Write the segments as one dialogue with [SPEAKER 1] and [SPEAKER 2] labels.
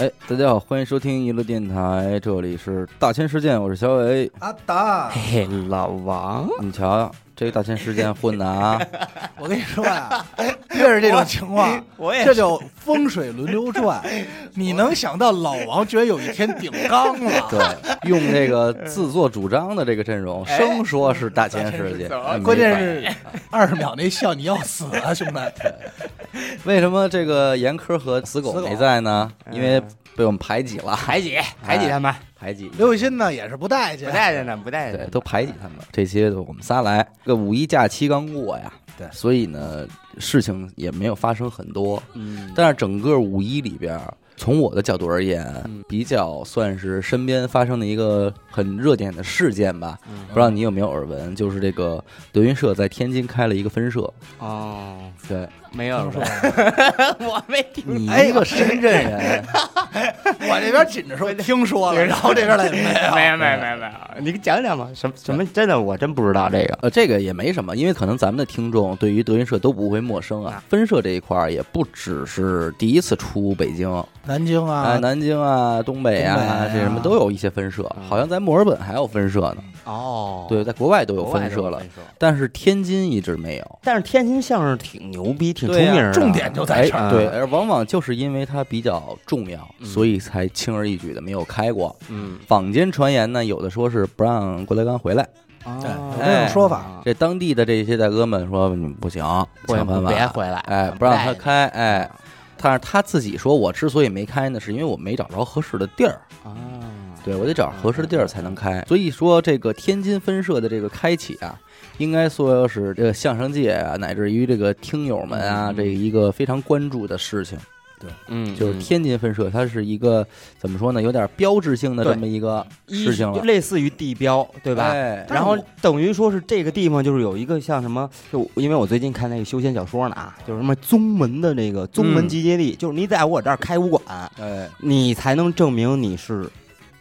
[SPEAKER 1] 哎，大家好，欢迎收听一路电台，这里是大千世界，我是小伟。
[SPEAKER 2] 阿 达，
[SPEAKER 3] 嘿，老王，
[SPEAKER 1] 你瞧，这大千世界混的啊，
[SPEAKER 2] 我跟你说 呀、越是这种情况，
[SPEAKER 3] 我也
[SPEAKER 2] 这叫风水轮流 转。你能想到老王居然有一天顶缸 了？
[SPEAKER 1] 对，用这个自作主张的这个阵容，
[SPEAKER 3] 哎
[SPEAKER 1] 生说是大千世界，
[SPEAKER 3] 大千世界
[SPEAKER 1] 哎
[SPEAKER 2] 关键
[SPEAKER 1] 没
[SPEAKER 2] 是二十秒内笑你要死 啊，兄弟！
[SPEAKER 1] 办法为什么这个严科和死狗
[SPEAKER 2] 死狗
[SPEAKER 1] 没在呢？
[SPEAKER 3] 嗯
[SPEAKER 1] 因为被我们排挤了，哎
[SPEAKER 3] 排挤排挤他们，
[SPEAKER 1] 排挤。
[SPEAKER 2] 刘雨欣呢也是不待见，
[SPEAKER 3] 不待见呢，不待
[SPEAKER 1] 哎对
[SPEAKER 3] 见，，
[SPEAKER 1] 都排挤他们。这些的我们仨来，这个五一假期刚过呀，
[SPEAKER 2] 对
[SPEAKER 1] 所以呢，事情也没有发生很多。
[SPEAKER 3] 嗯，
[SPEAKER 1] 但是整个五一里边儿，从我的角度而言，比较算是身边发生的一个很热点的事件吧。
[SPEAKER 3] 嗯
[SPEAKER 1] 不知道你有没有耳闻，就是这个德云社在天津开了一个分社。
[SPEAKER 3] 哦，
[SPEAKER 1] 对
[SPEAKER 3] 没有
[SPEAKER 2] 是
[SPEAKER 3] 了，
[SPEAKER 2] 吧
[SPEAKER 3] 我没听哎
[SPEAKER 1] 你一个深圳人，
[SPEAKER 2] 我这边紧着说听 说了，然后这边来
[SPEAKER 3] 没
[SPEAKER 2] 没有。
[SPEAKER 3] 有，没有，没有，没有，你讲讲吧，什么什么？真的，我真不知道这个。
[SPEAKER 1] 呃，这个也没什么，因为可能咱们的听众对于德云社都不会陌生啊
[SPEAKER 3] 啊。
[SPEAKER 1] 分社这一块儿也不只是第一次出北京，
[SPEAKER 2] 南京
[SPEAKER 1] 啊，
[SPEAKER 2] 啊，
[SPEAKER 1] 南京啊，东北
[SPEAKER 2] 东北
[SPEAKER 1] 啊
[SPEAKER 2] 啊，
[SPEAKER 1] 这什么都有一些分社，好像在墨尔本还有分社呢。
[SPEAKER 3] 嗯哦
[SPEAKER 1] 对，，在国外都有
[SPEAKER 3] 国外
[SPEAKER 1] 分
[SPEAKER 3] 都
[SPEAKER 1] 社
[SPEAKER 3] 有
[SPEAKER 1] 了
[SPEAKER 3] 分社，
[SPEAKER 1] 但是天津一直没有。
[SPEAKER 3] 但是天津相声挺牛逼，挺出
[SPEAKER 1] 对呀
[SPEAKER 3] 名的，
[SPEAKER 2] 重点就在这儿。
[SPEAKER 3] 啊
[SPEAKER 1] 哎对，而往往就是因为它比较重要，所以才轻而易举的没有开过。
[SPEAKER 3] 嗯，
[SPEAKER 1] 坊间传言呢，有的说是不让郭德纲回来，
[SPEAKER 2] 对，有
[SPEAKER 3] 哦，
[SPEAKER 2] 这种说法，
[SPEAKER 3] 啊
[SPEAKER 1] 这当地的这些大哥们说你不行，
[SPEAKER 3] 不
[SPEAKER 1] 想办法
[SPEAKER 3] 别回来
[SPEAKER 1] 哎，不让他开，哎。但是他自己说，我之所以没开呢，是因为我没找着合适的地儿。
[SPEAKER 3] 啊，
[SPEAKER 1] 对我得找合适的地儿才能开。所以说，这个天津分社的这个开启啊，应该说是这个相声界啊，乃至于这个听友们啊，
[SPEAKER 3] 嗯
[SPEAKER 1] 这一个非常关注的事情。
[SPEAKER 3] 嗯，
[SPEAKER 1] 就是天津分社，它是一个怎么说呢，有点标志性的
[SPEAKER 3] 对
[SPEAKER 1] 这么一个
[SPEAKER 3] 一
[SPEAKER 1] 事情了，
[SPEAKER 3] 类似于地标，对吧？
[SPEAKER 1] 哎
[SPEAKER 3] 然后等于说是这个地方就是有一个像什么，就因为我最近看那个修仙小说呢啊，就是什么宗门的那个宗门集结地，就是你在我这儿开武馆，
[SPEAKER 1] 哎，
[SPEAKER 3] 你才能证明你是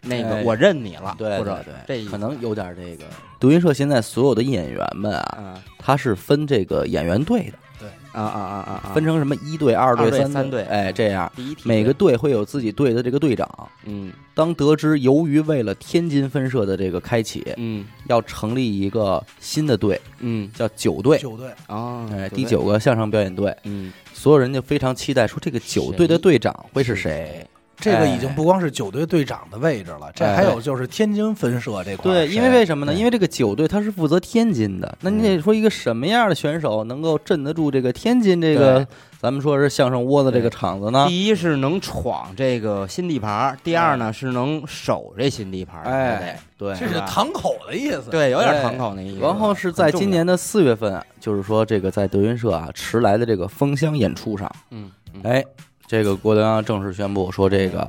[SPEAKER 3] 那个、
[SPEAKER 1] 哎
[SPEAKER 3] 我认你了，
[SPEAKER 1] 对
[SPEAKER 3] 或
[SPEAKER 1] 对
[SPEAKER 3] 者这嗯
[SPEAKER 1] 对，
[SPEAKER 3] 意思
[SPEAKER 1] 可能有点这个。德云社现在所有的演员们啊，
[SPEAKER 3] 啊
[SPEAKER 1] 他是分这个演员队的，
[SPEAKER 3] 啊啊啊啊啊，
[SPEAKER 1] 分成什么一队、二队、
[SPEAKER 3] 二队
[SPEAKER 1] 三
[SPEAKER 3] 三队
[SPEAKER 1] 哎，这样
[SPEAKER 3] 第一梯队
[SPEAKER 1] 每个队会有自己队的这个队长。
[SPEAKER 3] 嗯
[SPEAKER 1] 当得知由于为了天津分社的这个开启，
[SPEAKER 3] 嗯
[SPEAKER 1] 要成立一个新的队，
[SPEAKER 3] 嗯
[SPEAKER 1] 叫九队，
[SPEAKER 2] 九队
[SPEAKER 3] 啊，
[SPEAKER 1] 哎，
[SPEAKER 3] 对
[SPEAKER 1] 第九个相声表演队，
[SPEAKER 3] 嗯
[SPEAKER 1] 所有人就非常期待说这个九队的队长会是谁？
[SPEAKER 2] 这个已经不光是九队队长的位置了，这还有就是天津分社这块儿。
[SPEAKER 1] 对，因为为什么呢？
[SPEAKER 2] 哎对
[SPEAKER 1] 因为这个九队他是负责天津的，那你得说一个什么样的选手能够镇得住这个天津这个
[SPEAKER 3] 对
[SPEAKER 1] 咱们说是相声窝子这个场子呢？
[SPEAKER 3] 第一是能闯这个新地盘儿，第二呢是能守这新地盘儿，
[SPEAKER 1] 哎，对，
[SPEAKER 2] 这是堂口的意思。
[SPEAKER 3] 对，对，有点
[SPEAKER 1] 哎
[SPEAKER 3] 堂口那意思。
[SPEAKER 1] 然后是在
[SPEAKER 3] 很重
[SPEAKER 1] 今
[SPEAKER 3] 要
[SPEAKER 1] 年的四月份，啊就是说这个在德云社啊迟来的这个封箱演出上，
[SPEAKER 3] 嗯嗯
[SPEAKER 1] 哎，这个郭德纲正式宣布说，这个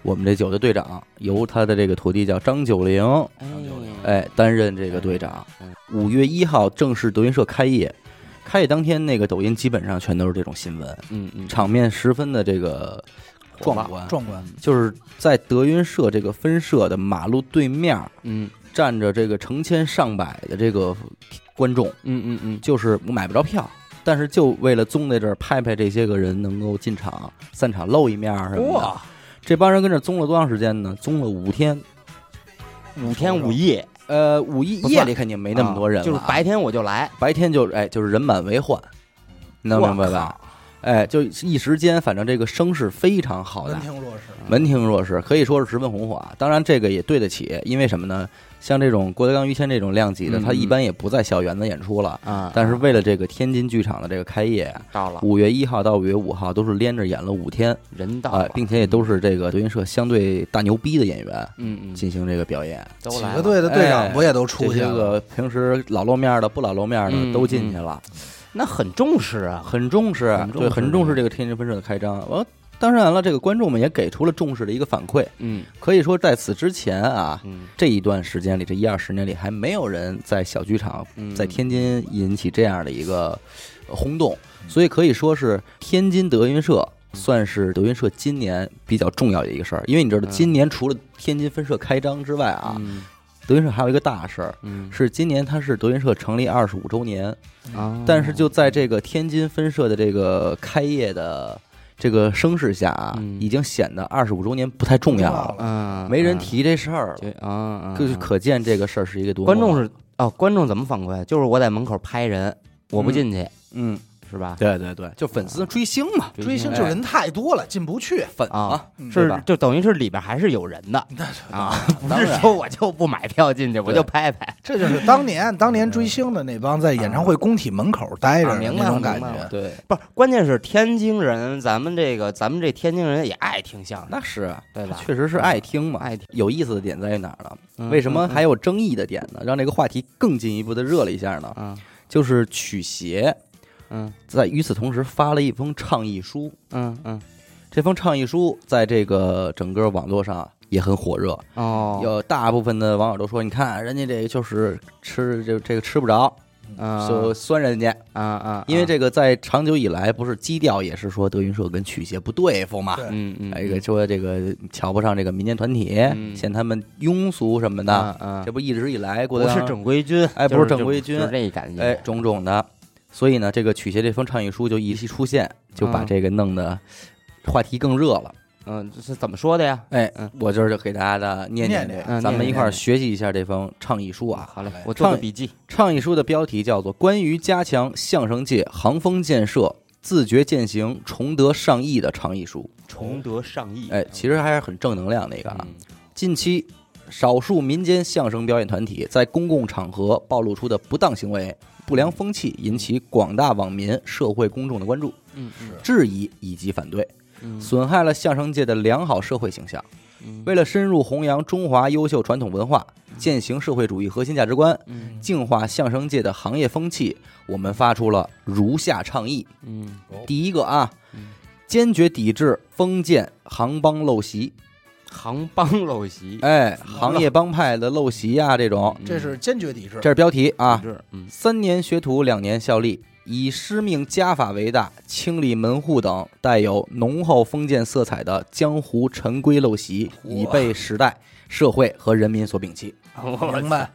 [SPEAKER 1] 我们这九队队长由他的这个徒弟叫张九龄，
[SPEAKER 3] 哎
[SPEAKER 1] 哎，担任这个队长
[SPEAKER 3] 嗯。
[SPEAKER 1] 五月一号正式德云社开业，开业当天那个抖音基本上全都是这种新闻，
[SPEAKER 3] 嗯嗯
[SPEAKER 1] 场面十分的这个
[SPEAKER 3] 火爆
[SPEAKER 1] 壮观。
[SPEAKER 2] 壮观。
[SPEAKER 1] 就是在德云社这个分社的马路对面儿
[SPEAKER 3] 嗯
[SPEAKER 1] 站着这个成千上百的这个观众，
[SPEAKER 3] 嗯嗯嗯，
[SPEAKER 1] 就是买不着票。但是就为了宗在这儿拍拍这些个人能够进场散场露一面儿什么的，
[SPEAKER 2] 哇，
[SPEAKER 1] 这帮人跟这宗了多长时间呢？宗了五天，
[SPEAKER 3] 五天五夜
[SPEAKER 1] 呃，五一
[SPEAKER 3] 不算
[SPEAKER 1] 夜里肯定没那么多人了
[SPEAKER 3] 啊就是白天我就来，
[SPEAKER 1] 白天就是哎，就是人满为患，你能明白吧？哎，就一时间，反正这个声势非常浩
[SPEAKER 2] 闻
[SPEAKER 1] 大，
[SPEAKER 2] 听若是。
[SPEAKER 1] 闻听若是，可以说是十分红火。啊当然，这个也对得起，因为什么呢？像这种郭德纲、于谦这种量级的，
[SPEAKER 3] 嗯
[SPEAKER 1] 他一般也不在小园子演出了。
[SPEAKER 3] 啊！
[SPEAKER 1] 但是为了这个天津剧场的这个开业，
[SPEAKER 3] 到了
[SPEAKER 1] 五月一号到五月五号都是连着演了五天，
[SPEAKER 3] 人到
[SPEAKER 1] 啊
[SPEAKER 3] 了，，
[SPEAKER 1] 并且也都是这个德云社相对大牛逼的演员
[SPEAKER 3] 嗯嗯，
[SPEAKER 1] 进行这个表演。
[SPEAKER 3] 都
[SPEAKER 2] 几个
[SPEAKER 3] 来了哎
[SPEAKER 2] 队的队长不也都
[SPEAKER 1] 这
[SPEAKER 2] 出去
[SPEAKER 1] 些
[SPEAKER 2] 了？
[SPEAKER 1] 个平时老露面的、不老露面的
[SPEAKER 3] 嗯
[SPEAKER 1] 都进去了，
[SPEAKER 3] 那很重视啊，
[SPEAKER 1] 很重视，
[SPEAKER 3] 很重视
[SPEAKER 1] 对，很重视这个天津分社的开张。完，当然了，这个观众们也给出了重视的一个反馈。
[SPEAKER 3] 嗯
[SPEAKER 1] 可以说，在此之前啊，
[SPEAKER 3] 嗯
[SPEAKER 1] 这一段时间里，这一二十年里，还没有人在小剧场
[SPEAKER 3] 嗯，
[SPEAKER 1] 在天津引起这样的一个呃轰动，所以可以说是天津德云社。
[SPEAKER 3] 嗯
[SPEAKER 1] 算是德云社今年比较重要的一个事儿，因为你知道，
[SPEAKER 3] 嗯
[SPEAKER 1] 今年除了天津分社开张之外啊，
[SPEAKER 3] 嗯
[SPEAKER 1] 德云社还有一个大事儿，
[SPEAKER 3] 嗯
[SPEAKER 1] 是今年它是德云社成立二十五周年，
[SPEAKER 3] 啊，
[SPEAKER 1] 但是就在这个天津分社的这个开业的这个声势下啊，
[SPEAKER 3] 嗯
[SPEAKER 1] 已经显得二十五周年不太重要了，
[SPEAKER 2] 啊
[SPEAKER 3] 嗯，
[SPEAKER 1] 啊没人
[SPEAKER 3] 嗯，
[SPEAKER 1] 提这事儿了，
[SPEAKER 3] 对啊啊，
[SPEAKER 1] 就是
[SPEAKER 3] 啊
[SPEAKER 1] 可见这个事儿是一个多么
[SPEAKER 3] 观众是哦，观众怎么反馈？就是我在门口拍人，我不进去，
[SPEAKER 1] 嗯，
[SPEAKER 3] 是吧？
[SPEAKER 1] 对对对，就粉丝追星嘛，
[SPEAKER 2] 追星
[SPEAKER 3] 哎
[SPEAKER 2] 就人太多了，进不 去。
[SPEAKER 1] 粉
[SPEAKER 3] 啊
[SPEAKER 1] 啊，
[SPEAKER 2] 嗯
[SPEAKER 1] 对
[SPEAKER 3] 是
[SPEAKER 1] 吧
[SPEAKER 3] 就等于是里边还是有人的
[SPEAKER 2] 那
[SPEAKER 3] 啊，不
[SPEAKER 1] 当
[SPEAKER 3] 是
[SPEAKER 1] 然
[SPEAKER 3] 说我就不买票进去，我就拍拍。
[SPEAKER 2] 这就是当
[SPEAKER 3] 嗯
[SPEAKER 2] 年当年追星的那帮在演唱会工体门口待着
[SPEAKER 3] 啊
[SPEAKER 2] 的
[SPEAKER 3] 嗯明白
[SPEAKER 2] 那种
[SPEAKER 3] 了
[SPEAKER 2] 感
[SPEAKER 3] 明白
[SPEAKER 2] 觉
[SPEAKER 3] 了。
[SPEAKER 1] 对，
[SPEAKER 3] 不是，关键是天津人，咱们这个咱们这天津人也爱听相声，
[SPEAKER 1] 那是啊
[SPEAKER 3] 对吧
[SPEAKER 1] 确实是爱听嘛，
[SPEAKER 3] 爱听。
[SPEAKER 1] 有意思的点在于哪儿呢？
[SPEAKER 3] 嗯
[SPEAKER 1] 为什么还有争议的点呢？让这个话题更进一步的热了一下呢？
[SPEAKER 3] 嗯
[SPEAKER 1] 就是曲协
[SPEAKER 3] 嗯
[SPEAKER 1] 在与此同时发了一封倡议书，
[SPEAKER 3] 嗯嗯
[SPEAKER 1] 这封倡议书在这个整个网络上也很火热，
[SPEAKER 3] 哦，
[SPEAKER 1] 有大部分的网友都说，你看人家这个就是吃这这个吃不着，
[SPEAKER 3] 啊
[SPEAKER 1] 就酸人家，
[SPEAKER 3] 啊啊，
[SPEAKER 1] 因为这个在长久以来不是基调也是说德云社跟曲协不对付嘛
[SPEAKER 2] 对。
[SPEAKER 3] 嗯嗯
[SPEAKER 1] 还有一个说这个瞧不上这个民间团体，
[SPEAKER 3] 嗯
[SPEAKER 1] 嫌他们庸俗什么的，
[SPEAKER 3] 啊啊
[SPEAKER 1] 这，不一直以来郭
[SPEAKER 3] 不
[SPEAKER 1] 德纲
[SPEAKER 3] 是正规军，
[SPEAKER 1] 哎不
[SPEAKER 3] 就是
[SPEAKER 1] 正规军
[SPEAKER 3] 就是这感觉，
[SPEAKER 1] 哎种种的，所以呢，这个曲协这封倡议书就一一出现，就把
[SPEAKER 3] 嗯
[SPEAKER 1] 这个弄得话题更热了。
[SPEAKER 3] 嗯，这是怎么说的呀？
[SPEAKER 1] 哎
[SPEAKER 3] 嗯，
[SPEAKER 1] 我今儿就给大家的念
[SPEAKER 2] 念
[SPEAKER 1] 这
[SPEAKER 2] 念
[SPEAKER 1] 个，
[SPEAKER 3] 嗯
[SPEAKER 1] 咱
[SPEAKER 3] 念
[SPEAKER 1] 们
[SPEAKER 3] 念
[SPEAKER 1] 一块儿
[SPEAKER 3] 念
[SPEAKER 1] 学习一下这封倡议书啊。
[SPEAKER 3] 好嘞
[SPEAKER 2] 来，
[SPEAKER 3] 我做个
[SPEAKER 1] 唱
[SPEAKER 3] 笔记。
[SPEAKER 1] 倡议书的标题叫做《关于加强相声界行风建设、自觉践行崇德尚义的倡议书》。
[SPEAKER 3] 崇德尚义，啊
[SPEAKER 1] 哎，其实还是很正能量的一个啊。
[SPEAKER 3] 嗯
[SPEAKER 1] 近期，少数民间相声表演团体在公共场合暴露出的不当行为、不良风气，引起广大网民、社会公众的关注、
[SPEAKER 3] 嗯是
[SPEAKER 1] 质疑以及反对，
[SPEAKER 3] 嗯
[SPEAKER 1] 损害了相声界的良好社会形象。
[SPEAKER 3] 嗯
[SPEAKER 1] 为了深入弘扬中华优秀传统文化，践行社会主义核心价值观，
[SPEAKER 3] 嗯
[SPEAKER 1] 净化相声界的行业风气，我们发出了如下倡议：
[SPEAKER 3] 嗯
[SPEAKER 1] 第一个啊
[SPEAKER 3] 嗯，
[SPEAKER 1] 坚决抵制封建行帮陋习，
[SPEAKER 3] 行帮陋习，
[SPEAKER 1] 哎，行业帮派的陋习呀、这种，
[SPEAKER 3] 嗯
[SPEAKER 2] 这是坚决抵制。
[SPEAKER 1] 这是标题啊
[SPEAKER 3] 抵。制嗯
[SPEAKER 1] 三年学徒，两年效力，以师命家法为大，清理门户等带有浓厚封建色彩的江湖陈规陋习，已被时代、社会和人民所摒弃。
[SPEAKER 2] 明白？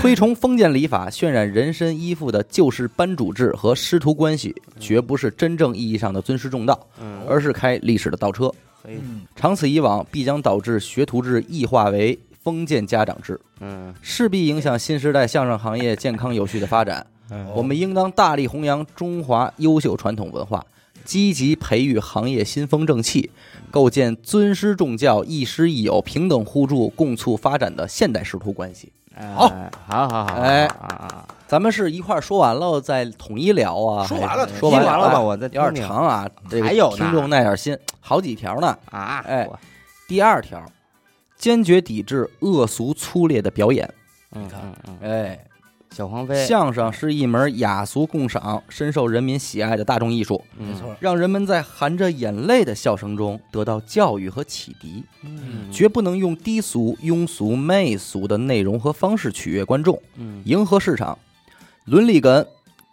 [SPEAKER 1] 推崇封建礼法，渲染人身依附的旧式班主制和师徒关系，绝不是真正意义上的尊师重道，
[SPEAKER 3] 嗯，
[SPEAKER 1] 而是开历史的倒车。
[SPEAKER 3] 可以
[SPEAKER 2] 嗯，
[SPEAKER 1] 长此以往，必将导致学徒制异化为封建家长制，
[SPEAKER 3] 嗯
[SPEAKER 1] 势必影响新时代相声行业健康有序的发展。
[SPEAKER 3] 嗯
[SPEAKER 1] 我们应当大力弘扬中华优秀传统文化，积极培育行业新风正气，构建尊师重教、亦师亦友、平等互助、共促发展的现代师徒关系。
[SPEAKER 3] 好好好好
[SPEAKER 1] 哎
[SPEAKER 3] 啊啊
[SPEAKER 1] 咱们是一块儿说完了再统一聊啊，
[SPEAKER 2] 说
[SPEAKER 1] 还
[SPEAKER 2] 完
[SPEAKER 1] 是
[SPEAKER 2] 了，
[SPEAKER 1] 说
[SPEAKER 3] 听
[SPEAKER 1] 完
[SPEAKER 3] 完
[SPEAKER 1] 了
[SPEAKER 3] 了吧
[SPEAKER 1] 哎
[SPEAKER 3] 我再
[SPEAKER 1] 有点
[SPEAKER 3] 听听
[SPEAKER 1] 长啊，这个
[SPEAKER 3] 还有呢
[SPEAKER 1] 听众耐点心，好几条呢。
[SPEAKER 3] 啊
[SPEAKER 1] 哎
[SPEAKER 3] 我
[SPEAKER 1] 第二条，坚决抵制恶俗粗劣的表演。
[SPEAKER 3] 嗯
[SPEAKER 2] 你看
[SPEAKER 3] 嗯嗯，
[SPEAKER 1] 哎，
[SPEAKER 3] 小黄飞
[SPEAKER 1] 相声是一门雅俗共赏、深受人民喜爱的大众艺术，
[SPEAKER 2] 没
[SPEAKER 3] 没，
[SPEAKER 2] 错。
[SPEAKER 1] 让人们在含着眼泪的笑声中得到教育和启迪，
[SPEAKER 3] 嗯
[SPEAKER 1] 绝不能用低俗、庸俗、媚俗的内容和方式取悦观众。
[SPEAKER 3] 嗯
[SPEAKER 1] 迎合市场，伦理哏、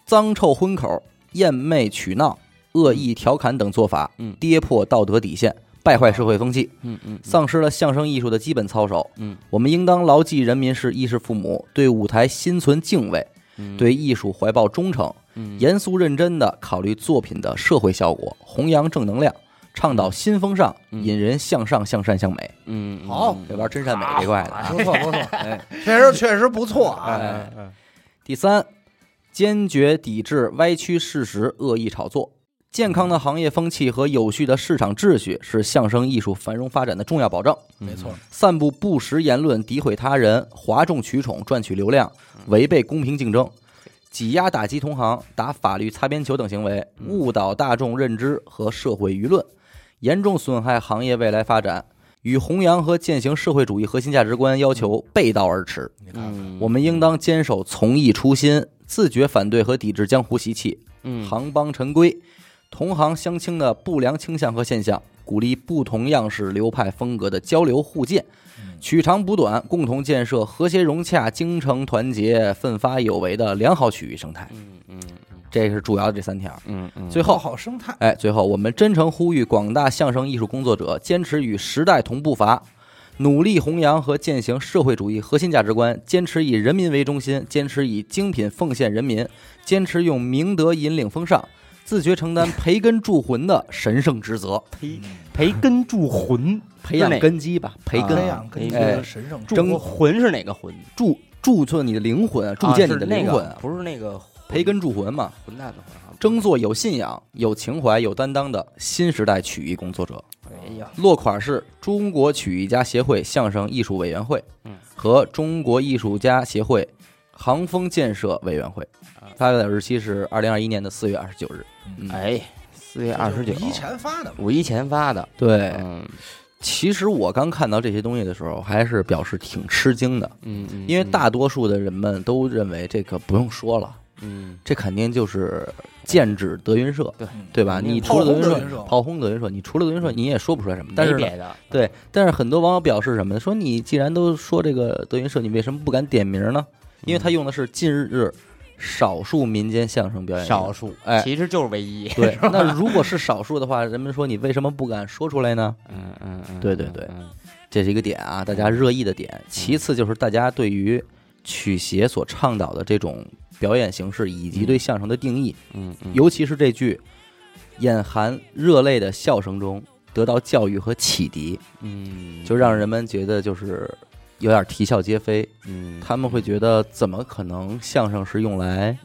[SPEAKER 1] 脏臭荤口、艳媚取闹、恶意调侃等做法，
[SPEAKER 3] 嗯
[SPEAKER 1] 跌破道德底线，败坏社会风气，
[SPEAKER 3] 嗯嗯
[SPEAKER 1] 丧失了相声艺术的基本操守。
[SPEAKER 3] 嗯，
[SPEAKER 1] 我们应当牢记人民是衣食父母，对舞台心存敬畏，
[SPEAKER 3] 嗯
[SPEAKER 1] 对艺术怀抱忠诚，
[SPEAKER 3] 嗯
[SPEAKER 1] 严肃认真地考虑作品的社会效果，弘扬正能量。倡导新风尚，
[SPEAKER 3] 嗯
[SPEAKER 1] 引人向上、向善、向美，
[SPEAKER 3] 嗯
[SPEAKER 2] 好
[SPEAKER 1] 这玩真善美这块的啊，
[SPEAKER 2] 不错不 错，
[SPEAKER 1] 哎
[SPEAKER 2] 确实确实不错啊。
[SPEAKER 1] 哎，第三，坚决抵制歪曲事实、恶意炒作。健康的行业风气和有序的市场秩序是相声艺术繁荣发展的重要保证。
[SPEAKER 3] 嗯
[SPEAKER 2] 没错，
[SPEAKER 1] 散布不实言论、诋毁他人、哗众取宠、赚取流量，违背公平竞争，挤压打击同行、打法律擦边球等行为，误导大众认知和社会舆论，严重损害行业未来发展，与弘扬和践行社会主义核心价值观要求背道而驰。
[SPEAKER 2] 你看看，
[SPEAKER 3] 嗯，
[SPEAKER 1] 我们应当坚守从艺初心，自觉反对和抵制江湖习气、
[SPEAKER 3] 嗯
[SPEAKER 1] 行帮陈规、同行相轻的不良倾向和现象，鼓励不同样式、流派、风格的交流互鉴，
[SPEAKER 3] 嗯
[SPEAKER 1] 取长补短，共同建设和谐融洽、精诚团结、奋发有为的良好曲艺生态。
[SPEAKER 3] 嗯嗯
[SPEAKER 1] 这是主要的这三条。
[SPEAKER 3] 嗯嗯
[SPEAKER 1] 最
[SPEAKER 2] 做
[SPEAKER 1] 后，
[SPEAKER 2] 好生态，
[SPEAKER 1] 哎，最后我们真诚呼吁广大相声艺术工作者坚持与时代同步伐，努力弘扬和践行社会主义核心价值观，坚持以人民为中心，坚持以精品奉献人民，坚持用明德引领风尚。自觉承 担培根铸魂的神圣职责，
[SPEAKER 3] 培培根铸嗯魂，
[SPEAKER 1] 培养
[SPEAKER 3] 是哪
[SPEAKER 1] 根基吧，培根
[SPEAKER 2] 培
[SPEAKER 3] 啊
[SPEAKER 2] 养跟一
[SPEAKER 1] 哎
[SPEAKER 2] 个神圣
[SPEAKER 1] 中
[SPEAKER 3] 中魂是哪个魂？
[SPEAKER 1] 铸铸就你的灵魂，铸建你的灵魂
[SPEAKER 3] 啊是那，个不是那个
[SPEAKER 1] 培根铸魂嘛，
[SPEAKER 3] 混蛋的魂啊！
[SPEAKER 1] 争做有信仰、有情怀、有担当的新时代曲艺工作者。
[SPEAKER 3] 哎呀，
[SPEAKER 1] 落款是中国曲艺家协会相声艺术委员会
[SPEAKER 3] 嗯
[SPEAKER 1] 和中国艺术家协会航风建设委员会
[SPEAKER 3] 啊，
[SPEAKER 1] 发表日期是二零二一年的四月二十九日。嗯
[SPEAKER 3] 哎，四月二十九，
[SPEAKER 2] 一前发的嘛，
[SPEAKER 3] 五一前发的，
[SPEAKER 1] 对，
[SPEAKER 3] 嗯
[SPEAKER 1] 其实我刚看到这些东西的时候，还是表示挺吃惊的，
[SPEAKER 3] 嗯，嗯
[SPEAKER 1] 因为大多数的人们都认为这个不用说了，
[SPEAKER 3] 嗯
[SPEAKER 1] 这肯定就是剑指德云社，
[SPEAKER 3] 对
[SPEAKER 2] 嗯
[SPEAKER 1] 对吧？
[SPEAKER 3] 肯定
[SPEAKER 1] 你除了德云
[SPEAKER 2] 炮轰德云社
[SPEAKER 1] 社，炮轰德云社，你除了德云社，你也说不出来什么。但是
[SPEAKER 3] 嗯没
[SPEAKER 1] 呢
[SPEAKER 3] 别的，
[SPEAKER 1] 对，但是很多网友表示什么呢？说你既然都说这个德云社，你为什么不敢点名呢？因为
[SPEAKER 3] 嗯
[SPEAKER 1] 他用的是近日少数民间相声表演，
[SPEAKER 3] 少数，
[SPEAKER 1] 哎
[SPEAKER 3] 其实就是唯一，
[SPEAKER 1] 对，那如果是少数的话，人们说你为什么不敢说出来呢？
[SPEAKER 3] 嗯嗯嗯，
[SPEAKER 1] 对对对
[SPEAKER 3] 嗯
[SPEAKER 1] 这是一个点啊，大家热议的点。其次就是大家对于曲协所倡导的这种表演形式以及对相声的定义，
[SPEAKER 3] 嗯嗯，
[SPEAKER 1] 尤其是这句“眼含热泪的笑声中得到教育和启迪”，
[SPEAKER 3] 嗯
[SPEAKER 1] 就让人们觉得就是有点啼笑皆非。
[SPEAKER 3] 嗯
[SPEAKER 1] 他们会觉得怎么可能相声是用来？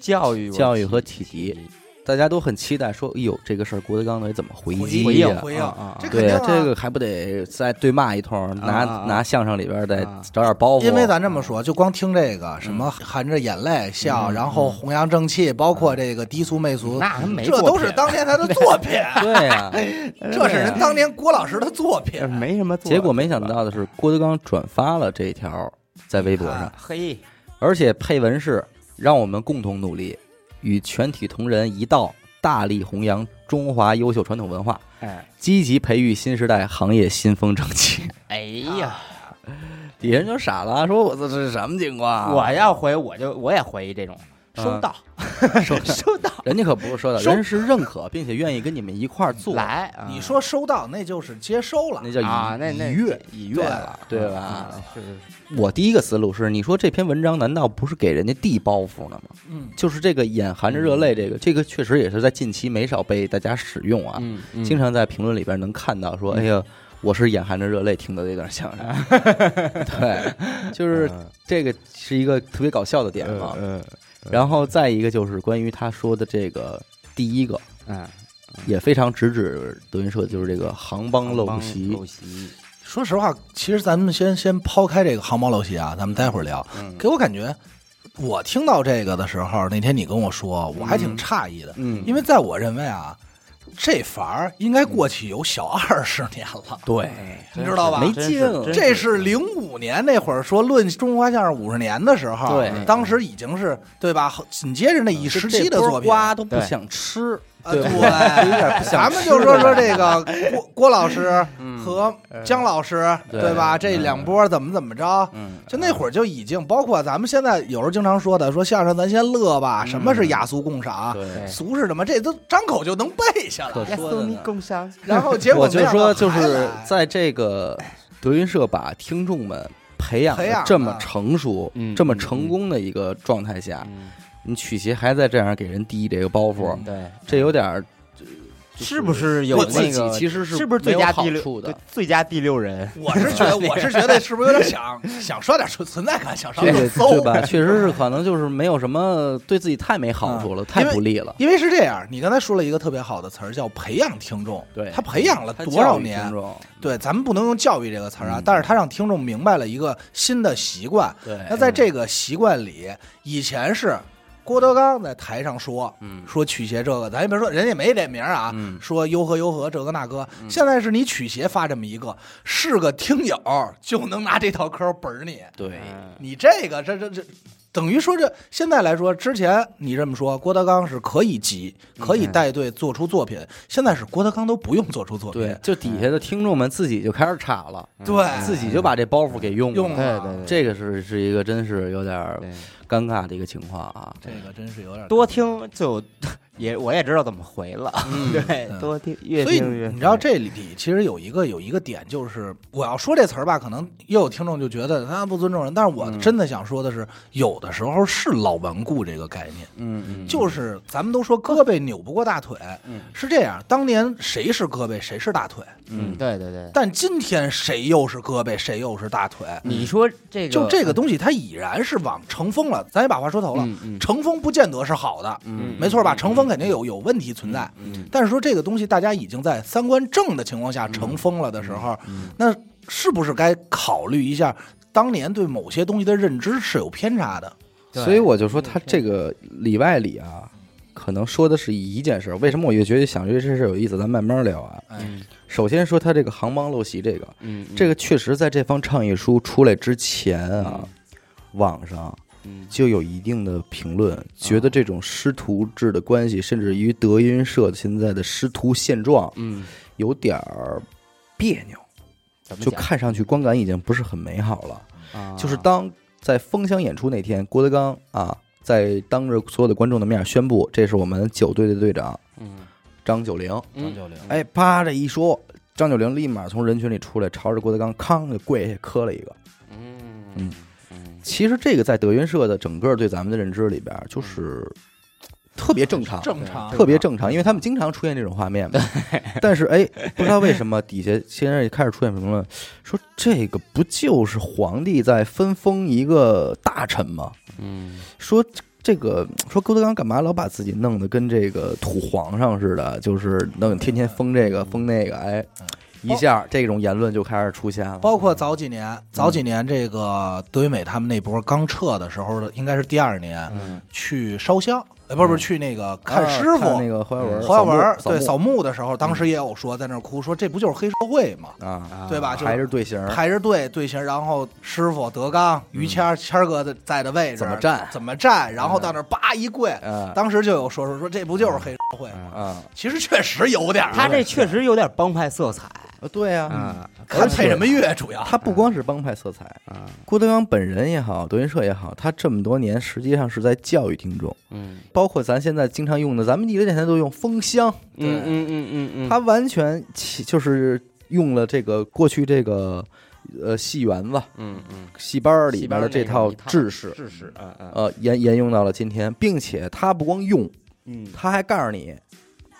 [SPEAKER 3] 教育我
[SPEAKER 1] 教育和启迪大家都很期待说，哎呦，这个事儿郭德纲得怎么回击
[SPEAKER 2] 回
[SPEAKER 1] 呀、
[SPEAKER 2] 应回
[SPEAKER 3] 啊啊啊
[SPEAKER 2] 应，这肯
[SPEAKER 1] 对
[SPEAKER 2] 定
[SPEAKER 1] 呀、
[SPEAKER 2] 啊
[SPEAKER 1] 这个还不得再对骂一通，拿
[SPEAKER 3] 啊啊
[SPEAKER 1] 拿相声里边再
[SPEAKER 3] 啊
[SPEAKER 1] 找点包袱。
[SPEAKER 2] 因为咱这么说，就光听这
[SPEAKER 3] 嗯
[SPEAKER 2] 个什么含着眼泪笑，然后弘扬正气，包括这个低俗媚俗，
[SPEAKER 3] 嗯那他没
[SPEAKER 2] 这
[SPEAKER 3] 作
[SPEAKER 2] 都是
[SPEAKER 3] 品
[SPEAKER 2] 当年他的作品，
[SPEAKER 1] 对啊 呀、
[SPEAKER 2] 哎这是人当年郭老师的作品
[SPEAKER 3] 这。没什么作品
[SPEAKER 1] 结
[SPEAKER 3] 吧，
[SPEAKER 1] 果没想到的是，郭德纲转发了这一条在微博上
[SPEAKER 2] 啊，
[SPEAKER 3] 嘿，
[SPEAKER 1] 而且配文是“让我们共同努力，与全体同仁一道，大力弘扬中华优秀传统文化，
[SPEAKER 3] 哎
[SPEAKER 1] 积极培育新时代行业新风正 气”。
[SPEAKER 3] 哎呀，
[SPEAKER 1] 底下人就傻了，说我这是什么情况？
[SPEAKER 3] 我要回我就我也回这种，收
[SPEAKER 2] 啊
[SPEAKER 1] 嗯
[SPEAKER 3] 到收收到，
[SPEAKER 1] 人家可不是说的，
[SPEAKER 3] 收
[SPEAKER 1] 人是认可并且愿意跟你们一块儿做，
[SPEAKER 3] 来，啊
[SPEAKER 2] 你说收到，那就是接收了
[SPEAKER 1] 那。叫以
[SPEAKER 3] 啊，那那
[SPEAKER 1] 以悦。
[SPEAKER 3] 已阅了，
[SPEAKER 1] 对
[SPEAKER 3] 嗯
[SPEAKER 1] 吧？
[SPEAKER 3] 嗯是是是，
[SPEAKER 1] 我第一个思路是，你说这篇文章难道不是给人家递包袱呢吗？
[SPEAKER 2] 嗯，
[SPEAKER 1] 就是这个眼含着热泪，
[SPEAKER 3] 嗯
[SPEAKER 1] 这个这个确实也是在近期没少被大家使用啊，
[SPEAKER 3] 嗯，
[SPEAKER 1] 经常在评论里边能看到说，哎呀。我是眼含着热泪听到这段相声， 对，就是呃这个是一个特别搞笑的点嘛。
[SPEAKER 3] 嗯
[SPEAKER 1] 然后再一个就是关于他说的这个第一个，
[SPEAKER 3] 嗯，
[SPEAKER 1] 也非常直指德云社，就是这个杭帮陋
[SPEAKER 3] 习
[SPEAKER 1] 习
[SPEAKER 3] 陋。习，
[SPEAKER 2] 说实话，其实咱们先先抛开这个杭帮陋习啊，咱们待会儿聊。
[SPEAKER 3] 嗯
[SPEAKER 2] 给我感觉，我听到这个的时候，那天你跟我说，我还挺诧异的，
[SPEAKER 1] 嗯
[SPEAKER 2] 因为在我认为啊，这法儿应该过去有小二十年了。
[SPEAKER 3] 哎
[SPEAKER 1] 对，
[SPEAKER 2] 你知道吧
[SPEAKER 1] 没劲了嗯真
[SPEAKER 2] 这是零五年那会儿说论中华相声五十年的时候，
[SPEAKER 1] 对嗯
[SPEAKER 2] 当时已经是对吧？紧接着那一时期的作品，
[SPEAKER 1] 瓜都不
[SPEAKER 3] 对
[SPEAKER 1] 想吃，
[SPEAKER 2] 啊，
[SPEAKER 1] 对
[SPEAKER 2] 对，
[SPEAKER 1] 有 点不想嗯
[SPEAKER 2] 咱们就说说这个 郭郭老师和姜老师，
[SPEAKER 1] 对
[SPEAKER 2] 对吧？这两波怎么怎么着？
[SPEAKER 1] 嗯，
[SPEAKER 2] 就那会儿就已经，包括咱们现在有时候经常说的，说相声咱先乐吧，什么是雅俗共赏，
[SPEAKER 1] 嗯对，
[SPEAKER 2] 俗是什么，这都张口就能背下来
[SPEAKER 1] 可。说的呢。
[SPEAKER 3] 共享，
[SPEAKER 2] 然后结果
[SPEAKER 1] 我就说，就
[SPEAKER 2] 没想
[SPEAKER 1] 是
[SPEAKER 2] 到还来
[SPEAKER 1] 在这个德云社把听众们培养
[SPEAKER 2] 培养
[SPEAKER 1] 的
[SPEAKER 2] 了
[SPEAKER 1] 这么成熟
[SPEAKER 3] 嗯、
[SPEAKER 1] 这么成功的一个状态下，
[SPEAKER 3] 嗯
[SPEAKER 1] 你曲协还在这样给人递这个包袱，
[SPEAKER 3] 对，
[SPEAKER 1] 这有点儿
[SPEAKER 3] 是不是有
[SPEAKER 1] 对自
[SPEAKER 3] 那
[SPEAKER 1] 己
[SPEAKER 3] 个？
[SPEAKER 1] 其实
[SPEAKER 3] 是
[SPEAKER 1] 不
[SPEAKER 3] 不是最
[SPEAKER 1] 没有
[SPEAKER 3] 佳
[SPEAKER 1] 好
[SPEAKER 3] 第六
[SPEAKER 1] 处？的
[SPEAKER 3] 对？最佳第六人，
[SPEAKER 2] 我是觉得，我是觉得是不是有点想想刷点存存在感，想上
[SPEAKER 1] 这个
[SPEAKER 2] 热搜
[SPEAKER 1] 对吧？确实是可能就是没有什么对自己太没好处了，太不利了。
[SPEAKER 2] 啊因为是这样，你刚才说了一个特别好的词儿，叫培养听众。
[SPEAKER 1] 对
[SPEAKER 2] 他培养了多少年？对，咱们不能用教育这个词
[SPEAKER 1] 嗯
[SPEAKER 2] 儿啊，但是他让听众明白了一个新的习惯。
[SPEAKER 1] 对
[SPEAKER 2] 那在这个习惯里，以前是郭德纲在台上说，
[SPEAKER 1] 嗯
[SPEAKER 2] 说曲协这个，咱也别说人也没点名儿啊，
[SPEAKER 1] 嗯
[SPEAKER 2] 说呦呵呦呵这个那个。现在是你曲协发这么一个，是个听友就能拿这套嗑儿本儿你，
[SPEAKER 1] 对嗯
[SPEAKER 2] 你这个这这这。等于说这，现在来说，之前你这么说，郭德纲是可以急，可以带队做出作品。现在是郭德纲都不用做出作品，
[SPEAKER 1] 对，就底下的听众们自己就开始岔了，
[SPEAKER 2] 嗯对
[SPEAKER 1] 自己就把这包袱给用
[SPEAKER 2] 用
[SPEAKER 1] 了。
[SPEAKER 2] 了
[SPEAKER 3] 对对对，
[SPEAKER 1] 这个是是一个真是有点儿
[SPEAKER 3] 对
[SPEAKER 1] 尴尬的一个情况啊。
[SPEAKER 2] 这个真是有点
[SPEAKER 3] 多听就有也我也知道怎么回了。 对，
[SPEAKER 2] 嗯
[SPEAKER 3] 多听越
[SPEAKER 2] 所以
[SPEAKER 3] 听越。
[SPEAKER 2] 你知道这里其实有一个有一个点，就是我要说这词儿吧，可能又有听众就觉得他啊不尊重人，但是
[SPEAKER 3] 嗯
[SPEAKER 2] 我真的想说的是，有的时候是老顽固这个概念，
[SPEAKER 1] 嗯嗯，
[SPEAKER 2] 就是咱们都说胳膊扭不过大腿，是这样，当年谁是胳膊谁是大腿，
[SPEAKER 3] 嗯，对对对，
[SPEAKER 2] 但今天谁又是胳膊谁又是大腿，
[SPEAKER 3] 你说这个
[SPEAKER 2] 就
[SPEAKER 1] 嗯
[SPEAKER 2] 这个东西它已然是往成风了，咱也把话说头了，成风不见得是好的，
[SPEAKER 1] 嗯
[SPEAKER 2] 没错吧？成风肯定有有问题存在，但是说这个东西大家已经在三观正的情况
[SPEAKER 1] 嗯
[SPEAKER 2] 下成风了的时候，那是不是该考虑一下当年对某些东西的认知是有偏差的？
[SPEAKER 3] 对
[SPEAKER 1] 所以我就说他这个里外里啊，可能说的是一件事儿。为什么我越觉得想这事儿有意思？咱慢慢聊啊。
[SPEAKER 2] 哎，
[SPEAKER 1] 首先说他这个航帮陋习，这个
[SPEAKER 3] 嗯
[SPEAKER 1] 这个确实在这方倡议书出来之前啊，网上
[SPEAKER 3] 嗯
[SPEAKER 1] 就有一定的评论，觉得这种师徒制的关系，甚至于德云社现在的师徒现状，
[SPEAKER 3] 嗯，
[SPEAKER 1] 有点儿别扭，
[SPEAKER 3] 怎么
[SPEAKER 1] 就
[SPEAKER 3] 讲
[SPEAKER 1] 看上去观感已经不是很美好了。
[SPEAKER 3] 啊
[SPEAKER 1] 就是当在封箱演出那天，郭德纲啊，在当着所有的观众的面宣布，这是我们九队的队长
[SPEAKER 3] 嗯
[SPEAKER 1] 张九龄。
[SPEAKER 3] 嗯
[SPEAKER 2] 九龄，
[SPEAKER 1] 哎，啪这一说，张九龄立马从人群里出来，朝着郭德纲康就跪下磕了一个。
[SPEAKER 3] 嗯嗯
[SPEAKER 1] 其实这个在德云社的整个对咱们的认知里边，就是特别正常。
[SPEAKER 2] 正常，啊
[SPEAKER 1] 特别正常，因为他们经常出现这种画面嘛。 但是哎，不知道为什么底下现在开始出现评论，说这个不就是皇帝在分封一个大臣吗？
[SPEAKER 3] 嗯
[SPEAKER 1] 说这个说郭德纲干嘛老把自己弄得跟这个土皇上似的，就是弄天天封这个封那个，哎，一下这种言论就开始出现了。
[SPEAKER 2] 包括早几年，早
[SPEAKER 1] 嗯
[SPEAKER 2] 几年这个德云美他们那波刚撤的时候的，应该是第二年，去烧香，哎，不是不是去那个看师
[SPEAKER 1] 嗯啊看
[SPEAKER 2] 傅嗯
[SPEAKER 1] 那。个黄耀文，
[SPEAKER 2] 侯耀文对
[SPEAKER 1] 扫嗯
[SPEAKER 2] 扫墓的时候，当时也有说在那儿哭，说这不就是黑社会吗？
[SPEAKER 1] 墓啊，
[SPEAKER 2] 对吧？就
[SPEAKER 1] 还是队形儿，
[SPEAKER 2] 排着队队形，然后师傅德纲、于谦儿、谦儿哥的在的位
[SPEAKER 1] 嗯
[SPEAKER 2] 置
[SPEAKER 1] 怎么站
[SPEAKER 2] 怎么站，然后到那儿叭一跪，
[SPEAKER 1] 嗯
[SPEAKER 2] 当时就有说说说这不就是黑社会吗？
[SPEAKER 1] 啊，
[SPEAKER 2] 其实确实有点儿，
[SPEAKER 3] 他这确实有点帮派色彩
[SPEAKER 1] 对呀，
[SPEAKER 3] 啊
[SPEAKER 2] 嗯看配什么嗯乐主要
[SPEAKER 1] 他不光是帮派色彩，
[SPEAKER 3] 啊
[SPEAKER 1] 郭德纲本人也好，德云社也好，他这么多年实际上是在教育听众，
[SPEAKER 3] 嗯
[SPEAKER 1] 包括咱现在经常用的，咱们一个电台都用封箱，
[SPEAKER 3] 嗯嗯嗯嗯嗯，
[SPEAKER 1] 他完全起就是用了这个过去这个呃戏园子、
[SPEAKER 3] 嗯嗯
[SPEAKER 1] 戏班儿里
[SPEAKER 3] 戏
[SPEAKER 1] 边
[SPEAKER 3] 班
[SPEAKER 1] 的
[SPEAKER 3] 儿
[SPEAKER 1] 这
[SPEAKER 3] 那个
[SPEAKER 1] 套
[SPEAKER 3] 一套
[SPEAKER 1] 制式，
[SPEAKER 3] 知识嗯嗯
[SPEAKER 1] 呃，沿沿用到了今天，并且他不光用，
[SPEAKER 3] 嗯
[SPEAKER 1] 他还告诉你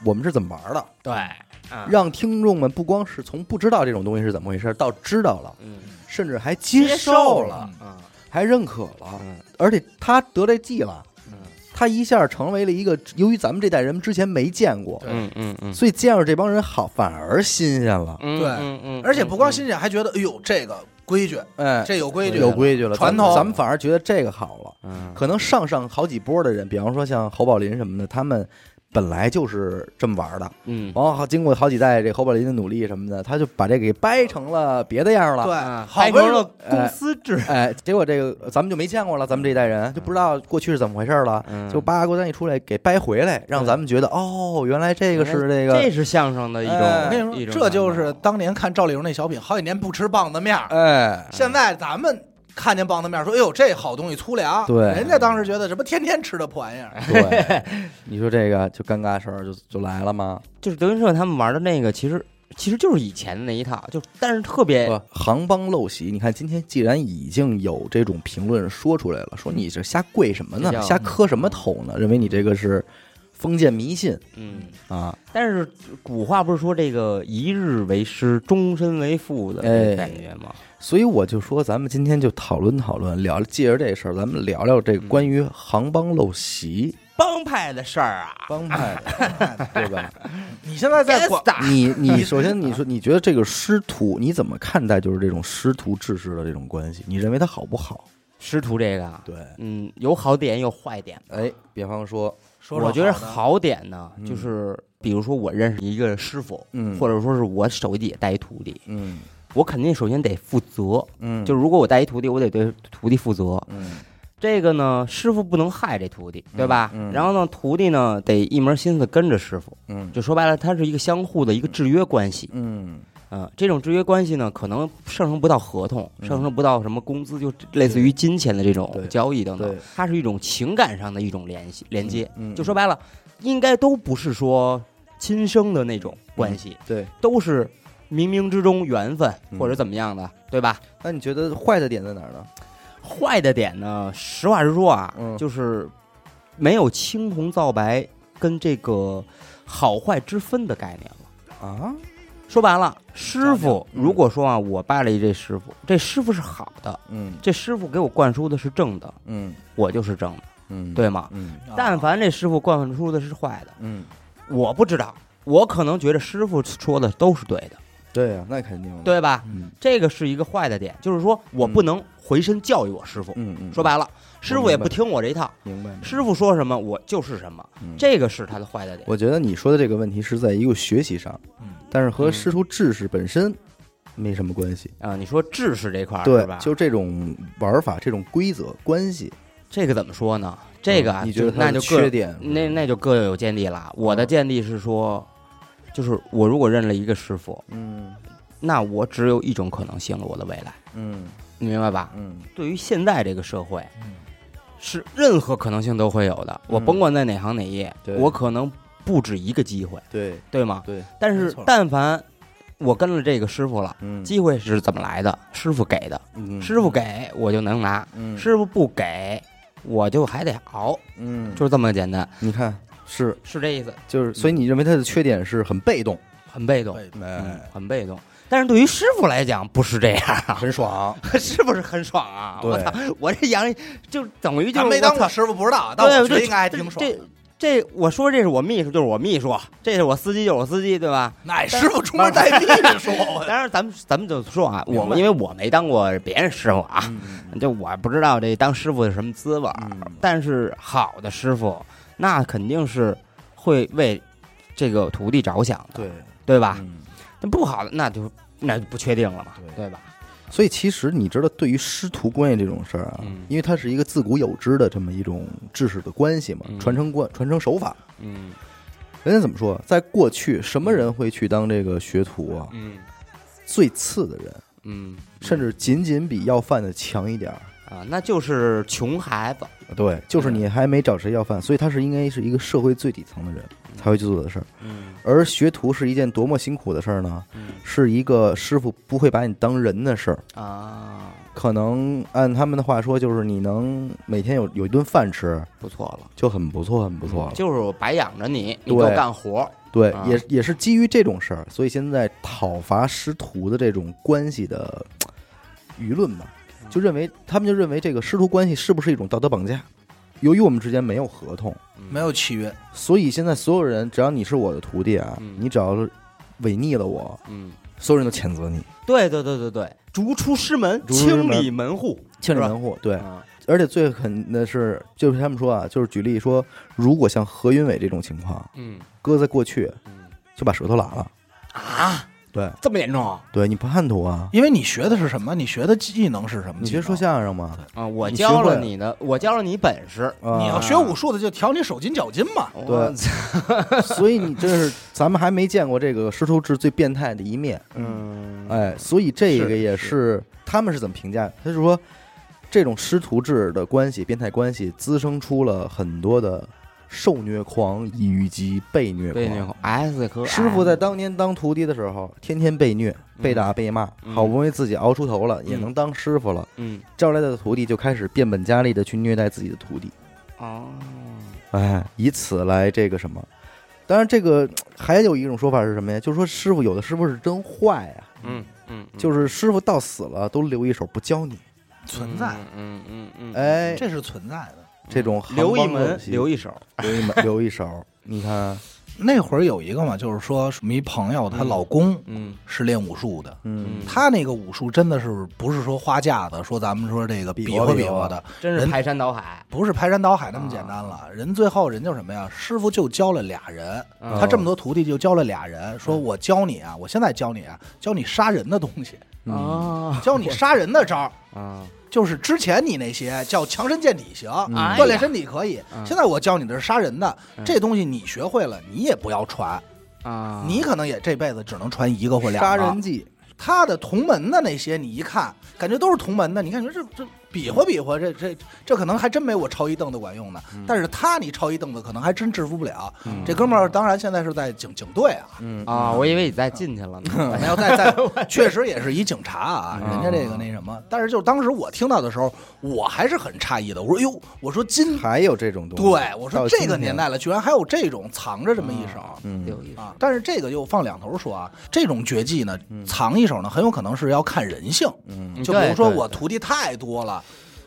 [SPEAKER 1] 我们是怎么玩的，
[SPEAKER 3] 对啊
[SPEAKER 1] 让听众们不光是从不知道这种东西是怎么回事儿到知道了，
[SPEAKER 3] 嗯
[SPEAKER 1] 甚至还接受了，嗯
[SPEAKER 3] 啊
[SPEAKER 1] 还认可了，
[SPEAKER 3] 嗯
[SPEAKER 1] 而且他得这技了，
[SPEAKER 3] 嗯
[SPEAKER 1] 他一下成为了一个由于咱们这代人之前没见过，
[SPEAKER 2] 对
[SPEAKER 3] 嗯嗯嗯
[SPEAKER 1] 所以见着这帮人好反而新鲜了，
[SPEAKER 3] 嗯
[SPEAKER 2] 对
[SPEAKER 3] 嗯嗯，
[SPEAKER 2] 而且不光
[SPEAKER 3] 是
[SPEAKER 2] 新鲜，还觉得哎呦这个规矩，
[SPEAKER 1] 哎，
[SPEAKER 2] 这有规矩，
[SPEAKER 1] 有规矩了，
[SPEAKER 2] 传
[SPEAKER 1] 咱们
[SPEAKER 2] 统
[SPEAKER 1] 咱们反而觉得这个好了。
[SPEAKER 3] 嗯
[SPEAKER 1] 可能上上好几波的人，比方说像侯宝林什么的，他们本来就是这么玩的，
[SPEAKER 3] 嗯
[SPEAKER 1] 然后经过好几代这侯宝林的努力什么的，他就把这给掰成了别的样了。
[SPEAKER 2] 对
[SPEAKER 3] 啊，
[SPEAKER 2] 好
[SPEAKER 3] 掰
[SPEAKER 2] 不
[SPEAKER 3] 成
[SPEAKER 2] 容
[SPEAKER 3] 了
[SPEAKER 2] 易
[SPEAKER 1] 哎
[SPEAKER 3] 公司制，
[SPEAKER 1] 哎，结果这个呃咱们就没见过了，咱们这一代人就不知道过去是怎么回事了。
[SPEAKER 3] 嗯
[SPEAKER 1] 就八卦单一出来给掰回来，让咱们觉得哦，原来这个是这个
[SPEAKER 3] 这是相声的一种，
[SPEAKER 1] 哎
[SPEAKER 2] 哎我跟你
[SPEAKER 3] 一
[SPEAKER 2] 说，
[SPEAKER 3] 种
[SPEAKER 2] 这就
[SPEAKER 3] 传
[SPEAKER 2] 是
[SPEAKER 3] 统
[SPEAKER 2] 当年看赵丽蓉那小品，好几年不吃棒子面儿，
[SPEAKER 1] 哎，
[SPEAKER 2] 现在咱们看见棒子面儿说，哎呦这好东西粗粮，
[SPEAKER 1] 对哎
[SPEAKER 2] 人家当时觉得什么天天吃的破玩意儿，
[SPEAKER 1] 对，你说这个就尴尬事儿就就来了吗？
[SPEAKER 3] 就是德云社他们玩的那个，其实其实就是以前的那一套，就但是特别
[SPEAKER 1] 不，行帮陋习，你看今天既然已经有这种评论说出来了，说你这瞎跪什么呢
[SPEAKER 3] 这？叫
[SPEAKER 1] 瞎磕什么头呢？认为你这个是封建迷信
[SPEAKER 3] 嗯。
[SPEAKER 1] 啊？
[SPEAKER 3] 但是古话不是说这个一日为师，终身为父的
[SPEAKER 1] 哎
[SPEAKER 3] 感觉吗？
[SPEAKER 1] 所以我就说，咱们今天就讨论讨论，聊借着这事儿，咱们聊聊这个关于行帮陋习、
[SPEAKER 3] 帮派的事儿啊，
[SPEAKER 1] 帮派， 对吧？
[SPEAKER 2] 你现在在广
[SPEAKER 3] Gangsta
[SPEAKER 1] 你你首先你说，你觉得这个师徒你怎么看待？就是这种师徒制式的这种关系，你认为它好不好？
[SPEAKER 3] 师徒这个，
[SPEAKER 1] 对，
[SPEAKER 3] 嗯，有好点有坏点。
[SPEAKER 1] 哎，比方说，
[SPEAKER 2] 说说
[SPEAKER 3] 我觉得
[SPEAKER 2] 的，
[SPEAKER 3] 好点呢，就是比如说我认识一个师傅，
[SPEAKER 1] 嗯
[SPEAKER 3] 或者说是我手底下带一徒弟，
[SPEAKER 1] 嗯
[SPEAKER 3] 我肯定首先得负责，
[SPEAKER 1] 嗯
[SPEAKER 3] 就是如果我带一徒弟，我得对徒弟负责。
[SPEAKER 1] 嗯
[SPEAKER 3] 这个呢，师傅不能害这徒弟，对吧？
[SPEAKER 1] 嗯
[SPEAKER 3] 然后呢，徒弟呢得一门心思跟着师傅，
[SPEAKER 1] 嗯
[SPEAKER 3] 就说白了，它是一个相互的一个制约关系。
[SPEAKER 1] 嗯，
[SPEAKER 3] 嗯、这种制约关系呢，可能上升不到合同，上升不到什么工资，就类似于金钱的这种
[SPEAKER 1] 嗯对
[SPEAKER 3] 交易等等
[SPEAKER 1] 对，
[SPEAKER 3] 它是一种情感上的一种联系连接。
[SPEAKER 1] 嗯嗯
[SPEAKER 3] 就说白了，应该都不是说亲生的那种关系，
[SPEAKER 1] 嗯对。
[SPEAKER 3] 都是冥冥之中缘分
[SPEAKER 1] 嗯
[SPEAKER 3] 或者怎么样的，对吧？
[SPEAKER 1] 那你觉得坏的点在哪儿呢？
[SPEAKER 3] 坏的点呢，实话实说啊，
[SPEAKER 1] 嗯
[SPEAKER 3] 就是没有青红皂白跟这个好坏之分的概念了。
[SPEAKER 1] 啊，
[SPEAKER 3] 说白了，师傅
[SPEAKER 1] 讲讲嗯
[SPEAKER 3] 如果说啊，我拜了一这师傅，这师傅是好的，
[SPEAKER 1] 嗯
[SPEAKER 3] 这师傅给我灌输的是正的，
[SPEAKER 1] 嗯
[SPEAKER 3] 我就是正的，
[SPEAKER 1] 嗯，，
[SPEAKER 3] 对吗？
[SPEAKER 1] 嗯
[SPEAKER 3] 但凡这师傅灌输的是坏的，
[SPEAKER 1] 嗯，
[SPEAKER 3] 我不知道，我可能觉得师傅说的都是对的，
[SPEAKER 1] 对呀，那肯定的，
[SPEAKER 3] 对吧？
[SPEAKER 1] 嗯，
[SPEAKER 3] 这个是一个坏的点，就是说我不能回身教育我师傅。
[SPEAKER 1] 嗯嗯，
[SPEAKER 3] 说白了，师傅也不
[SPEAKER 1] 明白
[SPEAKER 3] 听我这一套，
[SPEAKER 1] 明白，
[SPEAKER 3] 师傅说什么我就是什么，
[SPEAKER 1] 嗯
[SPEAKER 3] 这个是他的坏的点。
[SPEAKER 1] 我觉得你说的这个问题是在一个学习上，
[SPEAKER 2] 嗯
[SPEAKER 1] 但是和师出知识本身没什么关系。
[SPEAKER 3] 啊、你说知识这块儿
[SPEAKER 1] 对
[SPEAKER 3] 是吧？，
[SPEAKER 1] 就这种玩法、这种规则关系，
[SPEAKER 3] 这个怎么说呢？这个啊，
[SPEAKER 1] 嗯你
[SPEAKER 3] 就
[SPEAKER 1] 觉得它的
[SPEAKER 3] 那就
[SPEAKER 1] 缺
[SPEAKER 3] 各
[SPEAKER 1] 点
[SPEAKER 3] 那那就各有见地了。我的
[SPEAKER 1] 嗯
[SPEAKER 3] 见地是说，就是我如果认了一个师傅，
[SPEAKER 1] 嗯
[SPEAKER 3] 那我只有一种可能性了，我的未来，
[SPEAKER 1] 嗯
[SPEAKER 3] 你明白吧？
[SPEAKER 1] 嗯
[SPEAKER 3] 对于现在这个社会，
[SPEAKER 2] 嗯
[SPEAKER 3] 是任何可能性都会有的。我
[SPEAKER 1] 嗯
[SPEAKER 3] 甭管在哪行哪业，
[SPEAKER 1] 对
[SPEAKER 3] 我可能不止一个机会，
[SPEAKER 1] 对
[SPEAKER 3] 对吗？
[SPEAKER 1] 对，
[SPEAKER 3] 但
[SPEAKER 2] 没
[SPEAKER 3] 是
[SPEAKER 2] 错
[SPEAKER 3] 但凡我跟了这个师傅了，
[SPEAKER 1] 嗯
[SPEAKER 3] 机会是怎么来的？师傅给的，
[SPEAKER 1] 嗯
[SPEAKER 3] 师傅给我就能拿，
[SPEAKER 1] 嗯
[SPEAKER 3] 师傅不给我就还得熬，
[SPEAKER 1] 嗯，
[SPEAKER 3] 就是这么简单，
[SPEAKER 1] 你看是
[SPEAKER 3] 是这意思，
[SPEAKER 1] 就是，所以你认为它的缺点是很被动，
[SPEAKER 3] 很被动，
[SPEAKER 2] 对
[SPEAKER 3] 嗯
[SPEAKER 1] 哎，，
[SPEAKER 3] 很被动。但是对于师傅来讲，不是这样啊，
[SPEAKER 1] 很 爽，
[SPEAKER 3] 是不是很爽啊？
[SPEAKER 1] 对
[SPEAKER 3] 我操，我这洋就等于就
[SPEAKER 2] 咱
[SPEAKER 3] 是
[SPEAKER 2] 没
[SPEAKER 3] 我
[SPEAKER 2] 当
[SPEAKER 3] 操
[SPEAKER 2] 过师傅不知道，啊但
[SPEAKER 3] 对，
[SPEAKER 2] 我觉
[SPEAKER 3] 这
[SPEAKER 2] 得应该还挺爽。
[SPEAKER 3] 这这，我说这是我秘书，就是我秘书；啊这是我司机，就是我司机，对吧？
[SPEAKER 2] 哪师傅出门带秘书？我
[SPEAKER 3] 当然，咱们咱们就说啊，
[SPEAKER 2] 明
[SPEAKER 3] 我
[SPEAKER 2] 白
[SPEAKER 3] 因为我没当过别人师傅啊，
[SPEAKER 1] 嗯
[SPEAKER 3] 就我不知道这当师傅是什么滋味儿。
[SPEAKER 1] 嗯
[SPEAKER 3] 但是好的师傅，那肯定是会为这个徒弟着想的，
[SPEAKER 1] 对
[SPEAKER 3] 对吧？
[SPEAKER 1] 嗯
[SPEAKER 3] 那不好的，那就那就不确定了嘛，
[SPEAKER 1] 对
[SPEAKER 3] 对吧？
[SPEAKER 1] 所以其实你知道，对于师徒关系这种事儿啊
[SPEAKER 3] 嗯，
[SPEAKER 1] 因为它是一个自古有之的这么一种知识的关系嘛，
[SPEAKER 3] 嗯
[SPEAKER 1] 传承观、传承手法。
[SPEAKER 3] 嗯
[SPEAKER 1] 人家怎么说？在过去，什么人会去当这个学徒啊？
[SPEAKER 3] 嗯
[SPEAKER 1] 最次的人，
[SPEAKER 3] 嗯，
[SPEAKER 1] 甚至仅仅比要饭的强一点儿。
[SPEAKER 3] 啊，那就是穷孩子，
[SPEAKER 1] 对，就是你还没找谁要饭，所以他是应该是一个社会最底层的人才会去做的事儿。
[SPEAKER 3] 嗯
[SPEAKER 1] 而学徒是一件多么辛苦的事儿呢？
[SPEAKER 3] 嗯
[SPEAKER 1] 是一个师傅不会把你当人的事儿。
[SPEAKER 3] 啊，
[SPEAKER 1] 可能按他们的话说，就是你能每天有有一顿饭吃，
[SPEAKER 3] 不错了。
[SPEAKER 1] 就很不错，很不错了。
[SPEAKER 3] 就是我白养着你，你
[SPEAKER 1] 对
[SPEAKER 3] 给我干活儿，
[SPEAKER 1] 对，
[SPEAKER 3] 啊
[SPEAKER 1] 也也是基于这种事儿，所以现在讨伐师徒的这种关系的嘖舆论吧，
[SPEAKER 3] 嗯
[SPEAKER 1] 就认为他们就认为这个师徒关系是不是一种道德绑架？由于我们之间没有合同，
[SPEAKER 2] 没有契约，
[SPEAKER 1] 所以现在所有人，只要你是我的徒弟啊，
[SPEAKER 3] 嗯
[SPEAKER 1] 你只要违逆了我，
[SPEAKER 3] 嗯，
[SPEAKER 1] 所有人都谴责你，
[SPEAKER 3] 对对对对对，逐出师门，
[SPEAKER 1] 逐出师门
[SPEAKER 3] 清理门户，
[SPEAKER 1] 清理
[SPEAKER 3] 是吧
[SPEAKER 1] 门户。对，
[SPEAKER 3] 啊
[SPEAKER 1] 而且最狠的是，就是他们说啊，就是举例说，如果像何云伟这种情况，
[SPEAKER 3] 嗯
[SPEAKER 1] 搁在过去
[SPEAKER 3] 嗯
[SPEAKER 1] 就把舌头拉了。
[SPEAKER 3] 啊，
[SPEAKER 1] 对，
[SPEAKER 3] 这么严重啊？
[SPEAKER 1] 对你叛徒啊！
[SPEAKER 2] 因为你学的是什么？你学的技能是什么？
[SPEAKER 1] 你学说，相声吗？
[SPEAKER 3] 啊，我
[SPEAKER 1] 你
[SPEAKER 3] 教
[SPEAKER 1] 学会
[SPEAKER 3] 了
[SPEAKER 1] 了
[SPEAKER 3] 你的，我教了你本事，
[SPEAKER 1] 啊
[SPEAKER 2] 你要学武术的就调你手筋脚筋嘛。
[SPEAKER 3] 我操，
[SPEAKER 1] 所以你这是咱们还没见过这个师徒制最变态的一面，
[SPEAKER 3] 嗯，
[SPEAKER 1] 哎，所以这个
[SPEAKER 3] 是
[SPEAKER 1] 也
[SPEAKER 3] 是
[SPEAKER 1] 是他们是怎么评价的？他是说，这种师徒制的关系、变态关系，滋生出了很多的受虐狂以及被虐
[SPEAKER 3] 被虐
[SPEAKER 1] 狂。
[SPEAKER 3] S 和
[SPEAKER 1] 师傅在当年当徒弟的时候，天天被虐、被打、被骂，
[SPEAKER 3] 嗯
[SPEAKER 1] 好不容易自己熬出头了，也
[SPEAKER 3] 嗯
[SPEAKER 1] 能当师傅了，
[SPEAKER 3] 嗯
[SPEAKER 1] 招来的徒弟就开始变本加厉的去虐待自己的徒弟。
[SPEAKER 3] 哦，
[SPEAKER 1] 哎，以此来这个什么？当然，这个还有一种说法是什么呀？就是说，师傅有的师傅是真坏呀、
[SPEAKER 3] 嗯嗯，嗯
[SPEAKER 1] 就是师傅到死了都留一手不教你。
[SPEAKER 2] 存在，
[SPEAKER 3] 嗯嗯嗯，嗯，
[SPEAKER 1] 哎，
[SPEAKER 2] 这是存在的。
[SPEAKER 1] 这种
[SPEAKER 3] 留一
[SPEAKER 1] 行帮
[SPEAKER 3] 门
[SPEAKER 1] 陋习
[SPEAKER 3] 留一手，
[SPEAKER 1] 留一 门留一手，你看，
[SPEAKER 2] 那会儿有一个嘛，就是说什么一朋友，她老公
[SPEAKER 3] 嗯
[SPEAKER 2] 是练武术的，
[SPEAKER 1] 嗯，
[SPEAKER 2] 他那个武术真的是不是说花架子，说咱们说这个
[SPEAKER 1] 比
[SPEAKER 2] 比
[SPEAKER 1] 划
[SPEAKER 2] 划
[SPEAKER 1] 比
[SPEAKER 2] 比
[SPEAKER 1] 划
[SPEAKER 2] 划的，
[SPEAKER 3] 真是啊
[SPEAKER 2] 人
[SPEAKER 3] 排山倒海，
[SPEAKER 2] 不是排山倒海那么简单了。人最后人就什么呀？师傅就教了俩人，
[SPEAKER 3] 嗯
[SPEAKER 2] 他这么多徒弟就教了俩人，说我教你啊，我现在教你啊，教你杀人的东西，
[SPEAKER 1] 嗯
[SPEAKER 3] 啊
[SPEAKER 2] 教你杀人的招儿。
[SPEAKER 3] 啊，
[SPEAKER 2] 就是之前你那些叫强身健体型，
[SPEAKER 3] 哎呀
[SPEAKER 2] 锻炼身体可以。
[SPEAKER 3] 嗯
[SPEAKER 2] 现在我教你的是杀人的，
[SPEAKER 3] 嗯
[SPEAKER 2] 这东西你学会了，你也不要传，
[SPEAKER 3] 啊，
[SPEAKER 2] 你可能也这辈子只能传一个或两个。
[SPEAKER 1] 杀人，技，
[SPEAKER 2] 他的同门的那些，你一看感觉都是同门的，你看你说这这比划比划，这这这可能还真没我抄一凳子管用呢。
[SPEAKER 1] 嗯
[SPEAKER 2] 但是他你抄一凳子，可能还真制服不了。这哥们儿当然现在是在警警队啊，
[SPEAKER 1] 嗯
[SPEAKER 3] 啊，我以为你再进去了呢。
[SPEAKER 2] 没有在在， 确实也是一警察啊，
[SPEAKER 1] 嗯
[SPEAKER 2] 人家这个那什么。但是就当时我听到的时候，我还是很诧异的。我说哟，我说今
[SPEAKER 1] 还有这种东西。
[SPEAKER 2] 对我说
[SPEAKER 1] 到
[SPEAKER 2] 这个
[SPEAKER 1] 今天嗯
[SPEAKER 2] 年代了，居然还有这种藏着这么一手。
[SPEAKER 3] 有意思，
[SPEAKER 2] 啊，但是这个又放两头说啊，这种绝技呢，藏一手呢，很有可能是要看人性。嗯就比如说
[SPEAKER 3] 对对
[SPEAKER 2] 我徒弟太多了，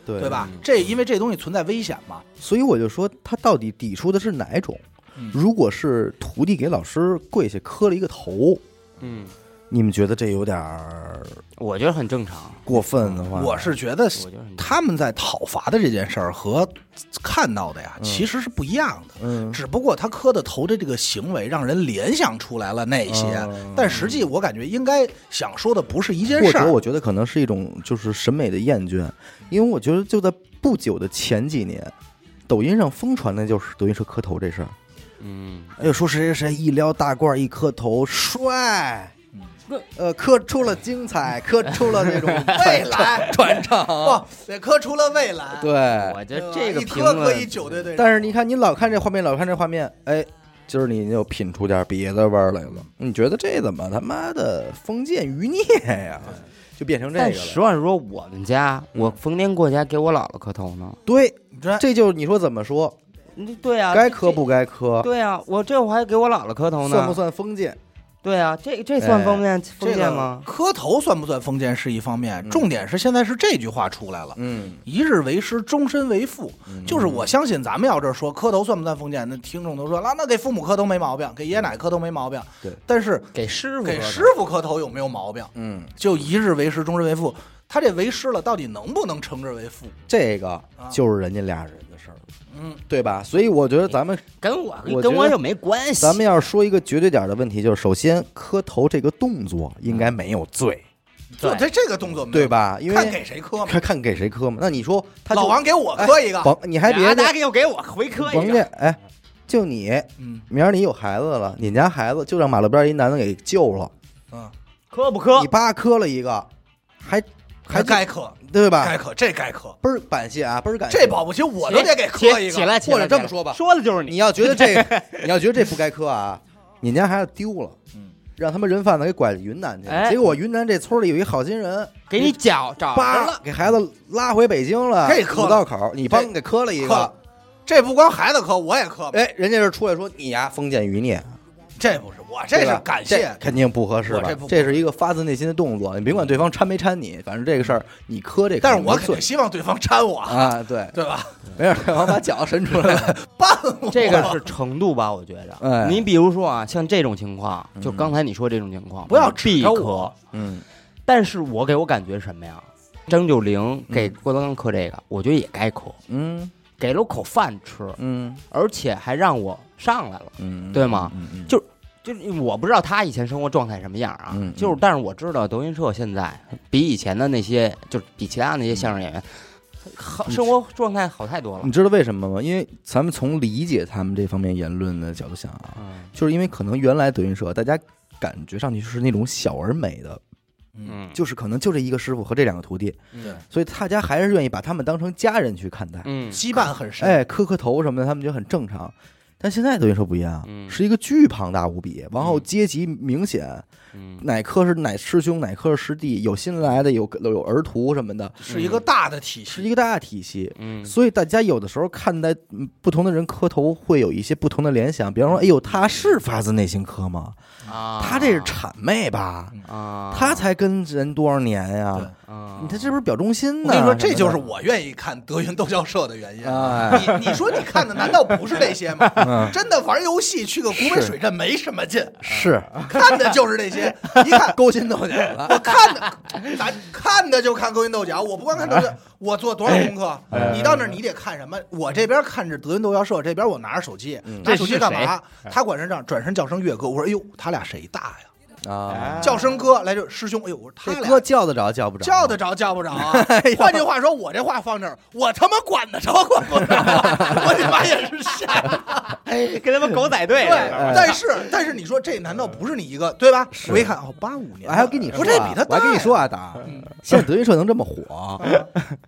[SPEAKER 1] 对
[SPEAKER 2] 对？吧？这因为这东西存在危险嘛，
[SPEAKER 1] 所以我就说他到底抵触的是哪一种？
[SPEAKER 2] 嗯
[SPEAKER 1] 如果是徒弟给老师跪下磕了一个头，
[SPEAKER 3] 嗯，
[SPEAKER 1] 你们觉得这有点儿
[SPEAKER 3] 我觉得很正常。
[SPEAKER 1] 过分的话，
[SPEAKER 2] 我是觉得
[SPEAKER 3] 我觉得很
[SPEAKER 2] 他们在讨伐的这件事儿和看到的呀，其实是不一样的。
[SPEAKER 1] 嗯
[SPEAKER 2] 只不过他磕的头的这个行为，让人联想出来了那些，但实际我感觉应该想说的不是一件
[SPEAKER 1] 或
[SPEAKER 2] 事
[SPEAKER 1] 者
[SPEAKER 2] 儿。
[SPEAKER 1] 我觉得可能是一种就是审美的厌倦，因为我觉得就在不久的前几年，抖音上疯传的就是德云社磕头这事儿。
[SPEAKER 3] 嗯，
[SPEAKER 1] 哎呦，说谁谁谁一撩大褂一磕头帅，
[SPEAKER 2] 嗯
[SPEAKER 1] 呃，磕出了精彩，磕出了 那种未
[SPEAKER 2] 未
[SPEAKER 1] 来。
[SPEAKER 2] 来传承不，得磕出了未来。
[SPEAKER 1] 对，
[SPEAKER 3] 我觉
[SPEAKER 2] 对吧，
[SPEAKER 3] 得这个
[SPEAKER 2] 一
[SPEAKER 3] 评
[SPEAKER 2] 磕磕一
[SPEAKER 3] 论，
[SPEAKER 2] 九队队长，
[SPEAKER 1] 但是你看，你老看这画面，老看这画面，哎，今儿你就品出点别的味儿来了。你觉得这怎么他妈的封建余孽呀？就变成这
[SPEAKER 3] 但
[SPEAKER 1] 个
[SPEAKER 3] 实
[SPEAKER 1] 了。
[SPEAKER 3] 话实说，我们家我逢年过节给我姥姥磕头呢。
[SPEAKER 1] 对，
[SPEAKER 2] 这
[SPEAKER 1] 这就是你说怎么说，
[SPEAKER 3] 嗯对啊，
[SPEAKER 1] 该
[SPEAKER 3] 这
[SPEAKER 1] 磕不？该磕
[SPEAKER 3] 这，对啊，我这我还给我姥姥磕头呢，
[SPEAKER 1] 算不？算封建？
[SPEAKER 3] 对啊，这这算
[SPEAKER 1] 哎
[SPEAKER 3] 封建封
[SPEAKER 2] 这
[SPEAKER 3] 建
[SPEAKER 2] 个
[SPEAKER 3] 吗？
[SPEAKER 2] 磕头算不算封建是一方面，重点是现在是这句话出来了。
[SPEAKER 1] 嗯，
[SPEAKER 2] 一日为师，终身为父，就是我相信咱们要这说磕头算不算封建，那听众都说啦，那给父母磕头没毛病，给爷爷奶奶磕头没毛病。
[SPEAKER 1] 对，
[SPEAKER 2] 但是
[SPEAKER 3] 给师
[SPEAKER 2] 给师傅磕头有没有毛病？
[SPEAKER 1] 嗯，
[SPEAKER 2] 就一日为师，终身为父，他这为师了，到底能不能称之为父？
[SPEAKER 1] 这个就是人家俩人的事儿，
[SPEAKER 2] 啊嗯，
[SPEAKER 1] 对吧？所以我觉得咱 们
[SPEAKER 3] 跟我
[SPEAKER 1] 我
[SPEAKER 3] 跟
[SPEAKER 1] 觉
[SPEAKER 3] 我
[SPEAKER 1] 得
[SPEAKER 3] 又没关系。
[SPEAKER 1] 咱们要说一个绝对点儿的问题，就是首先磕头这个动作应该没有罪，
[SPEAKER 2] 做这这个动作没有
[SPEAKER 1] 对？吧？因为
[SPEAKER 2] 嗯看给谁磕嘛，
[SPEAKER 1] 看看给谁磕嘛。那你说他就哎
[SPEAKER 2] 老王给我磕一个，
[SPEAKER 1] 甭你还别
[SPEAKER 3] 啊大
[SPEAKER 1] 去
[SPEAKER 3] 家又给我回磕一
[SPEAKER 1] 甭
[SPEAKER 3] 个
[SPEAKER 1] 去，哎，就你
[SPEAKER 2] 嗯
[SPEAKER 1] 明儿你有孩子了，你家孩子就让马路边一男的给救了，
[SPEAKER 2] 嗯，
[SPEAKER 3] 磕不磕
[SPEAKER 1] 你？爸磕了一个，还还
[SPEAKER 2] 该磕，
[SPEAKER 1] 对吧
[SPEAKER 2] 该？磕，这该磕，
[SPEAKER 1] 倍儿感谢啊，倍儿感谢。
[SPEAKER 2] 这保不齐我都得给
[SPEAKER 3] 起
[SPEAKER 2] 磕一个。
[SPEAKER 3] 起来，起来
[SPEAKER 1] 或者
[SPEAKER 3] 起
[SPEAKER 1] 这
[SPEAKER 3] 来
[SPEAKER 1] 么说吧
[SPEAKER 3] 说的就是 你
[SPEAKER 1] 你要觉得这，你要觉得这不该磕啊，你家孩子丢了，
[SPEAKER 2] 嗯
[SPEAKER 1] 让他们人贩子给拐云南去了。
[SPEAKER 3] 哎
[SPEAKER 1] 结果云南这村里有一好心人，
[SPEAKER 3] 给你脚找着
[SPEAKER 1] 叭
[SPEAKER 3] 了，
[SPEAKER 1] 给孩子拉回北京了，
[SPEAKER 2] 这磕了
[SPEAKER 1] 五道口，你帮给磕了一
[SPEAKER 2] 磕
[SPEAKER 1] 个
[SPEAKER 2] 了。这不光孩子磕，我也磕吧。
[SPEAKER 1] 哎，人家就出来说你呀、封建余孽，
[SPEAKER 2] 这不是我，这
[SPEAKER 1] 对
[SPEAKER 2] 是
[SPEAKER 1] 吧
[SPEAKER 2] 感
[SPEAKER 1] 这
[SPEAKER 2] 谢。
[SPEAKER 1] 肯定不合适
[SPEAKER 2] 我
[SPEAKER 1] 吧
[SPEAKER 2] 这？不
[SPEAKER 1] 这是一个发自内心的动作，你甭管对方掺没掺你，反正这个事儿你磕这个，
[SPEAKER 2] 但是我肯
[SPEAKER 1] 罪
[SPEAKER 2] 定希望对方掺我，
[SPEAKER 1] 啊，对，
[SPEAKER 2] 对吧？
[SPEAKER 1] 没事，对方把脚伸出来了，
[SPEAKER 2] 绊我，
[SPEAKER 3] 这个是程度吧？我觉着
[SPEAKER 1] 哎，
[SPEAKER 3] 你比如说啊，像这种情况，就刚才你说这种情况，
[SPEAKER 2] 不要指
[SPEAKER 3] 必
[SPEAKER 2] 着
[SPEAKER 3] 磕
[SPEAKER 2] 我。
[SPEAKER 1] 嗯，
[SPEAKER 3] 但是我给我感觉什么呀？张九龄给郭德纲磕这个，我觉得也该磕，
[SPEAKER 1] 嗯
[SPEAKER 3] 给了我口饭吃，
[SPEAKER 1] 嗯
[SPEAKER 3] 而且还让我上来了，
[SPEAKER 1] 嗯
[SPEAKER 3] 对吗？
[SPEAKER 1] 嗯嗯
[SPEAKER 3] 就是我不知道他以前生活状态什么样啊，
[SPEAKER 1] 嗯嗯
[SPEAKER 3] 就是但是我知道德云社现在比以前的那些，就是比其他那些相声演员，好生活状态好太多了
[SPEAKER 1] 你。知道为什么吗？因为咱们从理解他们这方面言论的角度想啊，
[SPEAKER 3] 嗯
[SPEAKER 1] 就是因为可能原来德云社大家感觉上去是那种小而美的，
[SPEAKER 3] 嗯
[SPEAKER 1] 就是可能就这一个师傅和这两个徒弟，
[SPEAKER 2] 嗯对
[SPEAKER 1] 所以大家还是愿意把他们当成家人去看待。
[SPEAKER 3] 嗯
[SPEAKER 2] 羁绊很深。
[SPEAKER 1] 哎，磕磕头什么的，他们觉得很正常。但现在德云社不一样，
[SPEAKER 3] 嗯
[SPEAKER 1] 是一个巨庞大无比，然后
[SPEAKER 3] 嗯
[SPEAKER 1] 阶级明显，
[SPEAKER 3] 嗯，
[SPEAKER 1] 哪科是哪师兄，哪科是师弟，有新来的，有有儿徒什么的，
[SPEAKER 2] 是一个大的体
[SPEAKER 1] 是
[SPEAKER 2] 系，
[SPEAKER 1] 一个大体系。
[SPEAKER 3] 嗯
[SPEAKER 1] 所以大家有的时候看待嗯不同的人磕头，会有一些不同的联想。比方说，哎呦，他是发自内心磕吗？
[SPEAKER 3] 啊，
[SPEAKER 1] 他这是谄媚吧？
[SPEAKER 3] 啊，
[SPEAKER 1] 他才跟人多少年呀、
[SPEAKER 2] 对
[SPEAKER 3] 啊
[SPEAKER 1] 你他这不是表忠心
[SPEAKER 2] 我
[SPEAKER 1] 呢？
[SPEAKER 2] 跟你说，
[SPEAKER 1] 什么
[SPEAKER 2] 这
[SPEAKER 1] 的
[SPEAKER 2] 就是我愿意看德云斗教社的原因。
[SPEAKER 1] 哎嗯
[SPEAKER 2] 你你说你看的难道不是这些吗？ 真的玩游戏去个古北水镇没什么劲，
[SPEAKER 1] 是
[SPEAKER 2] 看的就是这些。一看
[SPEAKER 1] 勾心斗角了。
[SPEAKER 2] 我看的，咱看的就看勾心斗角。我不光看
[SPEAKER 1] 哎
[SPEAKER 2] 斗角，我做多少功课？你到那儿你得看什么？我这边看着德云斗角社，这边我拿着手机，
[SPEAKER 1] 嗯
[SPEAKER 2] 拿手机干嘛？他管人这样，转身叫声岳哥。我说：“哎呦，他俩谁大呀？”
[SPEAKER 1] 啊，
[SPEAKER 2] 叫声哥来这师兄。哎呦，我说
[SPEAKER 1] 这
[SPEAKER 2] 哎他
[SPEAKER 1] 哥
[SPEAKER 2] 俩
[SPEAKER 1] 叫得着叫不着？哎
[SPEAKER 2] 叫得着叫不 着啊？换句话说， 我这话放这儿，我他妈管得着管不着啊？我他妈也是瞎。哎，
[SPEAKER 3] 跟他们狗仔队
[SPEAKER 2] 对，
[SPEAKER 3] 似的
[SPEAKER 2] 但是但是你说这难道不是你一个对吧？我一看哦，八五年
[SPEAKER 1] 我
[SPEAKER 2] 的，
[SPEAKER 1] 还要跟你说啊，
[SPEAKER 2] 我这比他
[SPEAKER 1] 我
[SPEAKER 2] 大
[SPEAKER 1] 还
[SPEAKER 2] 呀，嗯
[SPEAKER 1] 跟你说啊，达儿，现在德云社能这么 火，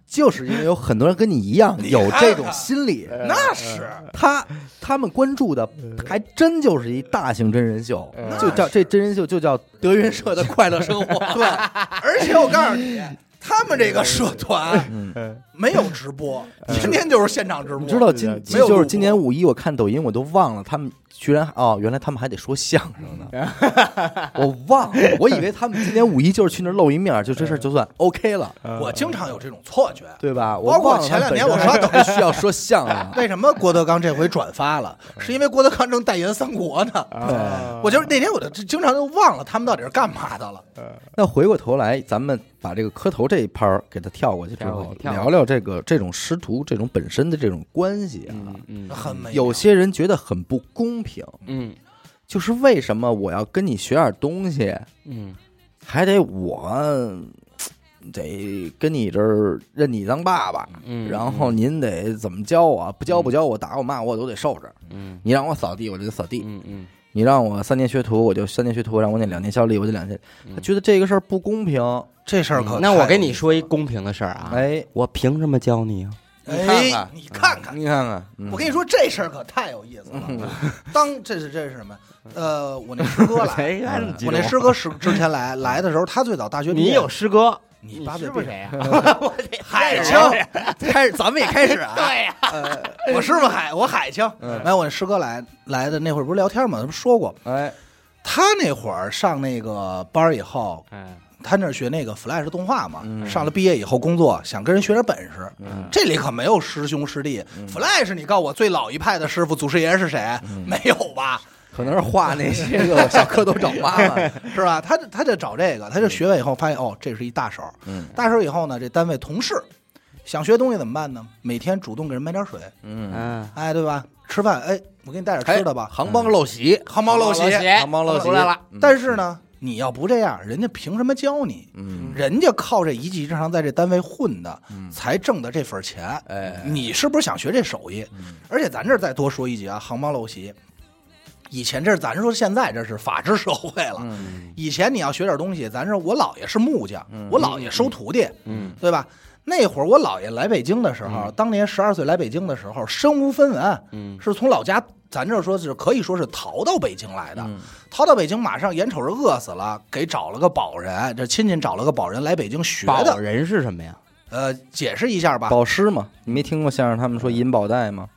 [SPEAKER 1] 就是因为有很多人跟你一样有这种心理。
[SPEAKER 2] 那
[SPEAKER 1] 嗯
[SPEAKER 2] 是
[SPEAKER 1] 他他们关注的还真就是一大型真人秀，就叫这真人秀就叫
[SPEAKER 2] 嗯德云社的快乐生活。 对，而且我告诉你，他们这个社团没有直播，天天就是现场直播。
[SPEAKER 1] 你知道今
[SPEAKER 2] 没有
[SPEAKER 1] 就是
[SPEAKER 2] 录
[SPEAKER 1] 今
[SPEAKER 2] 播
[SPEAKER 1] 年五一，我看抖音我都忘了他们居然哦，原来他们还得说相声呢， 我忘了，我以为他们今年五一就是去那儿露一面，就这
[SPEAKER 2] 嗯
[SPEAKER 1] 事儿就算 OK 了，
[SPEAKER 2] 我经常有这种错觉。
[SPEAKER 1] 对吧？我
[SPEAKER 2] 包括
[SPEAKER 1] 忘了他们
[SPEAKER 2] 前两年我
[SPEAKER 1] 本身
[SPEAKER 2] 刷抖音
[SPEAKER 1] 还需要说相 声，
[SPEAKER 2] 为什么郭德纲这回转发了？是因为郭德纲正代言三国呢。
[SPEAKER 1] 对
[SPEAKER 2] 我就是那天我就经常就忘了他们到底是干嘛的了。
[SPEAKER 1] 那回过头来，咱们把这个磕头这一拍儿给它跳过去之
[SPEAKER 3] 跳过
[SPEAKER 1] 后，
[SPEAKER 3] 去跳过
[SPEAKER 1] 聊聊这个这种师徒这种本身的这种关系啊，
[SPEAKER 3] 嗯
[SPEAKER 2] 很美妙
[SPEAKER 1] 有些人觉得很不公平，
[SPEAKER 3] 嗯
[SPEAKER 1] 就是为什么我要跟你学点东西，
[SPEAKER 3] 嗯
[SPEAKER 1] 还得我嗯得跟你这儿认你当爸爸，
[SPEAKER 3] 嗯
[SPEAKER 1] 然后您得怎么教我，不教不教我，打我骂我我都得受着。
[SPEAKER 3] 嗯
[SPEAKER 1] 你让我扫地，我就得扫地；
[SPEAKER 3] 嗯嗯
[SPEAKER 1] 你让我三年学徒，我就三年学徒；让我那两年效力，我就两年。他觉得这个事儿不公平，
[SPEAKER 2] 这事儿可
[SPEAKER 3] 嗯那我跟
[SPEAKER 2] 你，
[SPEAKER 3] 你说一公平的事儿啊，
[SPEAKER 1] 哎，
[SPEAKER 3] 我凭什么教你啊？
[SPEAKER 2] 哎，你看看，
[SPEAKER 1] 你看看，嗯
[SPEAKER 2] 我跟你说这事儿可太有意思了。当这是这是什么？呃，我那师哥来，
[SPEAKER 3] 谁还这么激
[SPEAKER 2] 我
[SPEAKER 3] 动
[SPEAKER 2] 那师哥是之前来来的时候，他最早大学毕业，
[SPEAKER 3] 你有师哥，
[SPEAKER 2] 你
[SPEAKER 3] 你
[SPEAKER 2] 八
[SPEAKER 3] 师
[SPEAKER 2] 岁
[SPEAKER 3] 傅
[SPEAKER 2] 毕业
[SPEAKER 3] 谁啊呀？
[SPEAKER 2] 海清，开始咱们也开始啊。对呀，呃，我师傅海，我海清，
[SPEAKER 1] 嗯
[SPEAKER 2] 来，我师哥来来的那会儿不是聊天吗？他不说过，
[SPEAKER 1] 哎，
[SPEAKER 2] 他那会儿上那个班儿以后，
[SPEAKER 3] 哎，
[SPEAKER 2] 他那儿学那个 Flash 动画嘛，
[SPEAKER 1] 嗯
[SPEAKER 2] 上了毕业以后工作，想跟人学点本事。这里可没有师兄师弟。Flash，你告
[SPEAKER 1] 嗯
[SPEAKER 2] 诉我最老一派的师傅祖师爷是谁？没有吧？
[SPEAKER 1] 可能是画那些个小蝌蚪找妈妈，
[SPEAKER 2] 是吧？他就他就找这个，他就学完以后发现哦，这是一大手。
[SPEAKER 1] 嗯，
[SPEAKER 2] 大手以后呢，这单位同事想学东西怎么办呢？每天主动给人买点水，
[SPEAKER 1] 嗯，
[SPEAKER 3] 嗯，
[SPEAKER 2] 哎，对吧？吃饭，哎，我给你带点吃的吧。
[SPEAKER 1] 杭帮陋习，
[SPEAKER 2] 杭帮陋习
[SPEAKER 1] 杭帮陋习
[SPEAKER 3] 出来了，
[SPEAKER 2] 但是呢，你要不这样，人家凭什么教你？
[SPEAKER 1] 嗯，
[SPEAKER 2] 人家靠这一技之长在这单位混的，才挣的这份钱。
[SPEAKER 1] 哎嗯
[SPEAKER 2] 你是不是想学这手艺？而且咱这儿再多说一句啊，杭帮陋习。以前这是咱说现在这是法治社会了，
[SPEAKER 3] 嗯
[SPEAKER 2] 以前你要学点东西，咱说我姥爷是木匠，我姥爷收徒弟，
[SPEAKER 3] 嗯，
[SPEAKER 2] 对吧？那会儿我姥爷来北京的时候，当年十二岁来北京的时候，身无分文，
[SPEAKER 3] 嗯
[SPEAKER 2] 是从老家，咱这说是可以说是逃到北京来的。
[SPEAKER 3] 嗯
[SPEAKER 2] 逃到北京，马上眼瞅着饿死了，给找了个保人，这亲戚找了个保人来北京学
[SPEAKER 3] 保
[SPEAKER 2] 的。
[SPEAKER 3] 人是什么呀？
[SPEAKER 2] 呃，解释一下吧，
[SPEAKER 1] 保师嘛，你没听过相声他们说银保带吗？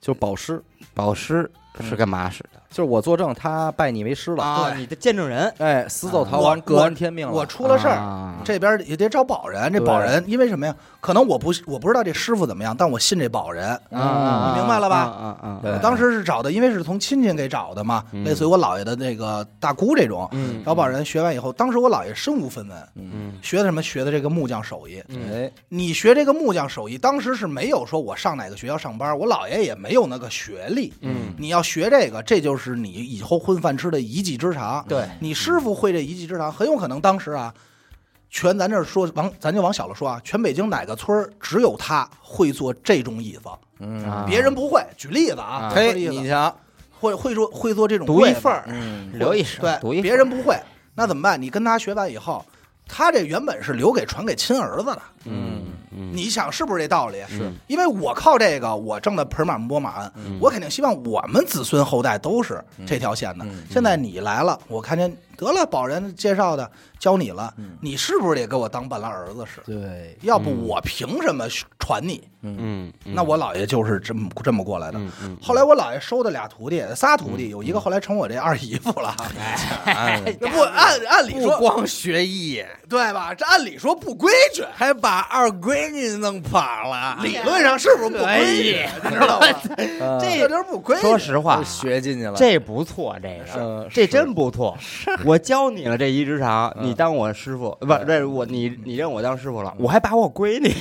[SPEAKER 1] 就是保师，
[SPEAKER 3] 保师是干嘛使的？
[SPEAKER 1] 就是我作证，他拜你为师了，
[SPEAKER 3] 啊，
[SPEAKER 2] 对
[SPEAKER 3] 你的见证人。
[SPEAKER 1] 哎，死走逃
[SPEAKER 2] 我
[SPEAKER 1] 亡，各安
[SPEAKER 2] 我
[SPEAKER 1] 天命了
[SPEAKER 2] 我出了事儿，
[SPEAKER 3] 啊
[SPEAKER 2] 这边也得找保人。这
[SPEAKER 1] 对
[SPEAKER 2] 保人因为什么呀？可能我不我不知道这师傅怎么样，但我信这保人。
[SPEAKER 3] 啊啊，
[SPEAKER 2] 你明白了吧
[SPEAKER 3] 啊啊啊！
[SPEAKER 1] 对
[SPEAKER 2] 我当时是找的，因为是从亲戚给找的嘛，类似于我姥爷的那个大姑这种。
[SPEAKER 3] 嗯
[SPEAKER 2] 找保人学完以后，当时我姥爷身无分文，
[SPEAKER 3] 嗯
[SPEAKER 2] 学的什么？学的这个木匠手艺。
[SPEAKER 1] 哎，
[SPEAKER 2] 你学这个木匠手艺，当时是没有说我上哪个学校上班，我姥爷也没有那个学历。
[SPEAKER 3] 嗯，
[SPEAKER 2] 你要学这个，这就是你以后混饭吃的一技之长。
[SPEAKER 3] 对
[SPEAKER 2] 你师傅会这一技之长，很有可能当时啊，全咱这儿说往咱就往小了说啊，全北京哪个村儿只有他会做这种椅子，
[SPEAKER 3] 啊
[SPEAKER 2] 别人不会。举例子啊，
[SPEAKER 3] 啊
[SPEAKER 2] 说
[SPEAKER 1] 嘿，
[SPEAKER 2] 例子
[SPEAKER 1] 你瞧，
[SPEAKER 2] 会会做会做这种
[SPEAKER 3] 独一
[SPEAKER 2] 位
[SPEAKER 3] 份
[SPEAKER 2] 份儿，
[SPEAKER 3] 留一手，读
[SPEAKER 2] 对，
[SPEAKER 3] 一
[SPEAKER 2] 别人不会，那怎么办？你跟他学完以后，他这原本是留给传给亲儿子的，
[SPEAKER 3] 嗯嗯
[SPEAKER 2] 你想是不是这道理？是因为我靠这个，我挣的盆满钵满，我肯定希望我们子孙后代都是这条线的。现在你来了，我看见得了，保人介绍的教你了，你是不是得给我当半拉儿子使？
[SPEAKER 1] 对，
[SPEAKER 2] 要不我凭什么传你？
[SPEAKER 3] 嗯，
[SPEAKER 2] 那我姥爷就是这么这么过来的。后来我姥爷收的俩徒弟，仨徒弟，有一个后来成我这二姨夫了。 那不按按理
[SPEAKER 1] 不
[SPEAKER 2] 说
[SPEAKER 1] 光学艺，
[SPEAKER 2] 对吧？这按理说不规矩，
[SPEAKER 1] 还把二闺女弄跑了，
[SPEAKER 2] 理论上是不是不规
[SPEAKER 1] 哎
[SPEAKER 2] 矩？你知道吗？这这不规矩。
[SPEAKER 3] 说实话
[SPEAKER 1] 都，学进去了，
[SPEAKER 3] 这不错，这
[SPEAKER 1] 嗯
[SPEAKER 3] 个这真不错。 我教你了这一职场，你当我师傅不？这我你你认我当师傅了，我还把我闺女，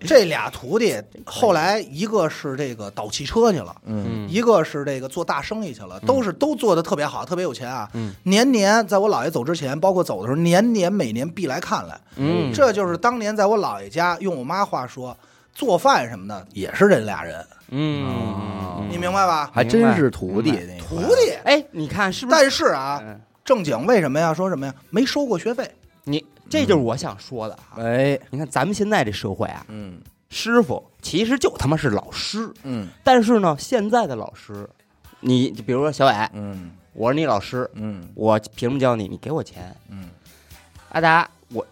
[SPEAKER 2] 这俩徒弟后来一个是这个倒汽车去了，
[SPEAKER 1] 嗯，
[SPEAKER 2] 一个是这个做大生意去了，都是都做的特别好，特别有钱啊。嗯，年年在我姥爷走之前，包括走的时候，年年每年必来看来。
[SPEAKER 3] 嗯
[SPEAKER 2] 这就是当年在我姥爷家，用我妈话说，做饭什么的也是这俩人，
[SPEAKER 3] 嗯，
[SPEAKER 2] 你明白吧？
[SPEAKER 4] 还真是徒弟
[SPEAKER 3] 明白，
[SPEAKER 4] 那
[SPEAKER 2] 徒弟，
[SPEAKER 3] 哎，你看是不是？
[SPEAKER 2] 但是啊，
[SPEAKER 3] 嗯
[SPEAKER 2] 正经为什么呀？说什么呀？没收过学费，
[SPEAKER 3] 你这就是我想说的啊！
[SPEAKER 1] 哎，
[SPEAKER 3] 你看咱们现在这社会啊，
[SPEAKER 1] 嗯
[SPEAKER 3] 师傅其实就他妈是老师，
[SPEAKER 1] 嗯
[SPEAKER 3] 但是呢，现在的老师，你就比如说小伟，
[SPEAKER 1] 嗯
[SPEAKER 3] 我是你老师，
[SPEAKER 1] 嗯
[SPEAKER 3] 我凭什么教你？你给我钱，
[SPEAKER 1] 嗯，
[SPEAKER 3] 阿达，我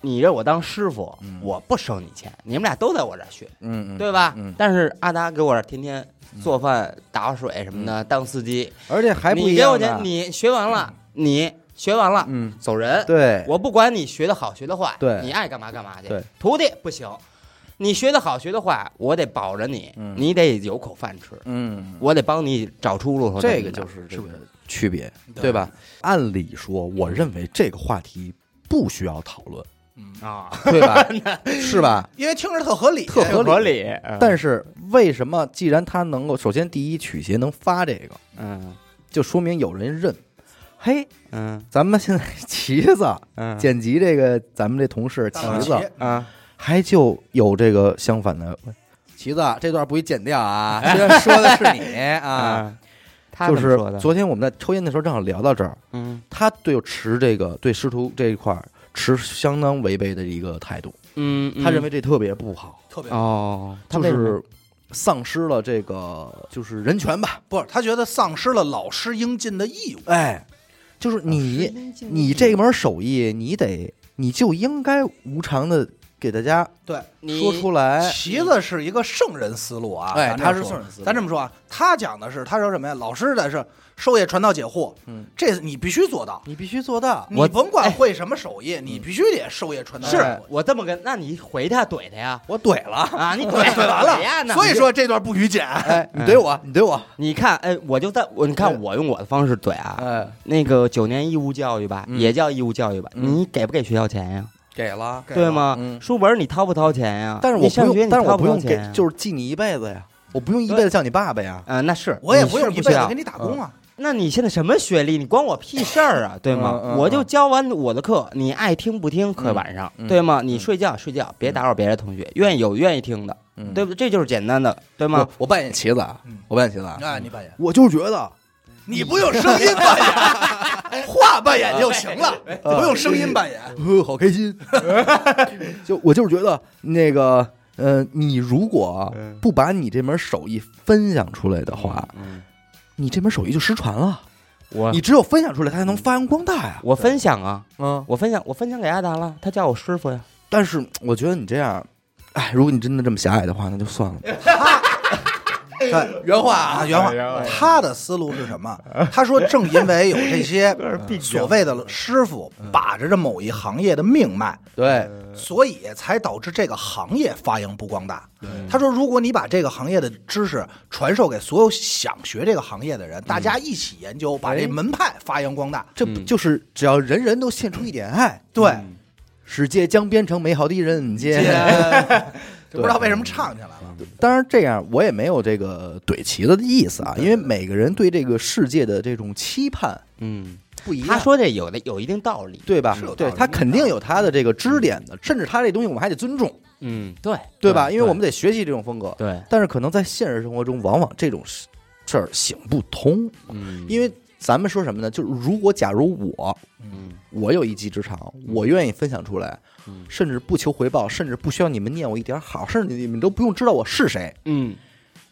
[SPEAKER 3] 你让我当师傅
[SPEAKER 1] 嗯，
[SPEAKER 3] 我不收你钱，你们俩都在我这儿学，
[SPEAKER 1] 嗯，
[SPEAKER 3] 对吧
[SPEAKER 1] 嗯？，
[SPEAKER 3] 但是阿达给我这儿天天做饭、打水什么的，当司机，
[SPEAKER 1] 而且嗯还不
[SPEAKER 3] 你
[SPEAKER 1] 一
[SPEAKER 3] 给
[SPEAKER 1] 样
[SPEAKER 3] 我钱，
[SPEAKER 1] 呢，
[SPEAKER 3] 你学完了，你学完了
[SPEAKER 1] 嗯，
[SPEAKER 3] 走人，
[SPEAKER 1] 对，
[SPEAKER 3] 我不管你学的好学的坏，
[SPEAKER 1] 对
[SPEAKER 3] 你爱干嘛干嘛去。
[SPEAKER 1] 对
[SPEAKER 3] 徒弟不行，你学的好学的坏，我得保着你，
[SPEAKER 1] 嗯
[SPEAKER 3] 你得有口饭吃，
[SPEAKER 1] 嗯，
[SPEAKER 3] 我得帮你找出路。
[SPEAKER 1] 这个就是这
[SPEAKER 3] 是不是
[SPEAKER 1] 个？区别，
[SPEAKER 2] 对
[SPEAKER 1] 对吧？按理说，我认为这个话题不需要讨 论，
[SPEAKER 3] 啊，
[SPEAKER 1] 对吧？是吧？
[SPEAKER 2] 因为听着特合理，
[SPEAKER 1] 特合理嗯
[SPEAKER 3] 理。但
[SPEAKER 1] 但是为什么？既然他能够，首先第一曲协能发这个，
[SPEAKER 3] 嗯
[SPEAKER 1] 就说明有人认。嘿，
[SPEAKER 3] 嗯
[SPEAKER 1] 咱们现在旗子
[SPEAKER 3] 嗯
[SPEAKER 1] 剪辑这个，咱们这同事
[SPEAKER 2] 大老
[SPEAKER 1] 旗
[SPEAKER 2] 齐
[SPEAKER 1] 子
[SPEAKER 3] 啊，
[SPEAKER 1] 还就有这个相反的。旗子这段不许剪掉 啊！虽然说的是你啊，
[SPEAKER 3] 嗯他
[SPEAKER 1] 就
[SPEAKER 3] 怎么
[SPEAKER 1] 是
[SPEAKER 3] 说的，
[SPEAKER 1] 昨天我们在抽烟的时候正好聊到这儿，
[SPEAKER 3] 嗯
[SPEAKER 1] 他对持这个对师徒这一块儿持相当违背的一个态度，
[SPEAKER 3] 嗯，嗯
[SPEAKER 1] 他认为这特别不好，
[SPEAKER 2] 特别
[SPEAKER 3] 哦，他
[SPEAKER 1] 就
[SPEAKER 3] 为什么
[SPEAKER 1] 是丧失了这个就是人权吧。
[SPEAKER 2] 不是，他觉得丧失了老师应尽的义务。
[SPEAKER 1] 哎，就是
[SPEAKER 3] 啊
[SPEAKER 1] 你、你这门手艺，你得你就应该无偿的给大家
[SPEAKER 2] 对，
[SPEAKER 3] 你
[SPEAKER 1] 说出来。
[SPEAKER 2] 旗子是一个圣人思路啊，
[SPEAKER 1] 哎
[SPEAKER 2] 咱这
[SPEAKER 1] 他是
[SPEAKER 2] 说
[SPEAKER 1] 圣人思路
[SPEAKER 2] 咱这么说啊，他讲的是，他说什么呀？老师的是授业传道解惑，
[SPEAKER 1] 嗯，
[SPEAKER 2] 这你必须做到。
[SPEAKER 1] 你必须做到，
[SPEAKER 2] 你
[SPEAKER 3] 我
[SPEAKER 2] 甭管会什么手艺，你必须得授业传道。
[SPEAKER 1] 哎
[SPEAKER 3] 是我这么跟，那你回他怼 他呀
[SPEAKER 1] 我怼了，
[SPEAKER 3] 啊，你
[SPEAKER 2] 对
[SPEAKER 3] 怼
[SPEAKER 2] 对完
[SPEAKER 3] 怼呀
[SPEAKER 2] 了，
[SPEAKER 3] 那
[SPEAKER 2] 所以说这段不许剪。
[SPEAKER 1] 哎， 你怼我，你怼我，
[SPEAKER 3] 你看，哎，我就在我你看我用我的方式怼啊，
[SPEAKER 1] 哎，
[SPEAKER 3] 那个九年义务教育吧，
[SPEAKER 1] 嗯
[SPEAKER 3] 也叫义务教育吧，
[SPEAKER 1] 嗯
[SPEAKER 3] 你给不给学校钱呀？
[SPEAKER 1] 给了，
[SPEAKER 3] 对吗？
[SPEAKER 1] 嗯
[SPEAKER 3] 书本你掏不掏钱呀？
[SPEAKER 1] 但是
[SPEAKER 3] 你
[SPEAKER 1] 我
[SPEAKER 3] 上
[SPEAKER 1] 不
[SPEAKER 3] 学
[SPEAKER 1] 用，
[SPEAKER 3] 你
[SPEAKER 1] 但是
[SPEAKER 3] 掏
[SPEAKER 1] 我不
[SPEAKER 3] 掏
[SPEAKER 1] 用给
[SPEAKER 3] 钱啊呀，
[SPEAKER 1] 就是记你一辈子呀，我不用一辈子叫你爸爸呀，
[SPEAKER 3] 啊、那是
[SPEAKER 2] 我也
[SPEAKER 3] 你
[SPEAKER 2] 不
[SPEAKER 3] 是
[SPEAKER 2] 用一
[SPEAKER 3] 需
[SPEAKER 2] 辈子
[SPEAKER 3] 要
[SPEAKER 2] 给你打工啊，
[SPEAKER 3] 那你现在什么学历？你关我屁事儿啊，对吗？
[SPEAKER 1] 嗯嗯
[SPEAKER 3] 我就教完我的课，你爱听不听，课晚上、
[SPEAKER 1] 嗯
[SPEAKER 3] 对吗？你睡觉睡觉，别打扰别的同学，愿意有愿意听的，
[SPEAKER 1] 嗯
[SPEAKER 3] 对不对？这就是简单的，对吗
[SPEAKER 1] 我？我扮演茄子啊
[SPEAKER 2] 嗯，
[SPEAKER 1] 我扮演茄子啊，
[SPEAKER 2] 哎，你扮演，
[SPEAKER 1] 我就觉得
[SPEAKER 2] 你不用声音扮演，话扮演就行了，不用声音扮演。
[SPEAKER 1] 呵，呃好开心。 就我就是觉得那个，呃，你如果啊不把你这门手艺分享出来的话，
[SPEAKER 3] 嗯，
[SPEAKER 1] 你这门手艺就失传了。
[SPEAKER 3] 我
[SPEAKER 1] 你只有分享出来，它才能发扬光大呀。
[SPEAKER 3] 我分享啊，
[SPEAKER 1] 嗯，
[SPEAKER 3] 我分享我分享给阿达了，他叫我师傅呀。
[SPEAKER 1] 但是我觉得你这样，哎，如果你真的这么狭隘的话，那就算了。
[SPEAKER 2] 对，原话啊，原
[SPEAKER 3] 哎
[SPEAKER 2] 话。他的思路是什 么？他说，正因为有这些所谓的师傅把着这某一行业的命脉，
[SPEAKER 1] 对，
[SPEAKER 3] 嗯
[SPEAKER 2] 所以才导致这个行业发扬不光大。
[SPEAKER 3] 嗯
[SPEAKER 2] 他说，如果你把这个行业的知识传授给所有想学这个行业
[SPEAKER 3] 嗯
[SPEAKER 2] 的人，大家一起研究，把这门派发扬光大。
[SPEAKER 1] 这不就是只要人人都献出一点爱，
[SPEAKER 2] 对，
[SPEAKER 1] 世界将变成美好的人
[SPEAKER 2] 这
[SPEAKER 1] 间。
[SPEAKER 2] 不知道为什么唱起来了。
[SPEAKER 1] 当然，这样我也没有这个怼旗子的意思啊，因为每个人对这个世界的这种期盼
[SPEAKER 3] 嗯，
[SPEAKER 1] 不一样。
[SPEAKER 3] 他说这有的有一定道理。
[SPEAKER 1] 对吧
[SPEAKER 2] 是有？道
[SPEAKER 1] 对
[SPEAKER 2] 理
[SPEAKER 1] 他肯定有他的这个支点的，甚至他这东西我们还得尊重，
[SPEAKER 3] 嗯，对
[SPEAKER 1] 对吧？因为我们得学习这种风格，
[SPEAKER 3] 对，
[SPEAKER 1] 但是可能在现实生活中，往往这种事事儿行不通，
[SPEAKER 3] 嗯
[SPEAKER 1] 因为咱们说什么呢？就是如果假如我
[SPEAKER 3] 嗯
[SPEAKER 1] 我有一技之长，我愿意分享出来
[SPEAKER 3] 嗯，
[SPEAKER 1] 甚至不求回报，甚至不需要你们念我一点好，甚至你们都不用知道我是谁，
[SPEAKER 3] 嗯，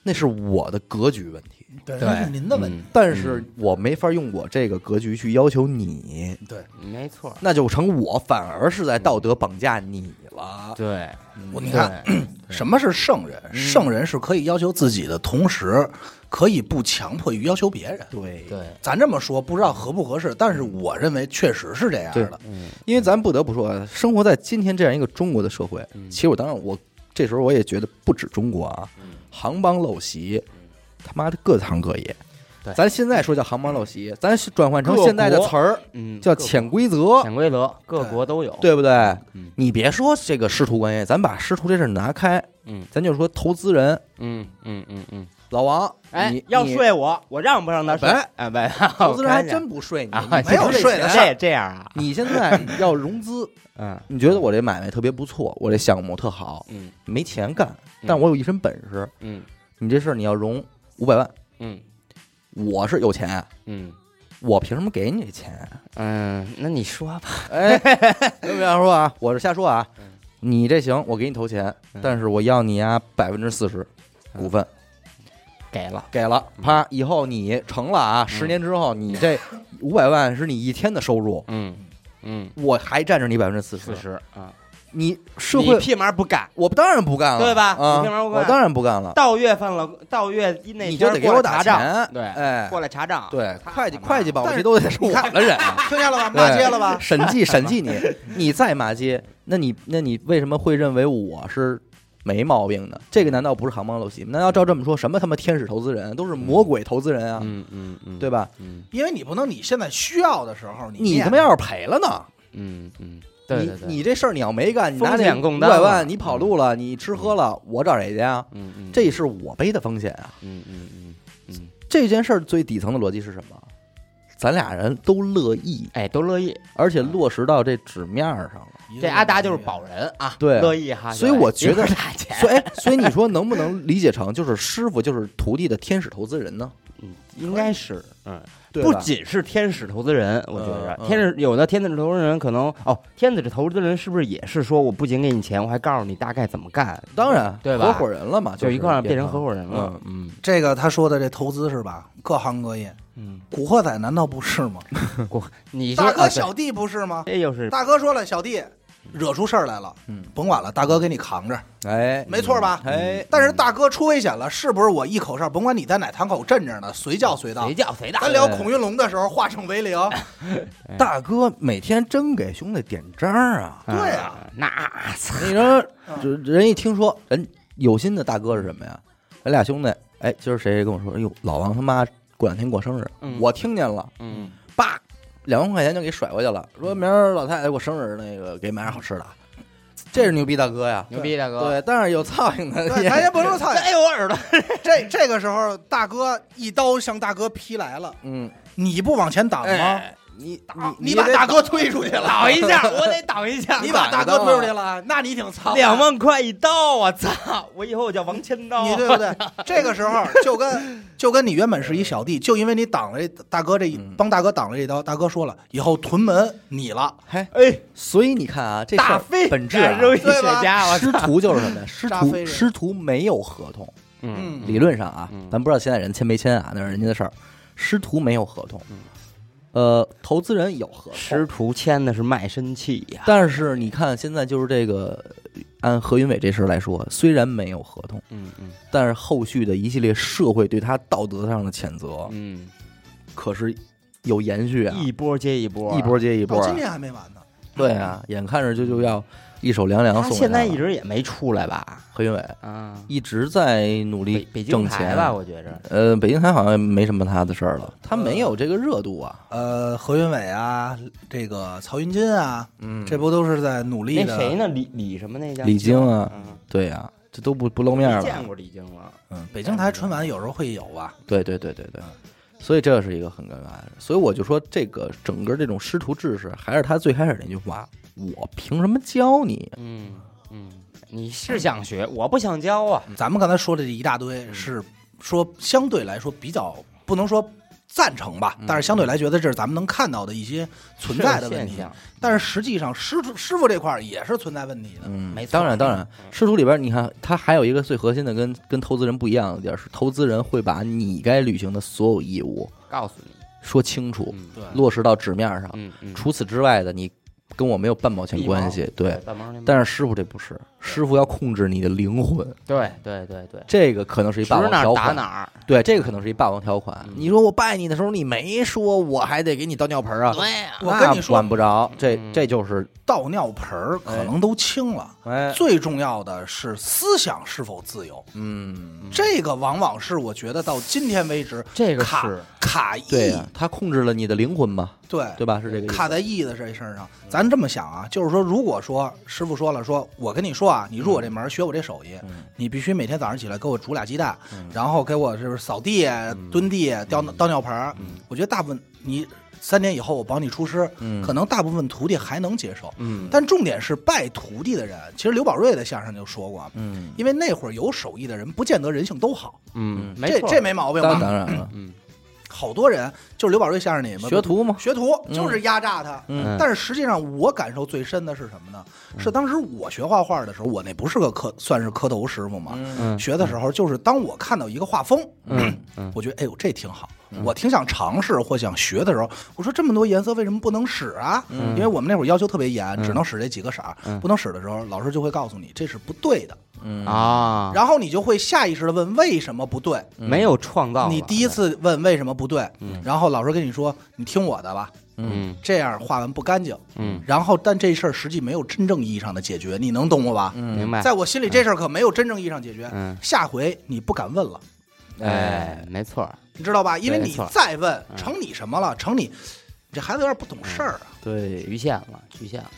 [SPEAKER 1] 那是我的格局问题。
[SPEAKER 2] 对
[SPEAKER 3] 对
[SPEAKER 2] 那是您的问题。
[SPEAKER 3] 嗯
[SPEAKER 1] 但是我没法用我这个格局去要求你，
[SPEAKER 2] 对，
[SPEAKER 3] 嗯没错，
[SPEAKER 1] 那就成我反而是在道德绑架你了。
[SPEAKER 3] 对，
[SPEAKER 2] 我你
[SPEAKER 3] 嗯对嗯
[SPEAKER 2] 看，什么是圣人？圣人是可以要求自己的同时，可以不强迫于要求别人。
[SPEAKER 1] 对
[SPEAKER 3] 对，
[SPEAKER 2] 咱这么说不知道合不合适，但是
[SPEAKER 3] 嗯
[SPEAKER 2] 我认为确实是这样的。
[SPEAKER 1] 因为咱不得不说，啊，生活在今天这样一个中国的社会，
[SPEAKER 3] 嗯
[SPEAKER 1] 其实我当然我这时候我也觉得不止中国啊，
[SPEAKER 3] 嗯
[SPEAKER 1] 行帮陋习，他妈的各行各业
[SPEAKER 3] 对。嗯
[SPEAKER 1] 咱现在说叫行帮陋习，咱是转换成
[SPEAKER 3] 各国
[SPEAKER 1] 现在的词儿
[SPEAKER 3] 嗯，
[SPEAKER 1] 叫
[SPEAKER 3] 各国
[SPEAKER 1] 潜规则，
[SPEAKER 3] 潜规则，各国都有。，
[SPEAKER 1] 对不对
[SPEAKER 3] 嗯？
[SPEAKER 1] 你别说这个师徒关系，咱把师徒这事儿拿开，
[SPEAKER 3] 嗯
[SPEAKER 1] 咱就说投资人、
[SPEAKER 3] 嗯嗯嗯嗯，
[SPEAKER 1] 老王，
[SPEAKER 3] 哎
[SPEAKER 1] 你，
[SPEAKER 3] 要
[SPEAKER 1] 你
[SPEAKER 3] 睡我，我让不让他睡
[SPEAKER 1] 哎？
[SPEAKER 3] 哎，喂，
[SPEAKER 1] 投资人还
[SPEAKER 3] 我看一下
[SPEAKER 1] 真不睡你，
[SPEAKER 3] 啊，
[SPEAKER 1] 你没有
[SPEAKER 3] 这
[SPEAKER 1] 睡的事
[SPEAKER 3] 这
[SPEAKER 1] 儿。
[SPEAKER 3] 这样啊，
[SPEAKER 1] 你现在要融资，
[SPEAKER 3] 嗯
[SPEAKER 1] 你觉得我这买卖特别不错，我这项目特好，
[SPEAKER 3] 嗯
[SPEAKER 1] 没钱干，
[SPEAKER 3] 嗯
[SPEAKER 1] 但我有一身本事。
[SPEAKER 3] 嗯
[SPEAKER 1] 你这事儿你要融五百万，
[SPEAKER 3] 嗯
[SPEAKER 1] 我是有钱，
[SPEAKER 3] 嗯
[SPEAKER 1] 我凭什么给你这 钱？
[SPEAKER 3] 嗯，那你说吧，
[SPEAKER 1] 哎，别瞎说啊，嗯我是瞎说啊。你这行，我给你投钱，但是我要你呀百分之四十股份，
[SPEAKER 3] 给了，
[SPEAKER 1] 给了，啪，以后你成了啊，十年之后你这五百万是你一天的收入，
[SPEAKER 3] 嗯嗯，
[SPEAKER 1] 我还占着你百分之四十
[SPEAKER 3] 四，十啊，
[SPEAKER 1] 你社会
[SPEAKER 3] 你屁毛不干，
[SPEAKER 1] 我当然不干了，
[SPEAKER 3] 对吧
[SPEAKER 1] 啊，
[SPEAKER 3] 你凭什么不干
[SPEAKER 1] 我当然不干了，
[SPEAKER 3] 到月份了，到月一那
[SPEAKER 1] 你就
[SPEAKER 3] 天儿
[SPEAKER 1] 得给我
[SPEAKER 3] 过来
[SPEAKER 1] 打
[SPEAKER 3] 查账
[SPEAKER 1] 钱，
[SPEAKER 3] 对
[SPEAKER 1] 哎，
[SPEAKER 3] 过来查账，啊
[SPEAKER 1] 对，
[SPEAKER 3] 他
[SPEAKER 1] 会计
[SPEAKER 3] 他妈
[SPEAKER 1] 会计把我
[SPEAKER 2] 但
[SPEAKER 1] 这
[SPEAKER 2] 是
[SPEAKER 1] 都得是我的人 啊，
[SPEAKER 2] 听见了吧？
[SPEAKER 1] 对
[SPEAKER 2] 骂街了吧？
[SPEAKER 1] 审计审计你，你再骂街，那你那你为什么会认为我是没毛病呢？这个难道不是航帮陋习吗？难道照这么说，什么他妈天使投资人都是魔鬼投资人啊，
[SPEAKER 3] 嗯嗯嗯，
[SPEAKER 1] 对吧？
[SPEAKER 3] 嗯
[SPEAKER 2] 因为你不能你现在需要的时候你
[SPEAKER 1] 你
[SPEAKER 2] 念
[SPEAKER 1] 他妈要是赔了呢？
[SPEAKER 3] 嗯嗯，对对对，
[SPEAKER 1] 你你这事儿你要没干，你拿
[SPEAKER 3] 风
[SPEAKER 1] 这
[SPEAKER 3] 险
[SPEAKER 1] 五
[SPEAKER 3] 共担
[SPEAKER 1] 百
[SPEAKER 3] 嘛
[SPEAKER 1] 万你跑路了，你吃喝了，我找谁去啊？
[SPEAKER 3] 嗯嗯，
[SPEAKER 1] 这是我背的风险啊！
[SPEAKER 3] 嗯嗯嗯嗯，
[SPEAKER 1] 这件事儿最底层的逻辑是什么？咱俩人都乐意，
[SPEAKER 3] 哎，都乐意，
[SPEAKER 1] 而且落实到这纸面儿上了。
[SPEAKER 2] 一个
[SPEAKER 3] 这阿达就是保人啊，
[SPEAKER 1] 对
[SPEAKER 3] 乐意哈，
[SPEAKER 1] 所以我 觉得
[SPEAKER 3] 一会儿打钱，
[SPEAKER 1] 所以，哎所以你说能不能理解成就是师傅就是徒弟的天使投资人呢？
[SPEAKER 3] 嗯应该是，嗯，
[SPEAKER 1] 对
[SPEAKER 3] 不
[SPEAKER 1] 吧
[SPEAKER 3] 仅是天使投资人，我觉着
[SPEAKER 1] 嗯嗯
[SPEAKER 3] 天使有的天使投资人可能哦，天使投资人是不是也是说我不仅给你钱，我还告诉你大概怎么干，
[SPEAKER 1] 当然，
[SPEAKER 3] 对吧
[SPEAKER 1] 合伙人了嘛，
[SPEAKER 3] 就是一块儿变成合伙人了，嗯
[SPEAKER 2] 这个他说的这投资是吧？各行各业，
[SPEAKER 3] 嗯，
[SPEAKER 2] 古惑仔难道不是吗？
[SPEAKER 3] 你说
[SPEAKER 2] 大
[SPEAKER 3] 啊
[SPEAKER 2] 哥
[SPEAKER 3] 对
[SPEAKER 2] 小弟不是吗？
[SPEAKER 3] 这又是
[SPEAKER 2] 大哥说了，小弟惹出事儿来了，
[SPEAKER 1] 嗯，
[SPEAKER 2] 甭管了，大哥给你扛着，
[SPEAKER 1] 哎，
[SPEAKER 2] 没错
[SPEAKER 3] 嗯
[SPEAKER 2] 吧？
[SPEAKER 1] 哎，
[SPEAKER 2] 但是大哥出危险了，是不是我一口哨？甭管你在哪堂口镇着呢，随叫随到
[SPEAKER 3] 谁。叫谁大
[SPEAKER 2] 咱聊孔云龙的时候，化整为零。
[SPEAKER 3] 哎
[SPEAKER 1] 大哥每天真给兄弟点章 啊！
[SPEAKER 2] 对啊，
[SPEAKER 3] 啊那操
[SPEAKER 1] 你说这人一听说人有心的大哥是什么呀？咱俩兄弟，哎，今儿谁跟我说，哎呦，老王他妈过两天过生日，
[SPEAKER 3] 嗯
[SPEAKER 1] 我听见了，
[SPEAKER 3] 嗯
[SPEAKER 1] 叭，两万块钱就给甩过去了，说明儿老太太过生日，那个给买点好吃的，这是牛逼大哥呀！
[SPEAKER 3] 牛逼大哥，
[SPEAKER 1] 对，但是有操性 的
[SPEAKER 2] 对，
[SPEAKER 1] 也
[SPEAKER 2] 咱也不能操心。
[SPEAKER 3] 哎呦我耳朵，
[SPEAKER 2] 这这个时候，大哥一刀向大哥劈来了，
[SPEAKER 1] 嗯，
[SPEAKER 2] 你不往前挡吗？
[SPEAKER 1] 哎你
[SPEAKER 2] 你把大哥推出去了，
[SPEAKER 3] 挡一下，我得挡一下，
[SPEAKER 2] 你把大哥推出去了，那你挺操。
[SPEAKER 3] 两万块一刀，我操！我以后叫王千刀。
[SPEAKER 2] 你对不对？这个时候就跟就跟你原本是一小弟，就因为你挡了这大哥这一
[SPEAKER 1] 嗯
[SPEAKER 2] 帮大哥挡了这刀，大哥说了，以后屯门你了，
[SPEAKER 1] 嗨，
[SPEAKER 3] 哎，
[SPEAKER 1] 所以你看啊，这事
[SPEAKER 3] 大
[SPEAKER 1] 儿
[SPEAKER 3] 飞
[SPEAKER 1] 本质
[SPEAKER 3] 敢
[SPEAKER 1] 啊，
[SPEAKER 3] 扔一
[SPEAKER 2] 对
[SPEAKER 3] 雪
[SPEAKER 2] 吧
[SPEAKER 3] 茄，我操
[SPEAKER 1] 师徒就是什么呀？师
[SPEAKER 2] 大飞
[SPEAKER 1] 徒
[SPEAKER 2] 人
[SPEAKER 1] 师徒没有合同，
[SPEAKER 2] 嗯
[SPEAKER 1] 理论上啊
[SPEAKER 3] 嗯，
[SPEAKER 1] 咱不知道现在人签没签啊，那是人家的事儿。师徒没有合同，呃，投资人有合
[SPEAKER 3] 师
[SPEAKER 1] 同，
[SPEAKER 3] 徒签的是卖身契呀，
[SPEAKER 1] 但是你看现在就是这个，按何云伟这事儿来说，虽然没有合同，
[SPEAKER 3] 嗯嗯
[SPEAKER 1] 但是后续的一系列社会对他道德上的谴责
[SPEAKER 3] 嗯，
[SPEAKER 1] 可是有延续啊，
[SPEAKER 3] 一波接一波，哦
[SPEAKER 1] 一波接一波
[SPEAKER 2] 到
[SPEAKER 1] 啊
[SPEAKER 2] 今，天还没完呢。
[SPEAKER 1] 对啊，眼看着就就要一手凉凉
[SPEAKER 3] 他
[SPEAKER 1] 送给
[SPEAKER 3] 现在
[SPEAKER 1] 了
[SPEAKER 3] 一直也没出来吧？
[SPEAKER 1] 何云伟
[SPEAKER 3] 啊，
[SPEAKER 1] 一直在努
[SPEAKER 3] 北
[SPEAKER 1] 力
[SPEAKER 3] 北京
[SPEAKER 1] 挣
[SPEAKER 3] 台
[SPEAKER 1] 钱
[SPEAKER 3] 吧，。我觉着。
[SPEAKER 1] 呃，北京台好像没什么他的事儿了，他没有这个热度
[SPEAKER 3] 嗯
[SPEAKER 1] 啊。
[SPEAKER 2] 呃，何云伟啊，这个曹云金啊，
[SPEAKER 1] 嗯
[SPEAKER 2] 这不都是在努力
[SPEAKER 3] 那
[SPEAKER 2] 的？
[SPEAKER 3] 谁呢？李李什么那叫
[SPEAKER 1] 李菁啊，
[SPEAKER 3] 嗯
[SPEAKER 1] 对呀、这都不不露面
[SPEAKER 3] 没
[SPEAKER 1] 儿
[SPEAKER 3] 见
[SPEAKER 1] 了。
[SPEAKER 3] 过李菁了。
[SPEAKER 2] 嗯，北京台春晚有时候会有啊吧。
[SPEAKER 1] 对对对对对，所以这是一个很尴尬的事。所以我就说，这个整个这种师徒制是，还是他最开始那句话：我凭什么教你？啊
[SPEAKER 3] 嗯嗯，你是想学，我不想教啊。
[SPEAKER 2] 咱们刚才说的这一大堆
[SPEAKER 3] 嗯
[SPEAKER 2] 是说相对来说比较不能说赞成吧，
[SPEAKER 3] 嗯
[SPEAKER 2] 但是相对来觉得这是咱们能看到的一些存在的
[SPEAKER 3] 是个
[SPEAKER 2] 问
[SPEAKER 3] 现
[SPEAKER 2] 题。啊
[SPEAKER 3] 象，
[SPEAKER 2] 但是实际上师傅师傅这块儿也是存在问题的。
[SPEAKER 1] 嗯，
[SPEAKER 3] 没错
[SPEAKER 1] 当然当然
[SPEAKER 3] 嗯，
[SPEAKER 1] 师徒里边，你看他还有一个最核心的跟跟投资人不一样的地儿是，投资人会把你该履行的所有义务
[SPEAKER 3] 告诉你。
[SPEAKER 1] 说清楚，
[SPEAKER 3] 嗯
[SPEAKER 2] 对，
[SPEAKER 1] 落实到纸面上。
[SPEAKER 3] 嗯嗯，
[SPEAKER 1] 除此之外的，你跟我没有半毛钱关系。对，
[SPEAKER 3] 半毛钱
[SPEAKER 1] 但是师傅这不是，师傅要控制你的灵魂，
[SPEAKER 3] 对对对对，
[SPEAKER 1] 这个可能是一
[SPEAKER 3] 指
[SPEAKER 1] 霸王
[SPEAKER 3] 哪
[SPEAKER 1] 条
[SPEAKER 3] 儿打
[SPEAKER 1] 款。
[SPEAKER 3] 哪儿。
[SPEAKER 1] 对，这个可能是一霸王条款
[SPEAKER 3] 嗯。
[SPEAKER 1] 你说我拜你的时候，你没说，我还得给你倒尿盆啊？
[SPEAKER 3] 对呀，
[SPEAKER 2] 我跟你
[SPEAKER 1] 那
[SPEAKER 2] 说
[SPEAKER 1] 管，不着。这
[SPEAKER 3] 嗯
[SPEAKER 1] 这就是
[SPEAKER 2] 倒尿盆儿
[SPEAKER 3] 哎
[SPEAKER 2] 可能都清了。
[SPEAKER 1] 哎，
[SPEAKER 2] 最重要的是思想是否自由，
[SPEAKER 1] 嗯，
[SPEAKER 2] 这个往往是我觉得到今天为止
[SPEAKER 3] 这个
[SPEAKER 2] 卡
[SPEAKER 3] 是啊
[SPEAKER 2] 卡意
[SPEAKER 1] 对呀，他控制了你的灵魂嘛，
[SPEAKER 2] 对
[SPEAKER 1] 对吧？是这个意思。
[SPEAKER 2] 卡在意义的这事儿上。咱这么想啊，就是说，如果说师傅说了，说我跟你说啊，你入我这门，学我这手艺，
[SPEAKER 1] 嗯
[SPEAKER 2] 你必须每天早上起来给我煮俩鸡蛋，然后给我就是扫地、蹲地、
[SPEAKER 1] 嗯
[SPEAKER 2] 倒倒尿盆儿。我觉得大部分你三年以后我保你出师，
[SPEAKER 1] 嗯
[SPEAKER 2] 可能大部分徒弟还能接受。
[SPEAKER 3] 嗯
[SPEAKER 2] 但重点是拜徒弟的人，其实刘宝瑞的相声就说过，啊
[SPEAKER 1] 嗯
[SPEAKER 2] 因为那会儿有手艺的人，不见得人性都好，
[SPEAKER 3] 嗯，
[SPEAKER 2] 这这没毛病
[SPEAKER 1] 当
[SPEAKER 2] 吧？
[SPEAKER 1] 当然了，
[SPEAKER 3] 嗯
[SPEAKER 2] 好多人就是刘宝瑞相声里面
[SPEAKER 1] 学徒嘛，
[SPEAKER 2] 学徒就是压榨他。
[SPEAKER 1] 嗯
[SPEAKER 2] 但是实际上，我感受最深的是什么呢？是当时我学画画的时候，我那不是个磕，算是磕头师傅嘛。
[SPEAKER 3] 嗯
[SPEAKER 2] 学的时候，就是当我看到一个画风，
[SPEAKER 3] 嗯嗯
[SPEAKER 2] 我觉得哎呦这挺好，我挺想尝试或想学的时候，我说这么多颜色为什么不能使啊？
[SPEAKER 3] 嗯
[SPEAKER 2] 因为我们那会儿要求特别严，只能使这几个色儿，不能使的时候，老师就会告诉你这是不对的，
[SPEAKER 1] 嗯
[SPEAKER 3] 啊，
[SPEAKER 2] 然后你就会下意识的问为什么不对。
[SPEAKER 3] 没有创造了，
[SPEAKER 2] 你第一次问为什么不对，然后老师跟你说你听我的吧，
[SPEAKER 3] 嗯
[SPEAKER 2] 这样画完不干净。
[SPEAKER 3] 嗯，
[SPEAKER 2] 然后但这事儿实际没有真正意义上的解决，你能懂我吧？
[SPEAKER 1] 嗯
[SPEAKER 3] 明白，
[SPEAKER 2] 在我心里这事儿可没有真正意义上解决。
[SPEAKER 3] 哎嗯
[SPEAKER 2] 下回你不敢问了，
[SPEAKER 3] 哎，没错儿，
[SPEAKER 2] 你知道吧？因为
[SPEAKER 3] 没
[SPEAKER 2] 你
[SPEAKER 3] 错嗯
[SPEAKER 2] 再问，成你什么了？成你，你这孩子有点不懂事儿
[SPEAKER 3] 嗯
[SPEAKER 2] 啊。
[SPEAKER 1] 对，
[SPEAKER 3] 局限了，局限了，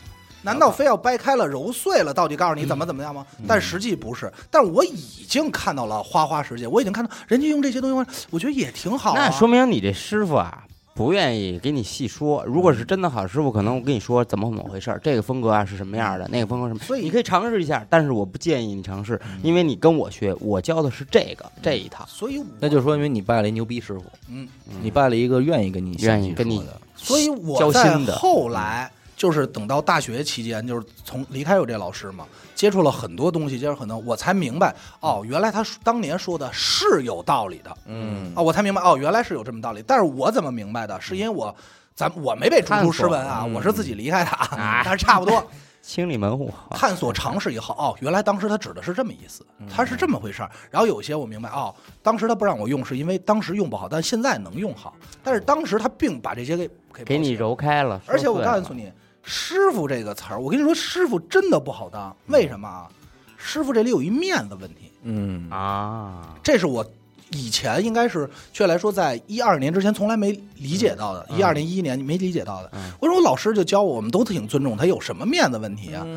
[SPEAKER 2] 难道非要掰开了揉碎了，到底告诉你怎么怎么样吗？
[SPEAKER 3] 嗯
[SPEAKER 2] 但实际不是。但我已经看到了花花世界，我已经看到人家用这些东西，我觉得也挺好、啊。
[SPEAKER 3] 那说明你这师傅啊。不愿意给你细说，如果是真的好师傅，可能我跟你说怎么怎么回事儿，这个风格啊是什么样的，那个风格什么，
[SPEAKER 2] 嗯所以嗯
[SPEAKER 3] 你可以尝试一下，但是我不建议你尝试，因为你跟我学，我教的是这个这一套，
[SPEAKER 2] 所以我
[SPEAKER 1] 那就说明你拜了一牛逼师傅，
[SPEAKER 2] 嗯，
[SPEAKER 1] 你拜了一个愿意跟你
[SPEAKER 3] 愿意跟你
[SPEAKER 1] 详细说的，
[SPEAKER 2] 所以我
[SPEAKER 3] 交
[SPEAKER 2] 在
[SPEAKER 3] 心的嗯
[SPEAKER 2] 后来就是等到大学期间，就是从离开有这老师嘛，接触了很多东西，接触很多，我才明白哦，原来他说当年说的是有道理的啊、
[SPEAKER 1] 嗯
[SPEAKER 2] 我才明白哦，原来是有这么道理。但是我怎么明白的？是因为我咱我没被逐出师门
[SPEAKER 3] 嗯
[SPEAKER 2] 啊，我是自己离开的
[SPEAKER 3] 哎
[SPEAKER 2] 啊，但是差不 多。
[SPEAKER 3] 清理门户，
[SPEAKER 2] 探索尝试以后，哦，原来当时他指的是这么意思，
[SPEAKER 3] 嗯
[SPEAKER 2] 他是这么回事儿。然后有些我明白，哦，当时他不让我用，是因为当时用不好，但现在能用好。但是当时他并把这些给给
[SPEAKER 3] 给
[SPEAKER 2] 抛
[SPEAKER 3] 你
[SPEAKER 2] 弃了
[SPEAKER 3] 揉开了。
[SPEAKER 2] 而且我
[SPEAKER 3] 说碎了
[SPEAKER 2] 告诉你，师傅这个词儿，我跟你说，师傅真的不好当。为什么啊？师傅这里有一面子问题，
[SPEAKER 1] 嗯
[SPEAKER 3] 啊，
[SPEAKER 2] 这是我以前应该是，确来说，在一二年之前从来没理解到的，一二年、一一年没理解到的。我说我老师就教我，我们都挺尊重他，有什么面子问题啊？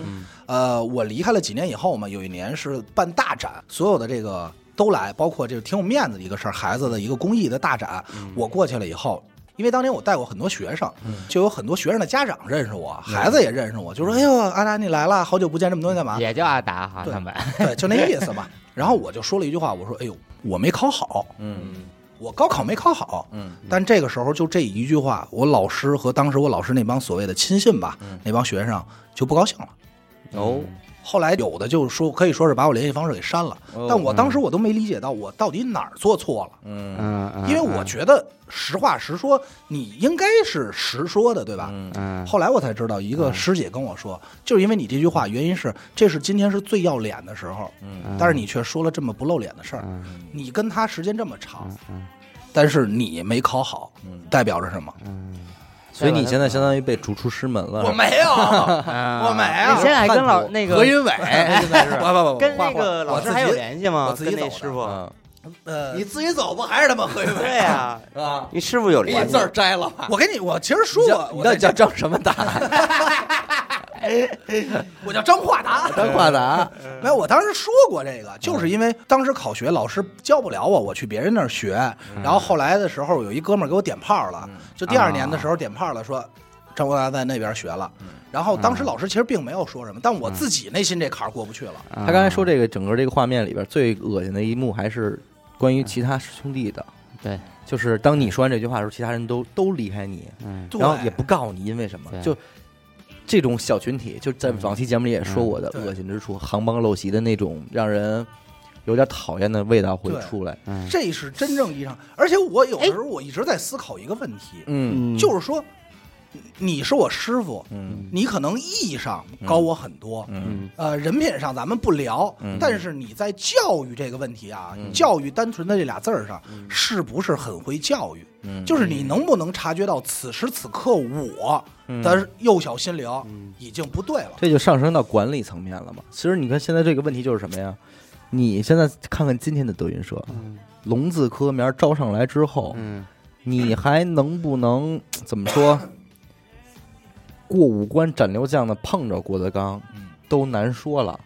[SPEAKER 2] 呃，我离开了几年以后嘛，有一年是办大展，所有的这个都来，包括这个挺有面子的一个事儿，孩子的一个公益的大展，我过去了以后。因为当年我带过很多学生，就有很多学生的家长认识我，孩子也认识我，就说：“哎呦，阿达你来了，好久不见，这么多年干嘛？”
[SPEAKER 3] 也叫阿达哈，
[SPEAKER 2] 对
[SPEAKER 3] 他们
[SPEAKER 2] 对，就那意 思吧。然后我就说了一句话，我说：“哎呦，我没考好，
[SPEAKER 1] 嗯
[SPEAKER 2] 我高考没考好。”
[SPEAKER 1] 嗯，
[SPEAKER 2] 但这个时候就这一句话，我老师和当时我老师那帮所谓的亲信吧，
[SPEAKER 1] 嗯
[SPEAKER 2] 那帮学生就不高兴了。
[SPEAKER 3] 哦，
[SPEAKER 2] 后来有的就说，可以说是把我联系方式给删了。
[SPEAKER 1] 哦
[SPEAKER 2] 但我当时我都没理解到我到底哪儿做错了，
[SPEAKER 1] 嗯
[SPEAKER 3] 嗯，嗯
[SPEAKER 2] 因为我觉得实话实说，你应该是实说的，对吧？
[SPEAKER 1] 嗯
[SPEAKER 3] 嗯
[SPEAKER 2] 后来我才知道，一个师姐跟我说，就是因为你这句话，原因是这是今天是最要脸的时候，
[SPEAKER 1] 嗯
[SPEAKER 2] 但是你却说了这么不露脸的事儿，
[SPEAKER 3] 嗯
[SPEAKER 2] 你跟他时间这么长，
[SPEAKER 3] 嗯
[SPEAKER 2] 但是你没考好，
[SPEAKER 1] 嗯
[SPEAKER 2] 代表着什么？
[SPEAKER 1] 所以你现在相当于被逐出师门了，
[SPEAKER 2] 我没有，
[SPEAKER 3] 嗯
[SPEAKER 2] 我没啊
[SPEAKER 3] 你现在还跟老 那个
[SPEAKER 2] 何云伟，现在是 不不不不，
[SPEAKER 3] 跟
[SPEAKER 2] 画画
[SPEAKER 3] 那个老
[SPEAKER 2] 我
[SPEAKER 3] 师
[SPEAKER 2] 自
[SPEAKER 3] 还有
[SPEAKER 2] 己
[SPEAKER 3] 联系吗？
[SPEAKER 2] 我自己
[SPEAKER 3] 跟那
[SPEAKER 2] 走的
[SPEAKER 3] 师傅，
[SPEAKER 1] 啊
[SPEAKER 2] 呃，你自己走不还是他妈何云
[SPEAKER 3] 对？呀，
[SPEAKER 1] 啊，
[SPEAKER 3] 你师傅有联系，
[SPEAKER 1] 摘了吧。
[SPEAKER 2] 我跟你，我其实说我，
[SPEAKER 1] 你
[SPEAKER 2] 我
[SPEAKER 1] 到
[SPEAKER 2] 在
[SPEAKER 1] 底叫张什么 达？
[SPEAKER 2] 我叫张化达，
[SPEAKER 1] 张化达，
[SPEAKER 3] 嗯
[SPEAKER 2] 没有，我当时说过这个，就是因为当时考学老师教不了我，我去别人那儿学。
[SPEAKER 1] 嗯
[SPEAKER 2] 然后后来的时候，有一哥们儿给我点炮了，就第
[SPEAKER 1] 啊
[SPEAKER 2] 二年的时候点炮了，说张国达在那边学了。然后
[SPEAKER 1] 嗯
[SPEAKER 2] 当时老师其实并没有说什么，但我自己内心这坎儿过不去了。
[SPEAKER 3] 他
[SPEAKER 1] 他刚才说这个整个这个画面里边最恶心的一幕还是关于其他师兄弟的，
[SPEAKER 3] 对，
[SPEAKER 1] 就是当你说完这句话的时候，其他人都都离开你，
[SPEAKER 3] 嗯
[SPEAKER 2] 对
[SPEAKER 1] 然后也不告诉你因为什么
[SPEAKER 3] 对，
[SPEAKER 1] 就这种小群体，就在往期节目里也说过的
[SPEAKER 2] 嗯对
[SPEAKER 1] 恶心之处，行帮陋习的那种让人有点讨厌的味道会
[SPEAKER 2] 对
[SPEAKER 1] 出来。
[SPEAKER 3] 嗯
[SPEAKER 2] 这是真正意义上，而且我有时候我一直在思考一个问题，
[SPEAKER 1] 嗯
[SPEAKER 3] 嗯
[SPEAKER 2] 就是说，你是我师傅，
[SPEAKER 1] 嗯
[SPEAKER 2] 你可能意义上高我很多，
[SPEAKER 1] 嗯
[SPEAKER 3] 嗯
[SPEAKER 2] 呃，人品上咱们不聊，
[SPEAKER 1] 嗯
[SPEAKER 2] 但是你在教育这个问题啊，教育单纯的这俩字儿上，是不是很会教育？
[SPEAKER 1] 嗯，
[SPEAKER 2] 就是你能不能察觉到此时此刻我
[SPEAKER 1] 嗯
[SPEAKER 2] 的幼小心灵已经不对了？
[SPEAKER 1] 这就上升到管理层面了嘛。其实你看现在这个问题就是什么呀？你现在看看今天的德云社，龙字科名招上来之后，
[SPEAKER 3] 嗯
[SPEAKER 1] 你还能不能怎么说？过五关斩六将的碰着郭德纲
[SPEAKER 2] 嗯，
[SPEAKER 1] 都难说了。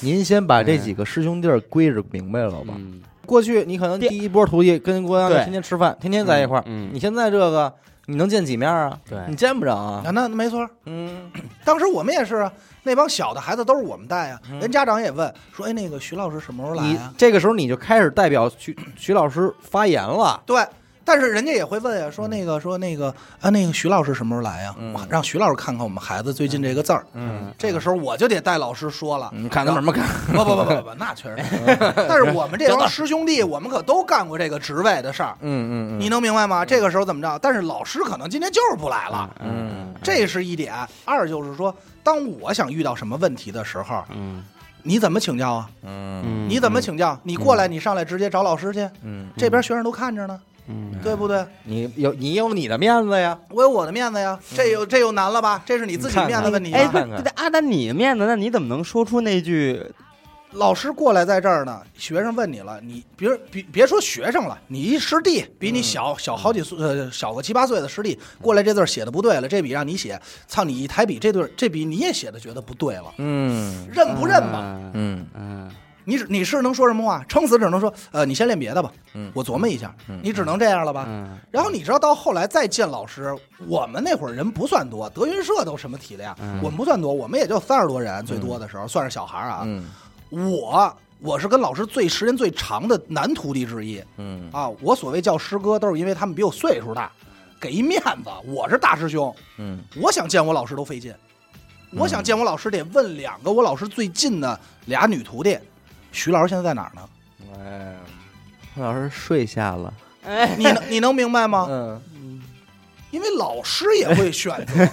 [SPEAKER 1] 您先把这几个师兄弟儿归置明白了吧？
[SPEAKER 3] 嗯
[SPEAKER 1] 过去你可能第一波徒弟跟郭阳
[SPEAKER 3] 对
[SPEAKER 1] 天天吃饭，天天在一块儿，
[SPEAKER 3] 嗯嗯
[SPEAKER 1] 你现在这个你能见几面啊？
[SPEAKER 3] 对
[SPEAKER 1] 你见不着啊。
[SPEAKER 2] 啊，那没错儿，
[SPEAKER 1] 嗯，
[SPEAKER 2] 当时我们也是啊，那帮小的孩子都是我们带啊，人家长也问说，哎，那个徐老师什么时候来
[SPEAKER 1] 嗯你
[SPEAKER 2] 啊？
[SPEAKER 1] 这个时候你就开始代表徐徐老师发言了。
[SPEAKER 2] 对，但是人家也会问啊呀，说那个说那个啊，那个徐老师什么时候来呀、啊
[SPEAKER 1] 嗯
[SPEAKER 2] 哇让徐老师看看我们孩子最近这个字儿。
[SPEAKER 1] 嗯，
[SPEAKER 2] 这个时候我就得带老师说了，
[SPEAKER 1] 你嗯看他们什么看？
[SPEAKER 2] 不不不不不，那确实 没有。但是我们这帮师兄弟，我们可都干过这个职位的事儿，
[SPEAKER 1] 嗯嗯
[SPEAKER 2] 你能明白吗？这个时候怎么着？但是老师可能今天就是不来了，
[SPEAKER 1] 嗯
[SPEAKER 2] 这是一点。二就是说，当我想遇到什么问题的时候，
[SPEAKER 3] 嗯
[SPEAKER 2] 你怎么请教啊？
[SPEAKER 1] 嗯
[SPEAKER 3] 嗯，
[SPEAKER 2] 你怎么请教？你过来，你上来直接找老师去，
[SPEAKER 1] 嗯，
[SPEAKER 2] 这边学生都看着呢，
[SPEAKER 3] 嗯？
[SPEAKER 2] 对不对？
[SPEAKER 1] 你有你有你的面子呀。
[SPEAKER 2] 我有我的面子呀，这又这又难了吧？这是你自己面子问题啊
[SPEAKER 3] 哎，
[SPEAKER 2] 吧。
[SPEAKER 3] 对
[SPEAKER 1] 看看
[SPEAKER 3] 对，对阿丹，你的面子，那你怎么能说出那句
[SPEAKER 2] 老师过来在这儿呢，学生问你了，你别别别说学生了，你一师弟比你小小好几岁，呃，小个七八岁的师弟过来，这字儿写的不对了，这笔让你写，操你一抬笔，这对儿这笔你也写的觉得不对了，
[SPEAKER 1] 嗯
[SPEAKER 2] 认不认吧？？
[SPEAKER 3] 嗯
[SPEAKER 1] 嗯
[SPEAKER 3] 嗯
[SPEAKER 2] 你只你是能说什么话？撑死只能说，呃，你先练别的吧
[SPEAKER 1] 嗯，
[SPEAKER 2] 我琢磨一下，你只能这样了吧？
[SPEAKER 3] 嗯
[SPEAKER 2] 然后你知道到后来再见老师，我们那会儿人不算多，德云社都什么体量，
[SPEAKER 1] 嗯
[SPEAKER 2] 我们不算多，我们也就三十多人，最多的时候、算是小孩儿啊。
[SPEAKER 1] 嗯
[SPEAKER 2] 我我是跟老师最时间最长的男徒弟之一
[SPEAKER 1] 嗯
[SPEAKER 2] 啊，我所谓叫师哥，都是因为他们比我岁数大，给一面子，我是大师兄，
[SPEAKER 1] 嗯
[SPEAKER 2] 我想见我老师都费劲，我想见我老师得问两个我老师最近的俩女徒弟，徐老师现在在哪儿呢？
[SPEAKER 1] 哎，老师睡下了。
[SPEAKER 3] 哎，
[SPEAKER 2] 你能你能明白吗？
[SPEAKER 1] 嗯，
[SPEAKER 2] 因为老师也会选 择。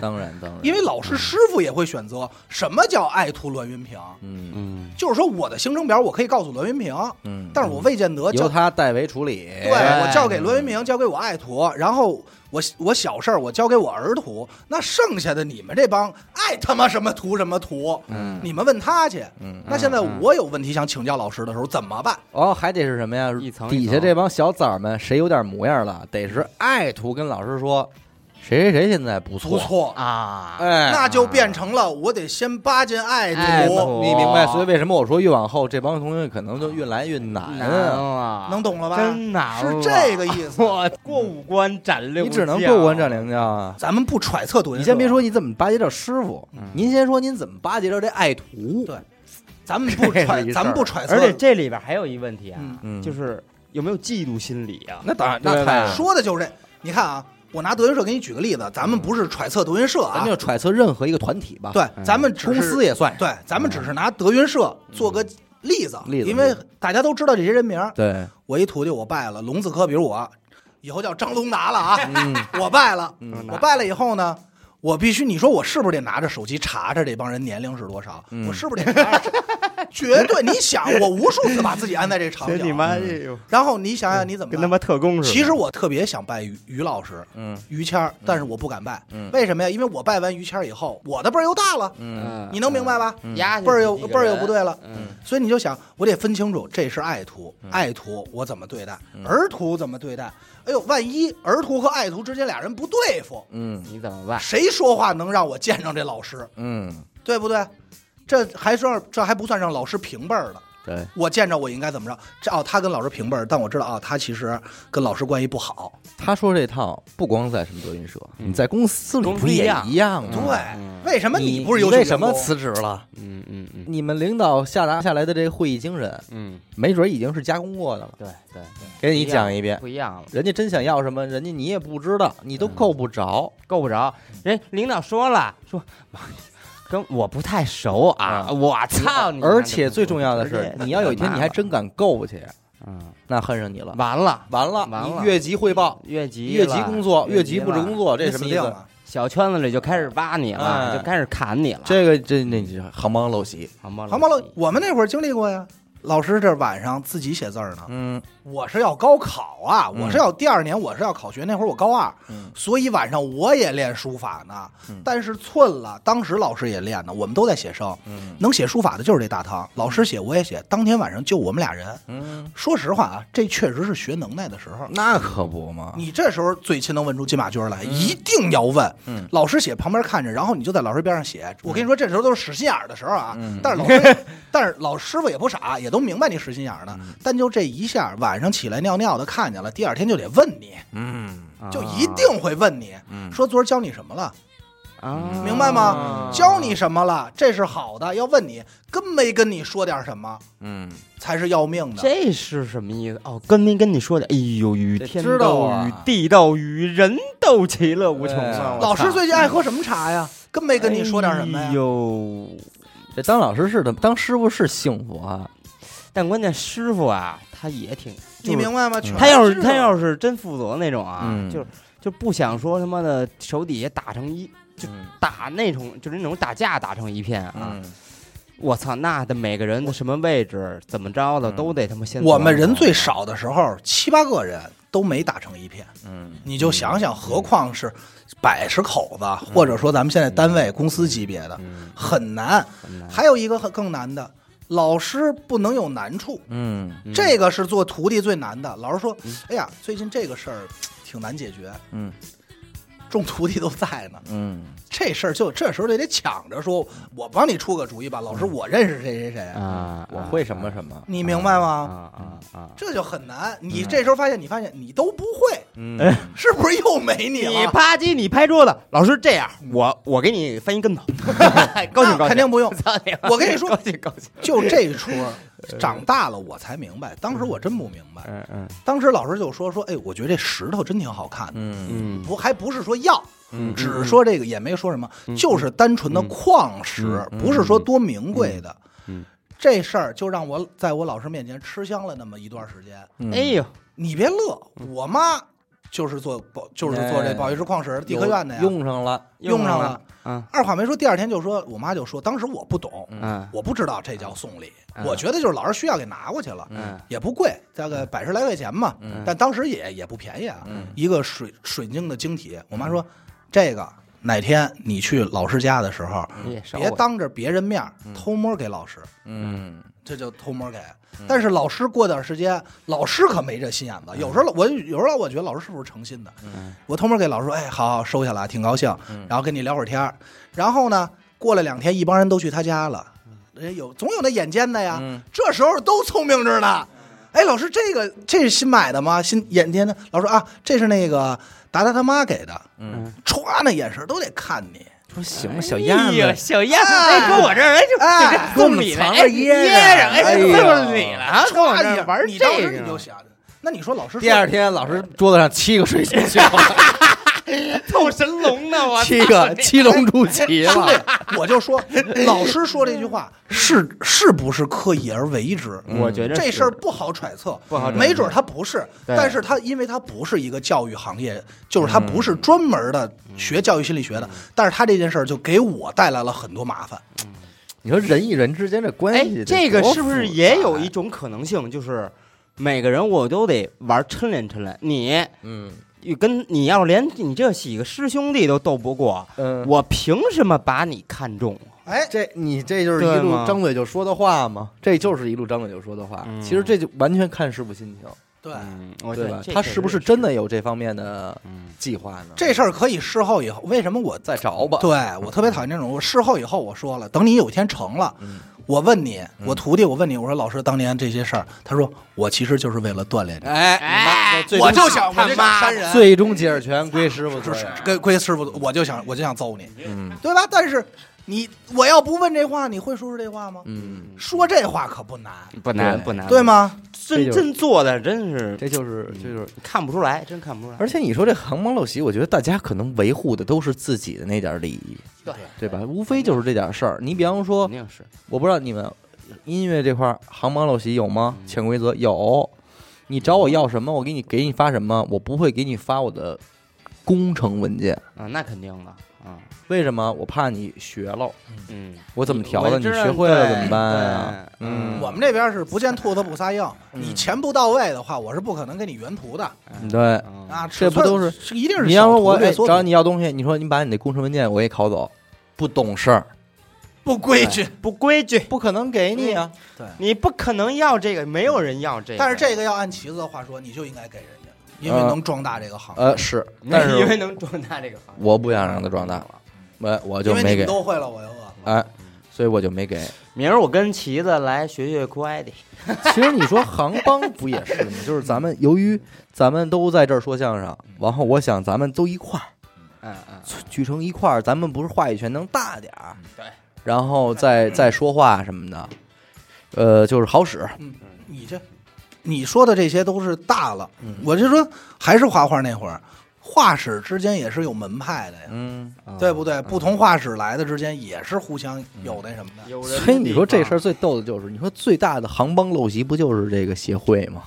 [SPEAKER 1] 当然当然，
[SPEAKER 2] 因为老师师傅也会选择什么叫爱徒栾云平，
[SPEAKER 1] 嗯
[SPEAKER 3] 嗯
[SPEAKER 2] 就是说我的行程表我可以告诉栾云平，
[SPEAKER 1] 嗯，
[SPEAKER 2] 但是我未见得交
[SPEAKER 1] 由，他代为处理。哎
[SPEAKER 2] 对我交给栾云平，交给我爱徒，然后我我小事儿我交给我儿徒，那剩下的你们这帮爱他妈什么徒什么徒，
[SPEAKER 1] 嗯
[SPEAKER 2] 你们问他去。
[SPEAKER 1] 嗯
[SPEAKER 2] 那现在我有问题想请教老师的时候怎么办？
[SPEAKER 1] 哦，还得是什么呀？
[SPEAKER 3] 一层一层
[SPEAKER 1] 底下这帮小崽儿们，谁有点模样了，得是爱徒跟老师说，谁谁谁现在不错，
[SPEAKER 2] 不错，
[SPEAKER 3] 啊，
[SPEAKER 1] 哎，
[SPEAKER 2] 那就变成了我得先巴结爱
[SPEAKER 3] 爱
[SPEAKER 2] 徒，
[SPEAKER 3] 徒
[SPEAKER 1] 你明白？所以为什么我说越往后这帮同学可能就越来越难
[SPEAKER 3] 难
[SPEAKER 1] 啊？
[SPEAKER 3] 了，
[SPEAKER 2] 能懂了吧？
[SPEAKER 3] 真难
[SPEAKER 2] 是
[SPEAKER 3] 了
[SPEAKER 2] 这个 意思。
[SPEAKER 3] 我过五关斩六
[SPEAKER 1] 你
[SPEAKER 3] 将，
[SPEAKER 1] 只能过关斩六将啊！
[SPEAKER 2] 咱们不揣测德云
[SPEAKER 1] 你
[SPEAKER 2] 社
[SPEAKER 1] 先别说你怎么巴结着师傅，您先说您怎么巴结着这爱徒。啊
[SPEAKER 2] 对咱们不
[SPEAKER 1] 这
[SPEAKER 2] 揣
[SPEAKER 1] 是一，事儿啊
[SPEAKER 2] 咱们不揣测。
[SPEAKER 3] 而且这里边还有一问题啊，
[SPEAKER 1] 哎嗯
[SPEAKER 3] 就是有没有嫉妒心理啊？
[SPEAKER 1] 那当然，
[SPEAKER 3] 对
[SPEAKER 1] 那当然
[SPEAKER 3] 吧，
[SPEAKER 2] 说的就是这，你看啊，我拿德云社给你举个例子，咱们不是揣测德云社
[SPEAKER 1] 咱
[SPEAKER 2] 啊
[SPEAKER 1] 就，啊嗯揣测任何一个团体吧。，
[SPEAKER 2] 对，咱们只
[SPEAKER 1] 公
[SPEAKER 2] 是
[SPEAKER 1] 司也算。
[SPEAKER 2] 对，咱们只是拿德云社做个例子，
[SPEAKER 1] 嗯例子
[SPEAKER 2] 因为
[SPEAKER 1] 例子
[SPEAKER 2] 大家都知道这些人名儿。
[SPEAKER 1] 对，
[SPEAKER 2] 我一徒弟我拜了龙字科，比如我以后叫张龙达了啊，
[SPEAKER 3] 嗯
[SPEAKER 2] 我拜了，我拜了以后呢。我必须，你说我是不是得拿着手机查查这帮人年龄是多少？
[SPEAKER 3] 嗯
[SPEAKER 2] 我是不是得查查？绝对，你想，我无数次把自己安在这场
[SPEAKER 3] 这
[SPEAKER 2] 景，
[SPEAKER 3] 你妈这有
[SPEAKER 2] 然后你想想你怎么
[SPEAKER 3] 跟
[SPEAKER 2] 办
[SPEAKER 3] 他妈特工似的。
[SPEAKER 2] 其实我特别想拜于于老师，
[SPEAKER 1] 嗯，
[SPEAKER 2] 于谦儿，但是我不敢拜，为什么呀？因为我拜完于谦儿以后，我的辈儿又大了，
[SPEAKER 3] 嗯，
[SPEAKER 2] 你能明白吧？
[SPEAKER 3] 压下
[SPEAKER 2] 辈儿又
[SPEAKER 3] 去几个
[SPEAKER 2] 辈儿又
[SPEAKER 3] 人
[SPEAKER 2] 不对了，
[SPEAKER 3] 嗯
[SPEAKER 2] 所以你就想，我得分清楚，这是爱徒，
[SPEAKER 1] 嗯
[SPEAKER 2] 爱徒我怎么对待，儿徒怎么对待？哎呦，万一儿徒和爱徒之间俩人不对付，
[SPEAKER 1] 嗯
[SPEAKER 3] 你怎么办？
[SPEAKER 2] 谁说话能让我见上这老师，
[SPEAKER 1] 嗯，
[SPEAKER 2] 对不对？这还说这还不算让老师平辈儿的。
[SPEAKER 1] 对，
[SPEAKER 2] 我见着我应该怎么着？这哦，他跟老师平辈儿，但我知道啊、哦，他其实跟老师关系不好。
[SPEAKER 1] 他说这套不光在什么德云社，
[SPEAKER 3] 嗯
[SPEAKER 1] 你在公司里
[SPEAKER 3] 公司
[SPEAKER 1] 不是也
[SPEAKER 3] 一样
[SPEAKER 1] 一样吗？
[SPEAKER 2] 对，为什么
[SPEAKER 1] 嗯你
[SPEAKER 2] 不是优秀
[SPEAKER 1] 为
[SPEAKER 2] 员
[SPEAKER 1] 什么
[SPEAKER 2] 工
[SPEAKER 1] 辞职了？
[SPEAKER 3] 嗯嗯嗯
[SPEAKER 1] 你们领导下达下来的这个会议精神，
[SPEAKER 3] 嗯，
[SPEAKER 1] 没准已经是加工过的了。
[SPEAKER 3] 对对，
[SPEAKER 1] 给你讲一遍，
[SPEAKER 3] 不一样了，
[SPEAKER 1] 人家真想要什么，人家你也不知道，你都够不着。
[SPEAKER 3] 够 不着。人哎领导说了，说 跟我不太熟啊，
[SPEAKER 1] 啊
[SPEAKER 3] 我操你妈！
[SPEAKER 1] 而且最重要的
[SPEAKER 3] 直
[SPEAKER 1] 是
[SPEAKER 3] 接，
[SPEAKER 1] 你要有一天你还真敢够去，
[SPEAKER 3] 嗯，
[SPEAKER 1] 那恨上你了，
[SPEAKER 3] 完了
[SPEAKER 1] 完了，
[SPEAKER 3] 完了
[SPEAKER 1] 你越级汇报，
[SPEAKER 3] 越级
[SPEAKER 1] 越级工作，越级布
[SPEAKER 3] 布
[SPEAKER 1] 置工，作，这
[SPEAKER 2] 你
[SPEAKER 1] 什
[SPEAKER 2] 死
[SPEAKER 1] 么意
[SPEAKER 2] 定
[SPEAKER 1] 思？
[SPEAKER 2] 了？
[SPEAKER 3] 小圈子里就开始挖你了，
[SPEAKER 1] 哎
[SPEAKER 3] 就开始砍你了。
[SPEAKER 1] 这个这那你行帮陋习，
[SPEAKER 3] 好吗？
[SPEAKER 2] 航班老，我们那会儿经历过呀。老师这晚上自己写字儿呢，
[SPEAKER 1] 嗯
[SPEAKER 2] 我是要高考啊，
[SPEAKER 1] 嗯
[SPEAKER 2] 我是要第二年我是要考学，那会儿我高二，
[SPEAKER 1] 嗯
[SPEAKER 2] 所以晚上我也练书法呢，
[SPEAKER 1] 嗯
[SPEAKER 2] 但是寸了，当时老师也练呢，我们都在写生，
[SPEAKER 1] 嗯
[SPEAKER 2] 能写书法的就是这大堂，老师写我也写，当天晚上就我们俩人。
[SPEAKER 1] 嗯，
[SPEAKER 2] 说实话啊，这确实是学能耐的时候。
[SPEAKER 1] 那可不
[SPEAKER 3] 啊
[SPEAKER 1] 嘛，
[SPEAKER 2] 你这时候最亲能问出金马驹来，
[SPEAKER 3] 嗯
[SPEAKER 2] 一定要问。
[SPEAKER 1] 嗯
[SPEAKER 2] 老师写旁边看着，然后你就在老师边上
[SPEAKER 3] 嗯
[SPEAKER 2] 写。我跟你说，这时候都是使心眼儿的时候啊。
[SPEAKER 1] 嗯
[SPEAKER 2] 但是老 师，但是老师傅也不傻，也都明白你使心眼儿呢。
[SPEAKER 3] 嗯
[SPEAKER 2] 但就这一下，晚上起来尿尿的看见了，第二天就得问你，
[SPEAKER 1] 嗯
[SPEAKER 2] 就一定会问你，
[SPEAKER 1] 嗯
[SPEAKER 2] 说昨儿教你什么了，
[SPEAKER 3] 啊，
[SPEAKER 2] 明白吗？教你什么了，这是好的，要问你跟没跟你说点什么
[SPEAKER 1] 嗯，
[SPEAKER 2] 才是要命的。
[SPEAKER 3] 这是什么意思？哦，跟没跟你说的？哎呦，与
[SPEAKER 1] 这
[SPEAKER 3] 天
[SPEAKER 1] 知道
[SPEAKER 3] 斗，
[SPEAKER 1] 啊
[SPEAKER 3] 与地斗，与人斗，其乐无穷
[SPEAKER 1] 对
[SPEAKER 3] 啊！我
[SPEAKER 2] 老师
[SPEAKER 3] 操
[SPEAKER 2] 最近爱喝什么茶呀？跟没跟你说点什么呀
[SPEAKER 3] 哎？呦，
[SPEAKER 1] 这当老师是的，当师傅是幸福啊，
[SPEAKER 3] 但关键师傅啊，他也挺，就是
[SPEAKER 2] 你明白吗？全
[SPEAKER 3] 他要是
[SPEAKER 2] 知道
[SPEAKER 3] 他要是真负责那种啊，
[SPEAKER 1] 嗯
[SPEAKER 3] 就是就不想说他妈的手底下打成一就
[SPEAKER 1] 嗯
[SPEAKER 3] 打那种，就是那种打架打成一片啊！
[SPEAKER 1] 嗯
[SPEAKER 3] 我操，那的每个人的什么位置怎么着
[SPEAKER 1] 嗯
[SPEAKER 3] 的都得他妈先啊琢磨
[SPEAKER 2] 我
[SPEAKER 3] 琢磨。
[SPEAKER 2] 们人最少的时候，七八个人都没打成一片，
[SPEAKER 1] 嗯
[SPEAKER 2] 你就想想，何况是百十口子，或者说咱们现在单位、公司级别的，
[SPEAKER 1] 嗯
[SPEAKER 2] 很难。
[SPEAKER 3] 很难
[SPEAKER 2] 还有一个很更难的，老师不能有难处，
[SPEAKER 1] 嗯
[SPEAKER 3] 嗯
[SPEAKER 2] 这个是做徒弟最难的。老师说：“哎呀，最近这个事儿挺难解决，
[SPEAKER 1] 嗯
[SPEAKER 2] 众徒弟都在呢，
[SPEAKER 1] 嗯
[SPEAKER 2] 这事儿就这时候就得抢着说，我帮你出个主意吧。
[SPEAKER 1] 嗯
[SPEAKER 2] 老师，我认识谁谁谁，
[SPEAKER 3] 啊，
[SPEAKER 1] 我会什
[SPEAKER 3] 么
[SPEAKER 1] 么什么，
[SPEAKER 2] 你明白
[SPEAKER 3] 啊
[SPEAKER 2] 吗？
[SPEAKER 3] 啊啊！
[SPEAKER 2] 这就很难。你
[SPEAKER 1] 嗯
[SPEAKER 2] 这时候发现，你发现你都不会。”
[SPEAKER 1] 嗯
[SPEAKER 2] 是不是又没你
[SPEAKER 3] 你
[SPEAKER 2] 了？
[SPEAKER 3] 啪叽，你拍桌子，老师这样，我我给你翻一跟头，高兴
[SPEAKER 2] 那
[SPEAKER 3] 高兴，。
[SPEAKER 2] 肯定不用
[SPEAKER 3] 操你妈
[SPEAKER 2] 我跟你说
[SPEAKER 3] 高兴高兴，呃
[SPEAKER 2] 就这一出，长大了我才明白，当时我真不明白。
[SPEAKER 3] 嗯嗯
[SPEAKER 2] 当时老师就说说，哎，我觉得这石头真挺好看的，
[SPEAKER 1] 嗯
[SPEAKER 3] 嗯
[SPEAKER 2] 不还不是说要，
[SPEAKER 1] 嗯
[SPEAKER 2] 只是说这个也没说什么，
[SPEAKER 3] 嗯
[SPEAKER 2] 嗯就是单纯的矿石，
[SPEAKER 1] 嗯
[SPEAKER 2] 不是说多名贵的。
[SPEAKER 3] 嗯
[SPEAKER 2] 这事儿就让我在我老师面前吃香了那么一段时间。
[SPEAKER 3] 哎呦，
[SPEAKER 2] 你别乐，我妈就是做宝，就是做这
[SPEAKER 1] 哎
[SPEAKER 2] 宝玉石矿石地科院的呀，
[SPEAKER 1] 用上了，嗯
[SPEAKER 2] 用上
[SPEAKER 3] 了
[SPEAKER 2] 了。
[SPEAKER 3] 啊
[SPEAKER 2] 二话没说，第二天就说，我妈就说，当时我不懂，
[SPEAKER 3] 嗯
[SPEAKER 2] 我不知道这叫送礼，
[SPEAKER 3] 嗯
[SPEAKER 2] 我觉得就是老师需要给拿过去了，
[SPEAKER 3] 嗯
[SPEAKER 2] 也不贵，大概百十来块钱吧，
[SPEAKER 1] 嗯
[SPEAKER 2] 但当时也也不便宜啊，
[SPEAKER 1] 嗯
[SPEAKER 2] 一个水水晶的晶体。我妈说，这个哪天你去老师家的时候，
[SPEAKER 3] 也哎少
[SPEAKER 2] 别
[SPEAKER 3] 我
[SPEAKER 2] 当着别人面儿偷摸给老师，
[SPEAKER 1] 嗯
[SPEAKER 2] 这就偷摸给。但是老师过段时间，老师可没这心眼子。有时候
[SPEAKER 1] 嗯
[SPEAKER 2] 我有时候我觉得老师是不是诚心的？我偷摸给老师说，哎，好好收下了，挺高兴。
[SPEAKER 1] 嗯
[SPEAKER 2] 然后跟你聊会儿天儿然后呢，过了两天，一帮人都去他家了，哎有总有那眼尖的呀，
[SPEAKER 1] 嗯
[SPEAKER 2] 这时候都聪明着呢。哎，老师，这个这是新买的吗？新眼尖的老师啊，这是那个达达他妈给的，
[SPEAKER 1] 嗯，
[SPEAKER 2] 歘，那眼神都得看你。
[SPEAKER 1] 说行，小丫头，
[SPEAKER 3] 哎小鸭
[SPEAKER 2] 子哎跟我
[SPEAKER 3] 这儿哎就
[SPEAKER 2] 哎，
[SPEAKER 1] 给我们藏着掖着，哎呦，
[SPEAKER 3] 了啊
[SPEAKER 2] 歘一下哎你当时你就想，那你说老师说
[SPEAKER 1] 第二 天老师桌子上七个水晶球，
[SPEAKER 3] 凑神龙呢，我
[SPEAKER 1] 七个七龙珠齐
[SPEAKER 2] 兄
[SPEAKER 1] 了，
[SPEAKER 2] 弟，我就说，老师说这句 话是是不是刻意而为之？
[SPEAKER 3] 嗯我觉着
[SPEAKER 2] 这
[SPEAKER 3] 是
[SPEAKER 2] 事儿不好揣测，
[SPEAKER 3] 不好揣测
[SPEAKER 2] 没准儿他不是，
[SPEAKER 3] 对
[SPEAKER 2] 但是他因为他不是一个教育行业，就是他不
[SPEAKER 3] 嗯
[SPEAKER 2] 是专门的学教育心理学的，但是他这件事儿就给我带来了很多麻烦。
[SPEAKER 1] 你说人与人之间的关
[SPEAKER 3] 哎
[SPEAKER 1] 系，，
[SPEAKER 3] 这个是不是也有一种可能性，就是每个人我都得玩抻练抻练，你。
[SPEAKER 1] 嗯
[SPEAKER 3] 跟你要连你这几个师兄弟都斗不过，
[SPEAKER 1] 嗯，
[SPEAKER 3] 我凭什么把你看中？啊
[SPEAKER 2] 哎，
[SPEAKER 1] 这你这就是
[SPEAKER 3] 对
[SPEAKER 1] 一路
[SPEAKER 3] 吗
[SPEAKER 1] 张嘴就说的话吗？这就是一路张嘴就说的话。
[SPEAKER 3] 嗯
[SPEAKER 1] 其实这就完全看师傅心情，
[SPEAKER 2] 对，
[SPEAKER 3] 嗯，我觉
[SPEAKER 1] 对
[SPEAKER 3] 得
[SPEAKER 1] 吧？
[SPEAKER 3] 这
[SPEAKER 1] 他
[SPEAKER 3] 确
[SPEAKER 1] 是不
[SPEAKER 3] 实
[SPEAKER 1] 是真的有这方面的
[SPEAKER 3] 嗯
[SPEAKER 1] 计划呢？
[SPEAKER 2] 这事儿可以事后以后，为什么我
[SPEAKER 1] 再找吧。
[SPEAKER 2] 对我特别讨厌这种，我事后以后我说了，等你有一天成了，
[SPEAKER 1] 嗯
[SPEAKER 2] 我问你，我徒弟，我问你，我说老师当年这些事儿，他说我其实就是为了锻炼你，
[SPEAKER 1] 哎
[SPEAKER 3] 哎
[SPEAKER 1] 你妈最
[SPEAKER 2] 我
[SPEAKER 1] 终
[SPEAKER 2] 就想我就想删人，
[SPEAKER 1] 最终解释权归师傅
[SPEAKER 2] 就是
[SPEAKER 1] 腿儿
[SPEAKER 2] 跟归师傅，我就想我就想揍你，
[SPEAKER 1] 嗯
[SPEAKER 2] 对吧？但是你我要不问这话，你会说出这话吗？
[SPEAKER 1] 嗯，
[SPEAKER 2] 说这话可不难，
[SPEAKER 3] 不难
[SPEAKER 1] 对
[SPEAKER 3] 不难，
[SPEAKER 2] 对？吗？
[SPEAKER 1] 这
[SPEAKER 3] 真
[SPEAKER 1] 就是
[SPEAKER 3] 真做的真是嗯
[SPEAKER 1] 这就是这就是。
[SPEAKER 3] 看不出来，真看不出来。
[SPEAKER 1] 嗯而且你说这航班陋习，我觉得大家可能维护的都是自己的那点儿利益，
[SPEAKER 3] 对
[SPEAKER 1] 对吧？无非就是这点儿事儿。你比方说
[SPEAKER 3] 肯，定是
[SPEAKER 1] 我不知道你们音乐这块儿航班陋习有吗？潜规则有。你找我要什么，我给你给你发什么，我不会给你发我的工程文件。
[SPEAKER 3] 啊，那肯定的，嗯
[SPEAKER 1] 为什么？我怕你学了，
[SPEAKER 3] 嗯，
[SPEAKER 1] 我怎么调
[SPEAKER 3] 我
[SPEAKER 1] 的？
[SPEAKER 3] 也
[SPEAKER 1] 你
[SPEAKER 3] 知道
[SPEAKER 1] 学会了怎么
[SPEAKER 3] 对
[SPEAKER 1] 办呀？
[SPEAKER 3] 对
[SPEAKER 1] 嗯
[SPEAKER 2] 我们这边是不见兔子不撒鹰，你钱不到位的话，我是不可能给你原图的
[SPEAKER 1] 对，
[SPEAKER 3] 嗯
[SPEAKER 2] 啊。
[SPEAKER 1] 这不
[SPEAKER 2] 尺寸
[SPEAKER 1] 都是
[SPEAKER 2] 是一定是
[SPEAKER 1] 你要
[SPEAKER 2] 小
[SPEAKER 1] 说
[SPEAKER 2] 图
[SPEAKER 1] 我哎
[SPEAKER 2] 略缩
[SPEAKER 1] 找
[SPEAKER 2] 图
[SPEAKER 1] 你要东西，你说你把你的工程文件我给拷走，不懂事儿，
[SPEAKER 2] 不
[SPEAKER 1] 哎
[SPEAKER 2] 规矩，
[SPEAKER 3] 不规矩，
[SPEAKER 1] 不可能给你啊。
[SPEAKER 3] 你不可能要这个，没有人要这个。
[SPEAKER 2] 但是这个要按旗子的话说，你就应该给人家，因为
[SPEAKER 1] 呃
[SPEAKER 2] 能壮大这个行业。
[SPEAKER 1] 呃，是，
[SPEAKER 3] 那
[SPEAKER 1] 但
[SPEAKER 3] 是因为
[SPEAKER 1] 是
[SPEAKER 3] 能壮大这个行业，
[SPEAKER 1] 我不想让他壮大，我我就
[SPEAKER 2] 因为你
[SPEAKER 1] 没给，
[SPEAKER 2] 们都会了，我又饿了。
[SPEAKER 1] 哎，所以我就没给。
[SPEAKER 3] 明儿我跟旗子来学学 QID，
[SPEAKER 1] 其实你说杭帮不也是吗？就是咱们由于咱们都在这儿说相声，然后我想咱们都一块儿
[SPEAKER 3] 嗯嗯，
[SPEAKER 1] 聚成一块儿，咱们不是话语权能大点儿，
[SPEAKER 3] 对，
[SPEAKER 1] 然后再再说话什么的，呃，就是好使。
[SPEAKER 2] 你这，你说的这些都是大了，
[SPEAKER 1] 嗯
[SPEAKER 2] 我就说还是画画那会儿，画室之间也是有门派的呀，
[SPEAKER 1] 嗯，
[SPEAKER 2] 对不对？不同画室来的之间也是互相有那什么的。
[SPEAKER 3] 有人的地方。
[SPEAKER 1] 所以你说这事儿最逗的就是，你说最大的杭帮陋习不就是这个协会吗？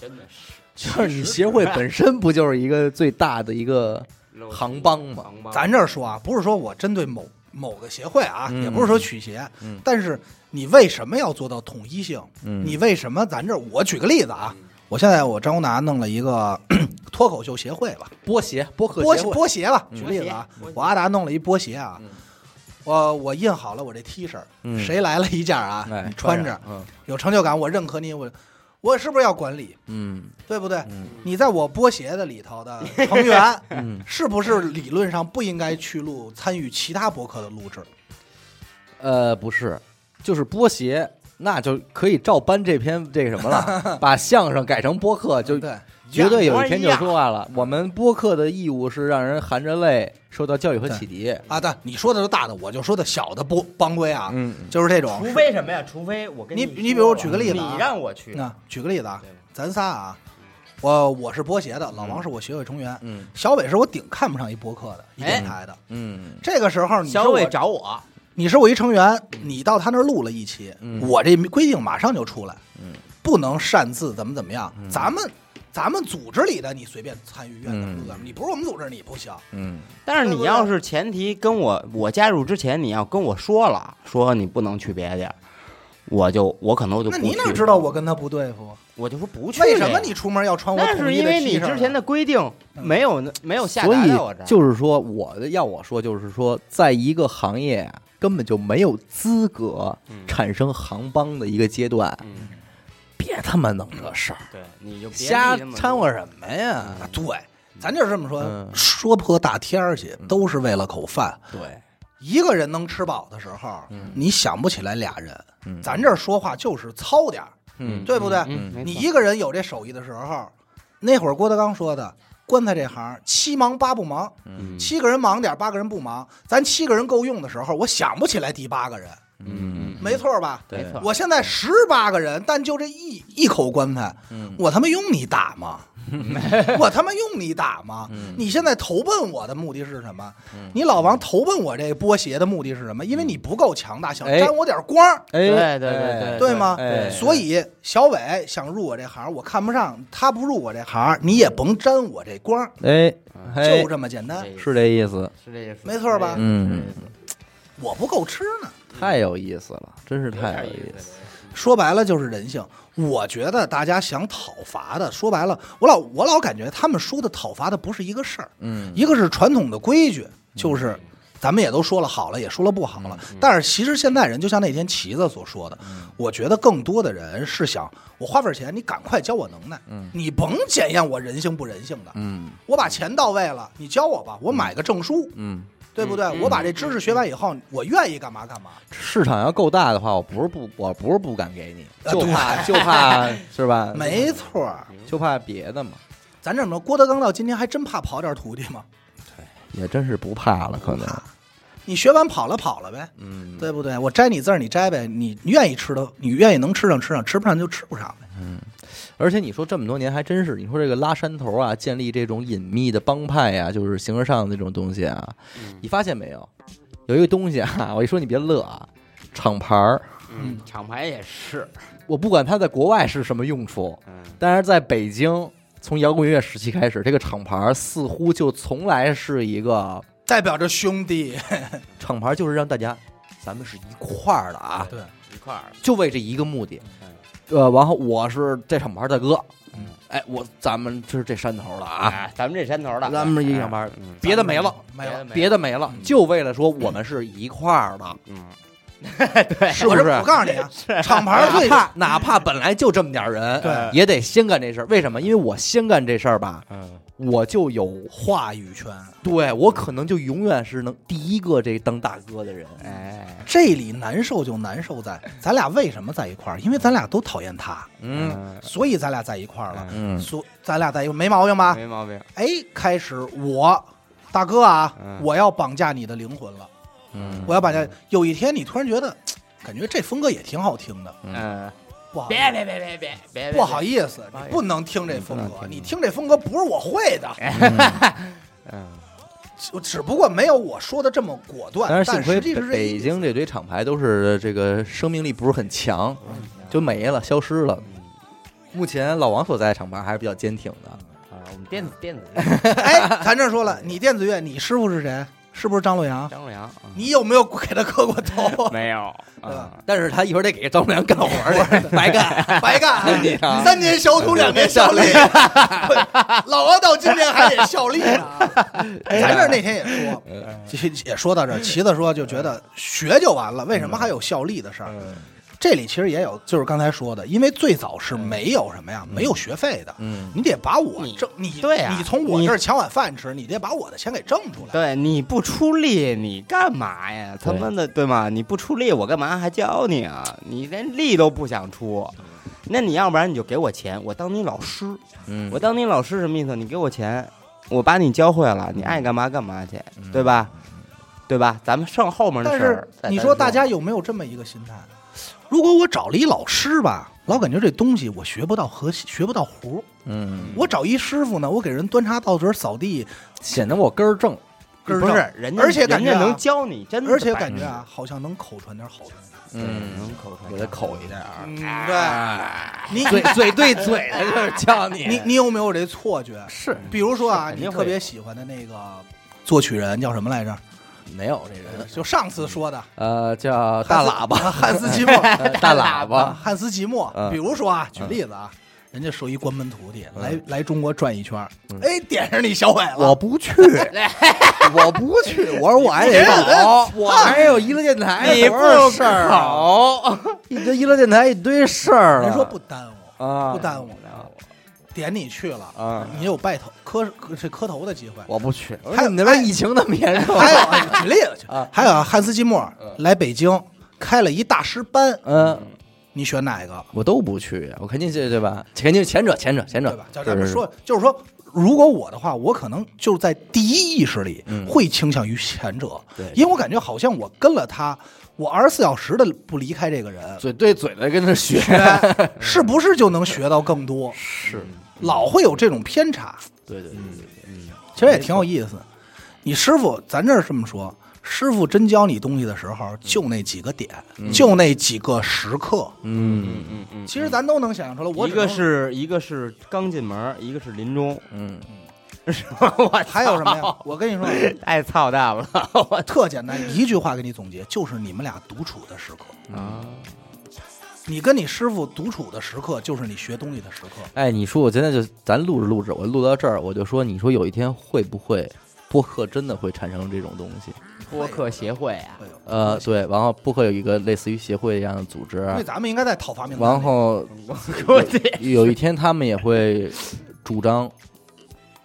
[SPEAKER 3] 真的是
[SPEAKER 1] 就是你协会本身不就是一个最大的一个杭帮嘛？
[SPEAKER 3] 行帮
[SPEAKER 2] 咱这儿说啊，不是说我针对某某个协会啊，
[SPEAKER 1] 嗯
[SPEAKER 2] 也不是说取协，
[SPEAKER 1] 嗯
[SPEAKER 2] 但是你为什么要做到统一性？
[SPEAKER 1] 嗯
[SPEAKER 2] 你为什么咱这儿？我举个例子啊，我现在我张国达弄了一个 脱口秀协会吧，
[SPEAKER 1] 波协、波客
[SPEAKER 2] 波
[SPEAKER 1] 协会，
[SPEAKER 2] 波鞋吧，
[SPEAKER 1] 嗯
[SPEAKER 2] 举例子啊
[SPEAKER 3] 波鞋波鞋，
[SPEAKER 2] 我阿达弄了一波鞋啊
[SPEAKER 1] 嗯，
[SPEAKER 2] 我我印好了我这 T 恤，
[SPEAKER 1] 嗯
[SPEAKER 2] 谁来了一件啊，
[SPEAKER 1] 哎
[SPEAKER 2] 你穿着，
[SPEAKER 1] 嗯
[SPEAKER 2] 有成就感，我认可你，我我是不是要管理，
[SPEAKER 1] 嗯
[SPEAKER 2] 对不对
[SPEAKER 1] 嗯？，
[SPEAKER 2] 你在我波鞋的里头的成员
[SPEAKER 1] 嗯，
[SPEAKER 2] 是不是理论上不应该去录参与其他博客的录制？
[SPEAKER 1] 呃，不是，就是波协，那就可以照搬这篇这个什么了，把相声改成播客，就
[SPEAKER 2] 对，
[SPEAKER 1] 绝对有一天就说话了。我们播客的义务是让人含着泪受到教育和启迪。
[SPEAKER 2] 啊，但你说的是大的，我就说的小的波帮规啊，
[SPEAKER 1] 嗯，
[SPEAKER 2] 就是这种
[SPEAKER 3] 除。非什么呀？除非我跟
[SPEAKER 2] 你
[SPEAKER 3] 你
[SPEAKER 2] 你比
[SPEAKER 3] 说
[SPEAKER 2] 如
[SPEAKER 3] 了
[SPEAKER 2] 举个例子啊
[SPEAKER 3] 你让我去，
[SPEAKER 2] 那举个例子啊
[SPEAKER 3] 对，
[SPEAKER 2] 咱仨啊，我我是波鞋的，老王是我协会成员，
[SPEAKER 1] 嗯
[SPEAKER 2] 小伟是我顶看不上一播客的，一电台的。
[SPEAKER 1] 嗯
[SPEAKER 2] 这个时候你是
[SPEAKER 3] 哎小伟
[SPEAKER 2] 我，
[SPEAKER 3] 找我，
[SPEAKER 2] 你是我一成员，你到他那儿录了一期，
[SPEAKER 3] 嗯
[SPEAKER 2] 我这规定马上就出来，不能擅自怎么怎么样。
[SPEAKER 3] 嗯
[SPEAKER 2] 咱们咱们组织里的你随便参与，愿怎么
[SPEAKER 3] 嗯
[SPEAKER 2] 录怎么，你不是我们组织你不行。
[SPEAKER 1] 嗯
[SPEAKER 3] 但是
[SPEAKER 2] 对不
[SPEAKER 3] 你
[SPEAKER 2] 对
[SPEAKER 3] 要是前提跟我我加入之前你要跟我说了，说你不能去别的地儿，我就我可能我就
[SPEAKER 2] 那
[SPEAKER 3] 不
[SPEAKER 2] 你哪
[SPEAKER 3] 去
[SPEAKER 2] 知道我跟他不对付？
[SPEAKER 3] 我就说不去。
[SPEAKER 2] 为什么你？出门要穿我
[SPEAKER 3] 那
[SPEAKER 2] 统
[SPEAKER 3] 是
[SPEAKER 2] 一
[SPEAKER 3] 因
[SPEAKER 2] 的 T
[SPEAKER 3] 为
[SPEAKER 2] 恤呢？
[SPEAKER 3] 你之前的规定没有没有下
[SPEAKER 1] 所
[SPEAKER 3] 达
[SPEAKER 1] 以
[SPEAKER 3] 到我这儿，
[SPEAKER 1] 就是说，我的要我说就是说，在一个行业啊根本就没有资格
[SPEAKER 3] 嗯
[SPEAKER 1] 产生行帮的一个阶段，
[SPEAKER 3] 嗯，
[SPEAKER 1] 别他妈弄这事儿，
[SPEAKER 3] 对，你就别
[SPEAKER 1] 瞎
[SPEAKER 3] 理那么多嗯
[SPEAKER 1] 掺和什么呀？
[SPEAKER 2] 啊，对，咱就是这么说，
[SPEAKER 1] 嗯
[SPEAKER 2] 说破大天儿
[SPEAKER 3] 嗯
[SPEAKER 2] 去都是为了口饭。
[SPEAKER 1] 对，
[SPEAKER 2] 一个人能吃饱的时候，
[SPEAKER 3] 嗯
[SPEAKER 2] 你想不起来俩人。
[SPEAKER 1] 嗯
[SPEAKER 2] 咱这儿说话就是糙点儿，
[SPEAKER 1] 嗯
[SPEAKER 2] 对不对？
[SPEAKER 3] 嗯没错
[SPEAKER 2] 你一个人有这手艺的时候，那会儿郭德纲说的。棺材这行，七忙八不忙，
[SPEAKER 3] 嗯
[SPEAKER 2] 七个人忙点儿，八个人不忙。咱七个人够用的时候，我想不起来第八个人，
[SPEAKER 3] 嗯嗯
[SPEAKER 2] 没错吧？
[SPEAKER 1] 对
[SPEAKER 3] 没错
[SPEAKER 2] 我现在十八个人，但就这一一口棺材，我他妈用你打 吗？我他妈用你打吗？
[SPEAKER 1] 嗯
[SPEAKER 2] 你现在投奔我的目的是什么？你老王投奔我这波鞋的目的是什么？因为你不够强大，想
[SPEAKER 1] 哎
[SPEAKER 2] 沾我点光儿，
[SPEAKER 1] 哎，
[SPEAKER 3] 对对对对
[SPEAKER 2] 对吗？
[SPEAKER 1] 哎
[SPEAKER 2] 所以小伟想入我这行，我看不上他，不入我这行，你也甭沾我这光儿，
[SPEAKER 1] 哎，哎
[SPEAKER 2] 就这么简单。
[SPEAKER 3] 这
[SPEAKER 1] 是这意思，
[SPEAKER 3] 是这意思，
[SPEAKER 2] 没错吧
[SPEAKER 1] 嗯
[SPEAKER 2] 我不够吃呢。
[SPEAKER 1] 太有意思了，真是
[SPEAKER 3] 是这意思有
[SPEAKER 1] 太有
[SPEAKER 3] 点
[SPEAKER 1] 意
[SPEAKER 3] 意
[SPEAKER 1] 思。
[SPEAKER 3] 思。
[SPEAKER 2] 说白了就是人性。我觉得大家想讨伐的，说白了，我老我老感觉他们说的讨伐的不是一个事儿，
[SPEAKER 1] 嗯，
[SPEAKER 2] 一个是传统的规矩，就是咱们也都说了好了，也说了不好
[SPEAKER 1] 嗯
[SPEAKER 2] 了。但是其实现在人就像那天旗子所说的，我觉得更多的人是想我花份钱，你赶快教我能耐，你甭检验我人性不人性的，
[SPEAKER 1] 嗯
[SPEAKER 2] 我把钱到位了，你教我吧，我买个证书，
[SPEAKER 1] 嗯，
[SPEAKER 2] 对不对？我把这知识学完以后，我愿意干嘛干嘛。
[SPEAKER 1] 市场要够大的话，我不是不，我不是不敢给你，
[SPEAKER 2] 啊
[SPEAKER 1] 就 怕就怕是吧？
[SPEAKER 2] 没错儿，
[SPEAKER 1] 就怕别的嘛，
[SPEAKER 2] 咱这么说，郭德纲到今天还真怕跑点徒弟吗？
[SPEAKER 1] 也真是不怕了，可能。
[SPEAKER 2] 你学完跑了跑了呗，
[SPEAKER 1] 嗯，
[SPEAKER 2] 对不对？我摘你字儿，你摘呗，你你愿意吃的，你愿意能吃上吃上，吃不上就吃不上呗。
[SPEAKER 1] 而且你说这么多年还真是，你说这个拉山头啊，建立这种隐秘的帮派呀、就是形而上的那种东西啊，你发现没有？有一个东西啊，我一说你别乐啊，厂牌儿，
[SPEAKER 3] 嗯，厂牌也是，
[SPEAKER 1] 我不管它在国外是什么用处，
[SPEAKER 3] 嗯，
[SPEAKER 1] 但是在北京，
[SPEAKER 5] 从摇滚乐时期开始，这个厂牌似乎就从来是一个
[SPEAKER 2] 代表着兄弟，
[SPEAKER 5] 厂牌，就是让大家咱们是一块儿 的啊，
[SPEAKER 2] 对，
[SPEAKER 3] 一块儿
[SPEAKER 5] 就为这一个目的。
[SPEAKER 2] 嗯
[SPEAKER 5] 呃，然后我是这厂牌大哥，哎，我咱们就是这山头了啊，
[SPEAKER 3] 啊，咱们这山头的，
[SPEAKER 5] 咱们这一厂牌，
[SPEAKER 3] 嗯，
[SPEAKER 5] 别的没了，
[SPEAKER 2] 哎没了。嗯
[SPEAKER 5] 别的没了，就为了说我们是一块儿的，
[SPEAKER 3] 嗯，
[SPEAKER 2] 我嗯这我
[SPEAKER 5] 是不是？
[SPEAKER 2] 告诉你啊， 厂牌
[SPEAKER 5] 哪
[SPEAKER 2] 最
[SPEAKER 5] 怕哪怕本来就这么点儿人，
[SPEAKER 2] 对
[SPEAKER 5] 也得先干这事儿。为什么？因为我先干这事儿吧，
[SPEAKER 3] 嗯，
[SPEAKER 5] 我就有，
[SPEAKER 2] 话语权。
[SPEAKER 5] 对我可能就永远是能第一个这当大哥的人。
[SPEAKER 3] 哎，
[SPEAKER 2] 这里难受就难受在咱俩为什么在一块儿？因为咱俩都讨厌他，
[SPEAKER 5] 嗯
[SPEAKER 2] 所以咱俩在一块儿了。
[SPEAKER 5] 嗯，
[SPEAKER 2] 所咱俩在一块儿没毛病吧？
[SPEAKER 3] 没毛病，
[SPEAKER 2] 哎，开始我大哥啊，
[SPEAKER 3] 嗯
[SPEAKER 2] 我要绑架你的灵魂了，
[SPEAKER 5] 嗯
[SPEAKER 2] 我要绑架。有一天你突然觉得，感觉这风格也挺好听的，
[SPEAKER 3] 嗯，
[SPEAKER 2] 不好意
[SPEAKER 3] 别别别别别别，
[SPEAKER 2] 不好
[SPEAKER 3] 思，
[SPEAKER 2] 意思，
[SPEAKER 3] 别
[SPEAKER 2] 你哎不能听这风
[SPEAKER 3] 嗯不
[SPEAKER 2] 格，
[SPEAKER 3] 能听
[SPEAKER 2] 你听这风格不是我会的，
[SPEAKER 3] 嗯，
[SPEAKER 2] 只只不过没有我说的这么果断。但
[SPEAKER 5] 但是幸亏
[SPEAKER 2] 实
[SPEAKER 5] 北
[SPEAKER 2] 际是这
[SPEAKER 5] 北京这堆厂牌都是这个生命力不是很强，就没了，消失了。目前老王所在的厂牌还是比较坚挺的，
[SPEAKER 3] 啊，我们电子电子
[SPEAKER 2] 哎，咱这说了，你电子乐，你师傅是谁？是不是张洛阳？
[SPEAKER 3] 张洛阳，嗯
[SPEAKER 2] 你有没有给他磕过头？
[SPEAKER 3] 没有，
[SPEAKER 2] 对吧
[SPEAKER 3] 嗯，
[SPEAKER 5] 但是他一会儿得给张良干活儿去，白干。
[SPEAKER 2] 白干 啊
[SPEAKER 5] 你啊，
[SPEAKER 2] 三年小土，两年效力。老王到今天还得效力 呢啊。
[SPEAKER 3] 哎
[SPEAKER 2] 咱这儿那天也说，
[SPEAKER 3] 嗯
[SPEAKER 2] 也也说到这儿，齐子说就觉得学就完了，为什么还有效力的事儿？
[SPEAKER 3] 嗯
[SPEAKER 2] 这里其实也有，就是刚才说的，因为最早是没有什么呀，没有学费的，
[SPEAKER 5] 嗯，
[SPEAKER 2] 你得把我
[SPEAKER 3] 你
[SPEAKER 2] 挣，你
[SPEAKER 3] 对啊
[SPEAKER 2] 你从我
[SPEAKER 3] 你
[SPEAKER 2] 这儿抢碗饭吃，你得把我的钱给挣出来。
[SPEAKER 3] 对，你不出力，你干嘛呀？他妈的，对吗？你不出力，我干嘛还教你啊？你连力都不想出，那你要不然你就给我钱，我当你老师。
[SPEAKER 5] 嗯
[SPEAKER 3] 我当你老师什么意思？你给我钱，我把你教会了，你爱干嘛干嘛去，对吧？对吧？咱们剩后面的
[SPEAKER 2] 但
[SPEAKER 3] 事
[SPEAKER 2] 是
[SPEAKER 3] 儿再单说。
[SPEAKER 2] 你说大家有没有这么一个心态？如果我找了一老师吧，老感觉这东西我学不到核心，学不到活儿
[SPEAKER 5] 嗯，
[SPEAKER 2] 我找一师傅呢，我给人端茶倒水、扫地，
[SPEAKER 5] 显得我根儿正。
[SPEAKER 2] 根儿
[SPEAKER 3] 不
[SPEAKER 2] 正
[SPEAKER 3] 是人家，
[SPEAKER 2] 而且感
[SPEAKER 3] 人
[SPEAKER 2] 觉
[SPEAKER 3] 家
[SPEAKER 2] 啊
[SPEAKER 3] 能教你，真的，
[SPEAKER 2] 而且感觉，啊，好像能口传点好东西。
[SPEAKER 3] 嗯，能口
[SPEAKER 5] 我得口一点儿，
[SPEAKER 2] 嗯，
[SPEAKER 3] 啊
[SPEAKER 2] 对， 你
[SPEAKER 5] 嘴嘴对嘴的就是叫你
[SPEAKER 2] 你你有没有这错觉？
[SPEAKER 5] 是
[SPEAKER 2] 比如说啊，
[SPEAKER 3] 肯
[SPEAKER 2] 你
[SPEAKER 3] 定会
[SPEAKER 2] 特别喜欢的那个作曲人叫什么来着？
[SPEAKER 5] 没有这
[SPEAKER 3] 呃
[SPEAKER 5] 人，
[SPEAKER 2] 就上次说的
[SPEAKER 5] 呃，叫大喇叭，
[SPEAKER 2] 叭汉斯季 默，
[SPEAKER 5] 呃 大喇
[SPEAKER 2] 啊，
[SPEAKER 5] 叭，
[SPEAKER 2] 汉斯季默
[SPEAKER 5] 嗯。
[SPEAKER 2] 比如说啊，举例子啊，人家收一关门徒弟
[SPEAKER 5] 嗯
[SPEAKER 2] 来来中国转一圈儿，哎，点上你小伟了，
[SPEAKER 5] 我不去， 我不去，我说我还得
[SPEAKER 2] 你这
[SPEAKER 5] 走，我 还有娱乐电台，
[SPEAKER 3] 你不
[SPEAKER 5] 多少事儿啊，
[SPEAKER 3] 好，
[SPEAKER 5] 一堆娱乐电台一堆事儿了，
[SPEAKER 2] 人说不耽误，
[SPEAKER 5] 啊，
[SPEAKER 2] 不耽误，点你去了，
[SPEAKER 5] 啊，
[SPEAKER 2] 你有拜头磕磕这磕头的机会。
[SPEAKER 5] 我不去，
[SPEAKER 2] 还有
[SPEAKER 5] 你们那边疫情那么严重，
[SPEAKER 2] 还有啊，举例子
[SPEAKER 5] 啊，
[SPEAKER 2] 还有啊，汉斯季默来北京开了一大师班，
[SPEAKER 5] 嗯，
[SPEAKER 2] 你选哪个？
[SPEAKER 5] 我都不去，我肯定去，对吧？肯定前者，前者，前者
[SPEAKER 2] 对吧？，叫
[SPEAKER 5] 是
[SPEAKER 2] 咱们
[SPEAKER 5] 是
[SPEAKER 2] 说，就是说，如果我的话，我可能就是在第一意识里
[SPEAKER 5] 嗯
[SPEAKER 2] 会倾向于前者，
[SPEAKER 5] 对
[SPEAKER 2] 因为我感觉好像我跟了他，我二十四小时的不离开这个 人，
[SPEAKER 5] 嘴对嘴的跟那学，
[SPEAKER 2] 是不是就能学到更多？
[SPEAKER 5] 是，
[SPEAKER 2] 老会有这种偏差，
[SPEAKER 5] 对对对对对，
[SPEAKER 2] 其实也挺有意思。你师傅，咱这儿这么说，师傅真教你东西的时候，就那几个点，就那几个时刻。
[SPEAKER 5] 嗯
[SPEAKER 3] 嗯嗯。
[SPEAKER 2] 其实咱都能想象出来，我
[SPEAKER 3] 一
[SPEAKER 2] 只
[SPEAKER 3] 个
[SPEAKER 2] 能
[SPEAKER 3] 是一个是刚进门，一个是临终，
[SPEAKER 5] 嗯，
[SPEAKER 3] 我
[SPEAKER 2] 还有什么呀？我跟你说，啊
[SPEAKER 3] 太操蛋了
[SPEAKER 2] 特简单，一句话给你总结，就是你们俩独处的时刻。
[SPEAKER 3] 啊！
[SPEAKER 2] 你跟你师傅独处的时刻，就是你学东西的时刻。
[SPEAKER 5] 哎，你说我现在就咱录着录着，我录到这儿，我就说，你说有一天会不会播客真的会产生这种东西？
[SPEAKER 3] 播客协会啊
[SPEAKER 2] 哎，呦，
[SPEAKER 1] 嗯
[SPEAKER 5] 呃，对，然后播客有一个类似于协会一样的组织，啊
[SPEAKER 2] 因为咱们应该在讨伐名单里。
[SPEAKER 5] 然后
[SPEAKER 3] 我得
[SPEAKER 5] 有一天他们也会主张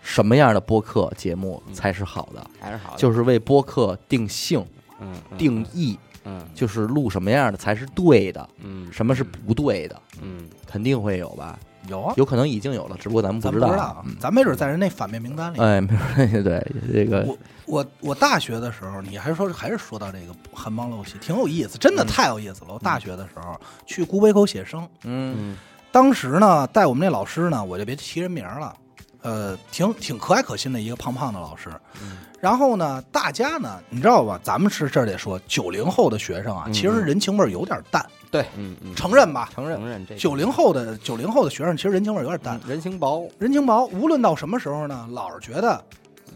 [SPEAKER 5] 什么样的播客节目
[SPEAKER 1] 嗯
[SPEAKER 5] 才是好的，
[SPEAKER 3] 还是好的，
[SPEAKER 5] 就是为播客定性、
[SPEAKER 3] 嗯嗯
[SPEAKER 5] 定义，
[SPEAKER 3] 嗯
[SPEAKER 5] 就是录什么样的才是对的，
[SPEAKER 3] 嗯
[SPEAKER 5] 什么是不对的，
[SPEAKER 3] 嗯
[SPEAKER 5] 肯定会有吧？
[SPEAKER 2] 有啊，
[SPEAKER 5] 有可能已经有了，只不过咱们
[SPEAKER 2] 咱
[SPEAKER 5] 知
[SPEAKER 2] 们不
[SPEAKER 5] 道啊。
[SPEAKER 2] 知道啊，咱没准在人那反面名单里。
[SPEAKER 5] 哎， 没有，对这个
[SPEAKER 2] 我我我大学的时候，你还说还是说到这个韩邦陋习，挺有意思，真的太有意思了。我大学的时候去古北口写生，
[SPEAKER 5] 嗯
[SPEAKER 3] 嗯
[SPEAKER 2] 当时呢带我们那老师呢，我就别提人名了，呃，挺挺可蔼可亲的一个胖胖的老师。
[SPEAKER 3] 嗯
[SPEAKER 2] 然后呢，
[SPEAKER 3] 嗯
[SPEAKER 2] 大家呢，你知道吧？咱们是这儿得说，九零后的学生啊，其实人情味儿有点淡，
[SPEAKER 3] 对，
[SPEAKER 1] 嗯嗯，
[SPEAKER 2] 承认吧。
[SPEAKER 1] 承认
[SPEAKER 3] 承认这个嗯
[SPEAKER 2] 九零后的九零后的学生其实人情味儿有点
[SPEAKER 5] 嗯
[SPEAKER 2] 淡，
[SPEAKER 1] 人情薄，
[SPEAKER 2] 人情薄。无论到什么时候呢，老是觉得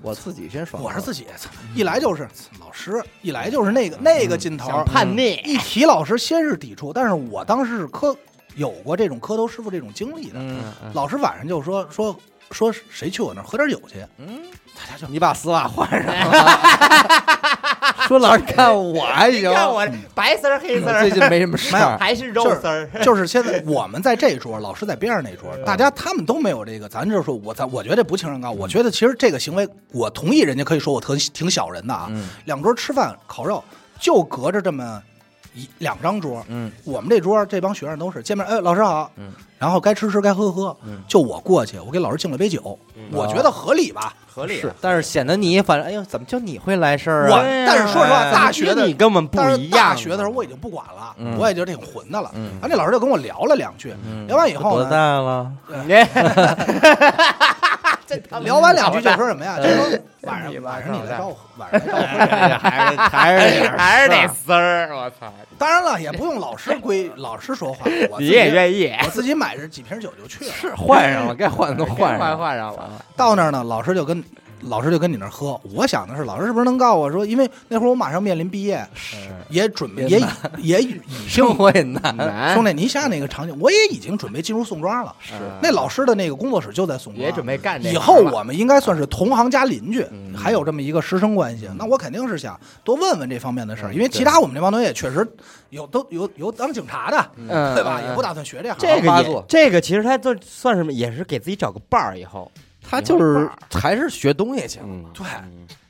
[SPEAKER 1] 我自己先爽。
[SPEAKER 2] 我是自己，操
[SPEAKER 3] 嗯
[SPEAKER 2] 一来就是老师，一来就是那个那个劲头儿
[SPEAKER 3] 想。叛逆，
[SPEAKER 2] 一提老师，先是抵触，但是我当时是磕有过这种磕头师傅这种经历的。
[SPEAKER 1] 嗯，
[SPEAKER 2] 老师晚上就说说说谁去我那儿喝点酒去，
[SPEAKER 1] 你把丝袜换上。 说老师，你看我
[SPEAKER 5] 哎
[SPEAKER 1] 还行，
[SPEAKER 3] 看我白丝儿黑丝
[SPEAKER 1] 我
[SPEAKER 3] 儿，
[SPEAKER 1] 最近哎没什么事儿。
[SPEAKER 5] 啊
[SPEAKER 3] 还是肉丝儿，
[SPEAKER 1] 嗯
[SPEAKER 2] 就是现在我们在这一桌，老师在边上那桌，大家他们都没有这个，咱就说我咱我觉得不情商高，
[SPEAKER 1] 嗯
[SPEAKER 2] 我觉得其实这个行为，我同意人家可以说我特挺小人的啊。
[SPEAKER 1] 嗯
[SPEAKER 2] 两桌吃饭烤肉，就隔着这么一两张桌，
[SPEAKER 1] 嗯，
[SPEAKER 2] 我们这桌这帮学生都是见面，哎，老师好，
[SPEAKER 1] 嗯，
[SPEAKER 2] 然后该吃吃该喝喝，
[SPEAKER 1] 嗯
[SPEAKER 2] 就我过去，我给老师敬了杯酒，我觉得合理吧。
[SPEAKER 3] 合理
[SPEAKER 1] 是，但是显得你反正，哎呦，怎么就你会来事儿
[SPEAKER 2] 我
[SPEAKER 1] 啊？
[SPEAKER 2] 但是说实话，大 学的
[SPEAKER 3] 你根本不
[SPEAKER 2] 但是
[SPEAKER 3] 一样。
[SPEAKER 2] 大学的时候我已经不管了，
[SPEAKER 1] 嗯
[SPEAKER 2] 我也就挺混的了。
[SPEAKER 1] 嗯
[SPEAKER 2] 啊，那老师就跟我聊了两句，
[SPEAKER 3] 嗯
[SPEAKER 2] 聊完以后
[SPEAKER 1] 多
[SPEAKER 2] 呢，
[SPEAKER 1] 大了？
[SPEAKER 2] 聊完两句就说什么
[SPEAKER 3] 嗯
[SPEAKER 2] 呀？就说晚
[SPEAKER 3] 你
[SPEAKER 2] 上
[SPEAKER 3] 晚
[SPEAKER 2] 晚
[SPEAKER 3] 上
[SPEAKER 2] 上你
[SPEAKER 3] 再
[SPEAKER 2] 来找我，晚上来找 我。
[SPEAKER 3] 还是还是还是得丝儿，我操！
[SPEAKER 2] 当然了，也不用老师归老师说话，我自
[SPEAKER 3] 你
[SPEAKER 2] 己哎
[SPEAKER 3] 也愿意？
[SPEAKER 2] 我自己买着几瓶酒就去了。是
[SPEAKER 1] 换上了，该换的都换
[SPEAKER 3] 换
[SPEAKER 1] 上。
[SPEAKER 3] 换上了，
[SPEAKER 2] 到那儿呢，老师就跟老师就跟你那儿喝。我想的是，老师是不是能告诉我说，因为那会儿我马上面临毕业，呃也准备也
[SPEAKER 1] 天
[SPEAKER 2] 也已经
[SPEAKER 1] 生活也难，
[SPEAKER 2] 兄
[SPEAKER 3] 难，
[SPEAKER 2] 弟，你想想那个场景，我也已经准备进入宋庄了。
[SPEAKER 3] 哎是
[SPEAKER 2] 那老师的那个工作室就在宋庄，啊
[SPEAKER 3] 也准备干这个。嗯
[SPEAKER 2] 以后我们应该算是同行加邻居，还有这么一个师生关系。那我肯定是想多问问这方面的事
[SPEAKER 3] 嗯
[SPEAKER 2] 儿，因为其他我们这帮同学也确实有都有有当警察的，
[SPEAKER 3] 嗯
[SPEAKER 2] 对吧？
[SPEAKER 3] 嗯
[SPEAKER 2] 也不打算学这行。
[SPEAKER 3] 这
[SPEAKER 1] 发
[SPEAKER 3] 个也
[SPEAKER 1] 作
[SPEAKER 3] 这个其实他就算是也是给自己找个伴儿，以后
[SPEAKER 1] 他就是还是学东西去，
[SPEAKER 3] 嗯
[SPEAKER 2] 对，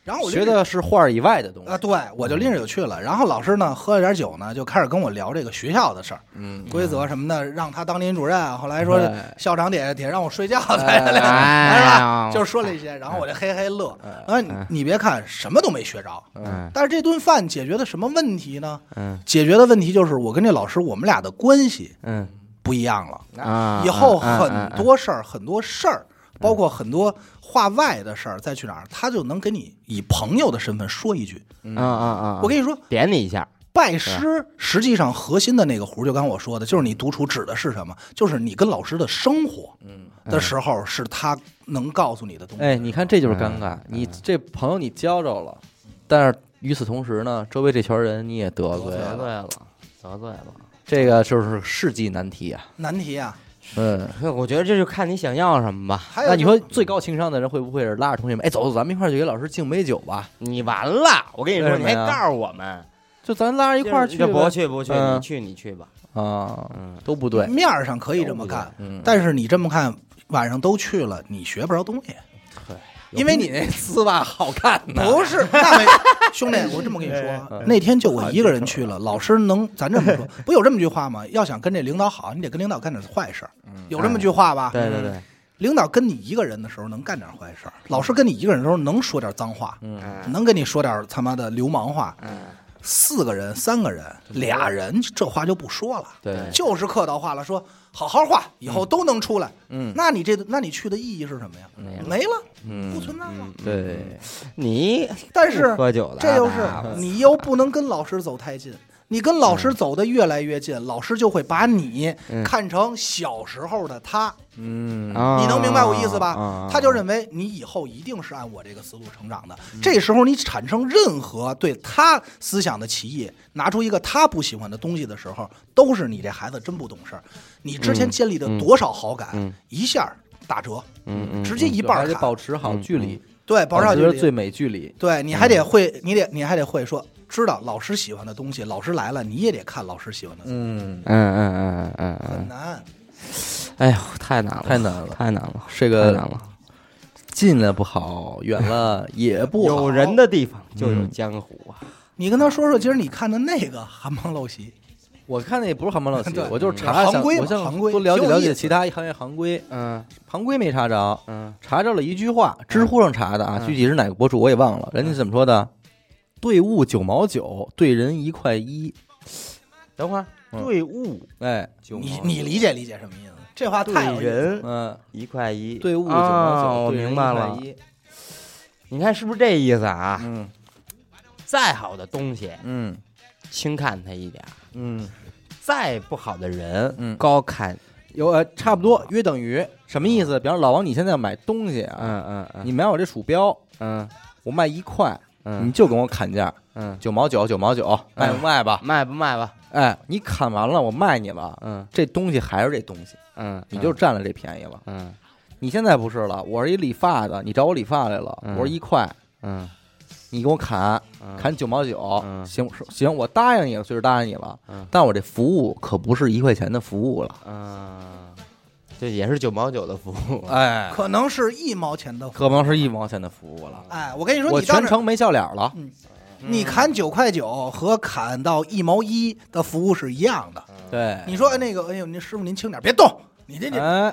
[SPEAKER 2] 然后我就
[SPEAKER 1] 学的是画儿以外的东西
[SPEAKER 2] 啊，。对我就拎着就去了。然后老师呢喝了点酒呢，就开始跟我聊这个学校的事儿、
[SPEAKER 1] 嗯，
[SPEAKER 2] 规则什么的，让他当林主任。后来说
[SPEAKER 1] 哎
[SPEAKER 2] 校长得得让我睡觉 才
[SPEAKER 1] 哎
[SPEAKER 2] 来，
[SPEAKER 3] 哎
[SPEAKER 2] 是吧？
[SPEAKER 3] 呀
[SPEAKER 2] 就说了一些，然后我就嘿嘿乐。
[SPEAKER 1] 哎
[SPEAKER 2] 啊，你你别看什么都没学着，
[SPEAKER 3] 嗯
[SPEAKER 2] 但是这顿饭解决的什么问题呢？
[SPEAKER 3] 嗯
[SPEAKER 2] 解决的问题就是我跟这老师我们俩的关系
[SPEAKER 3] 嗯
[SPEAKER 2] 不一样了，
[SPEAKER 3] 啊，
[SPEAKER 2] 以后
[SPEAKER 3] 啊嗯
[SPEAKER 2] 很多事儿、很多事儿，包括很多话外的事儿，再去哪儿，他就能给你以朋友的身份说一句。
[SPEAKER 3] 啊啊啊！
[SPEAKER 2] 我跟你说，
[SPEAKER 3] 点你一下，
[SPEAKER 2] 拜师实际上核心的那个弧，就刚刚我说的，就是你独处指的是什么？就是你跟老师的生活，的时候是他能告诉你的东西。
[SPEAKER 1] 嗯哎，你看这就是尴尬，你这朋友你交着了，但是与此同时呢，周围这圈人你也得罪
[SPEAKER 3] 得
[SPEAKER 1] 了，
[SPEAKER 3] 罪了，得罪了。
[SPEAKER 1] 这个就是世纪难题啊。
[SPEAKER 2] 难题啊，
[SPEAKER 1] 嗯，
[SPEAKER 3] 我觉得这就看你想要什么吧。
[SPEAKER 2] 还有
[SPEAKER 1] 哎那你
[SPEAKER 2] 就是
[SPEAKER 1] 说最高情商的人会不会是拉着同学们，哎，走走，咱们一块儿去给老师敬杯酒吧？
[SPEAKER 3] 你完了，我跟你说，
[SPEAKER 1] 为什
[SPEAKER 3] 你
[SPEAKER 1] 么
[SPEAKER 3] 还
[SPEAKER 1] 呀
[SPEAKER 3] 告诉我们
[SPEAKER 1] 就咱拉着一块儿
[SPEAKER 3] 就
[SPEAKER 1] 去
[SPEAKER 3] 就不
[SPEAKER 1] 呗
[SPEAKER 3] 去不去，
[SPEAKER 1] 嗯
[SPEAKER 3] 你去你去吧。
[SPEAKER 1] 啊，
[SPEAKER 3] 嗯，
[SPEAKER 1] 都不对。
[SPEAKER 2] 面儿上可以这么干，
[SPEAKER 1] 嗯，
[SPEAKER 2] 但是你这么看，晚上都去了，你学不着东西。因为你
[SPEAKER 1] 那丝袜好看呢
[SPEAKER 2] 不是， 那没兄弟，我这么跟你
[SPEAKER 3] 哎
[SPEAKER 2] 说，那天就我一个人去了，老师能咱这么说，不有这么句话吗？要想跟这领导好，你得跟领导干点坏事儿，有这么句话吧？
[SPEAKER 3] 嗯哎对对对，
[SPEAKER 2] 领导跟你一个人的时候能干点坏事儿，老师跟你一个人的时候能说点脏话，
[SPEAKER 3] 嗯
[SPEAKER 2] 能跟你说点他妈的流氓话。
[SPEAKER 3] 嗯
[SPEAKER 2] 四个人、三个人、俩人，这话就不说了，
[SPEAKER 1] 对
[SPEAKER 2] 就是客套话了，说好好话，以后都能出来。
[SPEAKER 1] 嗯
[SPEAKER 2] 那你这，那你去的意义是什么呀？
[SPEAKER 3] 没了
[SPEAKER 2] 没了，不
[SPEAKER 1] 嗯，
[SPEAKER 2] 存在了。
[SPEAKER 1] 对，
[SPEAKER 3] 你
[SPEAKER 2] 但是
[SPEAKER 3] 不喝酒的，
[SPEAKER 2] 这就是
[SPEAKER 3] 啊
[SPEAKER 2] 你又不能跟老师走太近，你跟老师走得越来越近，老师就会把你
[SPEAKER 3] 嗯
[SPEAKER 2] 看成小时候的他，
[SPEAKER 1] 嗯
[SPEAKER 3] 啊
[SPEAKER 2] 你能明白我意思吧？
[SPEAKER 3] 啊
[SPEAKER 2] 他就认为你以后一定是按我这个思路成长的。
[SPEAKER 3] 嗯
[SPEAKER 2] 这时候你产生任何对他思想的歧义，拿出一个他不喜欢的东西的时候，都是你这孩子真不懂事儿。你之前建立的多少好感，
[SPEAKER 3] 嗯
[SPEAKER 2] 一下打折，
[SPEAKER 3] 嗯嗯
[SPEAKER 2] 直接一半
[SPEAKER 1] 还
[SPEAKER 2] 儿
[SPEAKER 1] 得
[SPEAKER 2] 砍。
[SPEAKER 1] 保持好距离，
[SPEAKER 2] 对，保持好距
[SPEAKER 1] 持
[SPEAKER 2] 离。
[SPEAKER 1] 最美距离。
[SPEAKER 2] 对，你还得会，你得你还得会说，知道老师喜欢的东西，老师来了，你也得看老师喜欢的东西，
[SPEAKER 1] 嗯，
[SPEAKER 3] 嗯嗯嗯嗯
[SPEAKER 2] 很
[SPEAKER 3] 嗯，
[SPEAKER 2] 难。
[SPEAKER 3] 哎呦，太难了，
[SPEAKER 1] 太难了
[SPEAKER 3] 太难了，
[SPEAKER 1] 这
[SPEAKER 3] 太难
[SPEAKER 1] 个
[SPEAKER 3] 了。
[SPEAKER 1] 近了不好，远 了也不好。嗯
[SPEAKER 3] 有人的地方就有江湖啊，
[SPEAKER 2] 你跟他说说，今儿你看的那个《寒帮陋习
[SPEAKER 1] 我看那也不是航班老师
[SPEAKER 2] 对，
[SPEAKER 1] 我就是查
[SPEAKER 2] 行规嘛
[SPEAKER 1] 我想
[SPEAKER 2] 行规
[SPEAKER 1] 多了解
[SPEAKER 2] 挺有
[SPEAKER 1] 了
[SPEAKER 2] 意思
[SPEAKER 1] 解
[SPEAKER 2] 的
[SPEAKER 1] 其他行业行规，
[SPEAKER 3] 嗯
[SPEAKER 1] 行规没查着，
[SPEAKER 3] 嗯
[SPEAKER 1] 查着了一句
[SPEAKER 2] 嗯
[SPEAKER 1] 话，知乎上查的啊，具体是哪个博主我也忘了，人家怎么说的？ 对物九毛九，对人一块一。
[SPEAKER 3] 等会儿
[SPEAKER 1] 嗯
[SPEAKER 3] 对物
[SPEAKER 1] 哎，》，
[SPEAKER 2] 你你理解理解什么意思？这话太
[SPEAKER 3] 对
[SPEAKER 2] 有意思了
[SPEAKER 3] 人
[SPEAKER 1] 嗯，
[SPEAKER 3] 一块一，
[SPEAKER 1] 对物九
[SPEAKER 3] 啊
[SPEAKER 1] 毛九，
[SPEAKER 3] 我
[SPEAKER 1] 对人
[SPEAKER 3] 明
[SPEAKER 1] 一
[SPEAKER 3] 白
[SPEAKER 1] 块
[SPEAKER 3] 了。
[SPEAKER 1] 一。
[SPEAKER 3] 你看是不是这意思啊？
[SPEAKER 1] 嗯
[SPEAKER 3] 再好的东西，
[SPEAKER 1] 嗯
[SPEAKER 3] 轻看它一点儿，
[SPEAKER 1] 嗯，
[SPEAKER 3] 再不好的人，
[SPEAKER 5] 嗯
[SPEAKER 3] 高看，
[SPEAKER 5] 有呃差不多约等于什么意思？比方说老王，你现在买东西啊，
[SPEAKER 3] 嗯嗯嗯
[SPEAKER 5] 你买我这鼠标，
[SPEAKER 3] 嗯
[SPEAKER 5] 我卖一块，你
[SPEAKER 3] 嗯
[SPEAKER 5] 就跟我砍价，
[SPEAKER 3] 嗯，
[SPEAKER 5] 九毛九，九毛九，卖不卖吧？
[SPEAKER 3] 卖不卖吧？
[SPEAKER 5] 哎，你砍完了，我卖你了，
[SPEAKER 3] 嗯
[SPEAKER 5] 这东西还是这东西，
[SPEAKER 3] 嗯，
[SPEAKER 5] 你就占了这便宜了。
[SPEAKER 3] 嗯
[SPEAKER 5] 你现在不是了，我是一理发的，你找我理发来了，
[SPEAKER 3] 嗯
[SPEAKER 5] 我说一块，
[SPEAKER 3] 嗯
[SPEAKER 5] 你给我砍
[SPEAKER 3] 嗯
[SPEAKER 5] 砍九毛九，
[SPEAKER 3] 嗯
[SPEAKER 5] 行我说行，我答应你了，随时答应你了
[SPEAKER 3] 嗯，
[SPEAKER 5] 但我这服务可不是一块钱的服务了，
[SPEAKER 3] 嗯，这也是九毛九的服务，
[SPEAKER 5] 哎，
[SPEAKER 2] 可能是一毛钱的。
[SPEAKER 5] 可能是一毛钱的服务了，
[SPEAKER 2] 哎，我跟你说，
[SPEAKER 5] 我
[SPEAKER 2] 你到
[SPEAKER 5] 全
[SPEAKER 2] 这
[SPEAKER 5] 程没笑脸了。
[SPEAKER 2] 你砍九块九和砍到一毛一的服务是一样的。
[SPEAKER 5] 对，
[SPEAKER 2] 你说哎那个，哎呦，您师傅您轻点，别动，你这这，
[SPEAKER 5] 哎，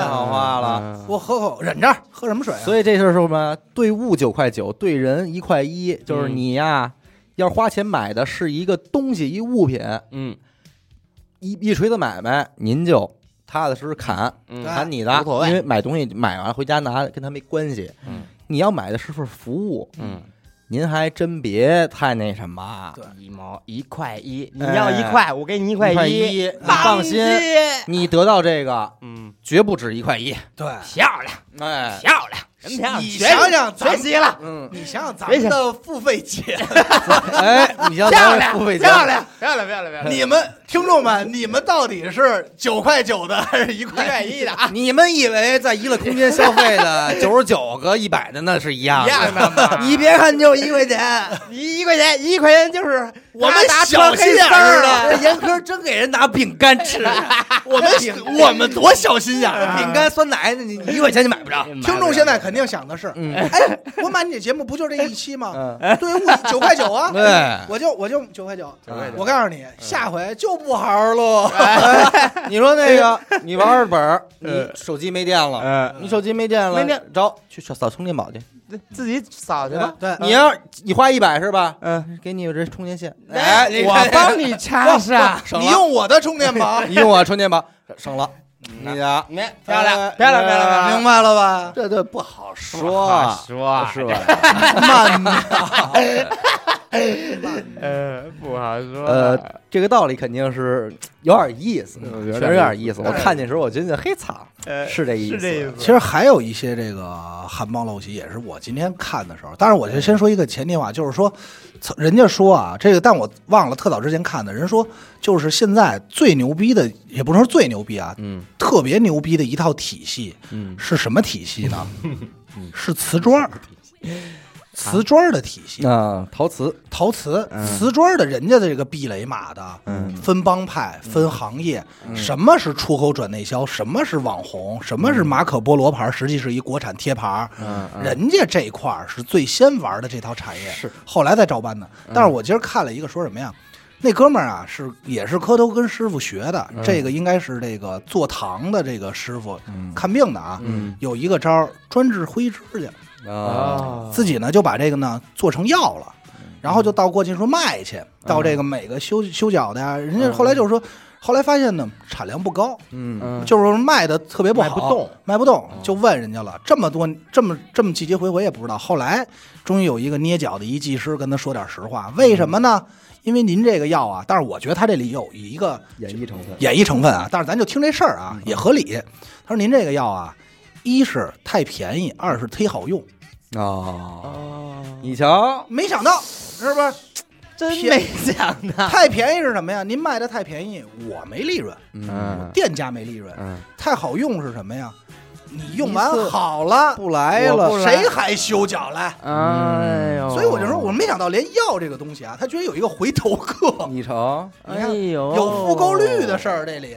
[SPEAKER 2] 太
[SPEAKER 5] 好话了，
[SPEAKER 2] 我喝口忍着，喝什么水啊？
[SPEAKER 5] 所以这就是什么？对物九块九，对人一块一，就是
[SPEAKER 3] 嗯
[SPEAKER 5] 你呀，要是花钱买的是一个东西、一物品，
[SPEAKER 3] 嗯
[SPEAKER 5] 一一锤子买卖，您就踏踏实实砍
[SPEAKER 3] 嗯
[SPEAKER 2] 对
[SPEAKER 5] 砍你的
[SPEAKER 3] 无所，谓
[SPEAKER 5] 因为买东西买完回家拿跟他没关系。
[SPEAKER 3] 嗯
[SPEAKER 5] 你要买的是份服务，
[SPEAKER 3] 嗯，
[SPEAKER 5] 您还真别太那什么。
[SPEAKER 2] 对
[SPEAKER 3] 一毛一块一，你
[SPEAKER 5] 哎
[SPEAKER 3] 要一块，我给你一块
[SPEAKER 5] 一块
[SPEAKER 3] 一，
[SPEAKER 5] 一，你放心，你得到这个
[SPEAKER 3] 嗯，
[SPEAKER 5] 绝不止一块一。
[SPEAKER 2] 对，
[SPEAKER 3] 漂亮
[SPEAKER 5] 哎，
[SPEAKER 3] 漂亮，真漂亮，
[SPEAKER 2] 你
[SPEAKER 3] 学
[SPEAKER 2] 想想咱
[SPEAKER 3] 学
[SPEAKER 2] 们
[SPEAKER 3] 习了，
[SPEAKER 5] 嗯，
[SPEAKER 2] 你想想咱
[SPEAKER 3] 别
[SPEAKER 2] 们
[SPEAKER 3] 想
[SPEAKER 2] 的付费节目，
[SPEAKER 5] 哎，你像
[SPEAKER 3] 漂
[SPEAKER 5] 咱
[SPEAKER 3] 亮
[SPEAKER 5] 们付费节目
[SPEAKER 3] 漂亮漂亮漂亮漂亮，
[SPEAKER 2] 你们听众们，你们到底是九块九的还是一
[SPEAKER 3] 一
[SPEAKER 2] 块
[SPEAKER 3] 块一的啊，
[SPEAKER 5] 你们以为在娱乐空间消费的九十九个一百的那是一样
[SPEAKER 3] 一样的嘛
[SPEAKER 5] 你别看就一块钱，
[SPEAKER 3] 一一块钱一块钱就是
[SPEAKER 2] 我们
[SPEAKER 3] 大大
[SPEAKER 2] 小
[SPEAKER 3] 穿
[SPEAKER 2] 心
[SPEAKER 3] 黑
[SPEAKER 2] 眼
[SPEAKER 3] 丝
[SPEAKER 2] 儿
[SPEAKER 3] 儿
[SPEAKER 2] 的
[SPEAKER 5] 啊这严科真给人拿饼干吃，啊
[SPEAKER 2] 我们哎我们多小心眼儿啊！
[SPEAKER 5] 饼干酸奶，你你一块钱你买不着。
[SPEAKER 3] 听
[SPEAKER 2] 听众现在肯定想的是，哎，我买你的节目不就这一期吗？对物九块九啊，
[SPEAKER 5] 对，
[SPEAKER 2] 我就我就九块九
[SPEAKER 5] 块。
[SPEAKER 2] 我告诉你，下回就不好好喽。
[SPEAKER 5] 你说那个，你玩二本儿，你手机没电了，
[SPEAKER 3] 嗯，
[SPEAKER 5] 你手机没电了，
[SPEAKER 3] 呃没电
[SPEAKER 5] 找去扫充电宝去。
[SPEAKER 3] 自己扫去吧。
[SPEAKER 2] 对，
[SPEAKER 5] 你要你花一百是吧？
[SPEAKER 3] 嗯，
[SPEAKER 5] 给你这充电线，
[SPEAKER 3] 哎，
[SPEAKER 5] 你
[SPEAKER 3] 我帮你插上，
[SPEAKER 5] 省
[SPEAKER 2] 你
[SPEAKER 5] 了，
[SPEAKER 2] 用我的充 电宝，
[SPEAKER 5] 你用我充电宝省了，你家
[SPEAKER 3] 你嗯漂亮
[SPEAKER 5] 哎
[SPEAKER 3] 漂亮漂亮漂
[SPEAKER 2] 明
[SPEAKER 3] 亮，
[SPEAKER 2] 白了吧？
[SPEAKER 5] 这这不
[SPEAKER 3] 好
[SPEAKER 5] 好
[SPEAKER 3] 说
[SPEAKER 5] 是吧？
[SPEAKER 2] 慢点，
[SPEAKER 3] 呃，不好说
[SPEAKER 5] 呃，这个道理肯定是有点意思，
[SPEAKER 3] 嗯
[SPEAKER 5] 确实有点意思。
[SPEAKER 3] 有点意思
[SPEAKER 5] 我看见时候，我觉得嘿操，
[SPEAKER 3] 呃
[SPEAKER 5] 是这意思
[SPEAKER 3] 是这意
[SPEAKER 2] 其
[SPEAKER 3] 思。
[SPEAKER 2] 实还有一些这个含帮陋习，也是我今天看的时候。当然，我就先说一个前提话，就是说，操人家说啊，这个但我忘了特早之前看的，人说就是现在最牛逼的，也不能说最牛逼啊，
[SPEAKER 5] 嗯，
[SPEAKER 2] 特别牛逼的一套体系，
[SPEAKER 5] 嗯，
[SPEAKER 2] 是什么体系呢？是瓷砖儿，瓷砖儿的体系。
[SPEAKER 5] 啊，陶瓷，
[SPEAKER 2] 陶瓷、瓷砖儿的，人家的这个避雷马的，分帮派、分行业，什么是出口转内销，什么是网红，什么是马可波罗牌儿，实际是一国产贴牌儿。人家这一块儿是最先玩的这套产业，是后来再照搬的。但是我今儿看了一个说什么呀？那哥们儿啊，是也是磕头跟师傅学的，这个应该是这个做糖的这个师傅、
[SPEAKER 5] 嗯
[SPEAKER 2] 看病的啊，有一个招儿专治灰指甲。
[SPEAKER 5] 啊，
[SPEAKER 2] 自己呢就把这个呢做成药了，
[SPEAKER 5] 嗯
[SPEAKER 2] 然后就到过去说卖去，到这个每个修修脚的呀，人家后来就是说，后来发现呢产量不高，
[SPEAKER 5] 嗯，
[SPEAKER 3] 嗯
[SPEAKER 2] 就是说卖的特别不好，
[SPEAKER 5] 卖不动，嗯
[SPEAKER 2] 卖不动，就问人家了，这么多这么这么季节回回也不知道，后来终于有一个捏脚的一技师跟他说点实话，为什么呢？因为您这个药啊，但是我觉得他这里有一个
[SPEAKER 5] 演绎成分，嗯
[SPEAKER 2] 演绎成分啊，但是咱就听这事儿啊，也合理。他说您这个药啊，一是太便宜，二是忒好用，
[SPEAKER 3] 嗯
[SPEAKER 5] 哦，
[SPEAKER 3] 哦，
[SPEAKER 5] 你瞧，
[SPEAKER 2] 没想到是不是？
[SPEAKER 3] 真
[SPEAKER 2] 骗
[SPEAKER 3] 没想到，
[SPEAKER 2] 太便宜是什么呀？您卖的太便宜，我没利润，
[SPEAKER 3] 嗯
[SPEAKER 2] 店家没利润。
[SPEAKER 3] 嗯，
[SPEAKER 2] 太好用是什么呀？你用
[SPEAKER 5] 一
[SPEAKER 2] 完
[SPEAKER 5] 次
[SPEAKER 2] 好了，
[SPEAKER 5] 不来了
[SPEAKER 2] 我不谁还修脚来？
[SPEAKER 1] 嗯
[SPEAKER 3] 哎呦，
[SPEAKER 2] 所以我就说，我没想到连药这个东西啊，它居然有一个回头客，
[SPEAKER 5] 你瞅，
[SPEAKER 3] 哎呦，
[SPEAKER 2] 有复购率的事儿这里，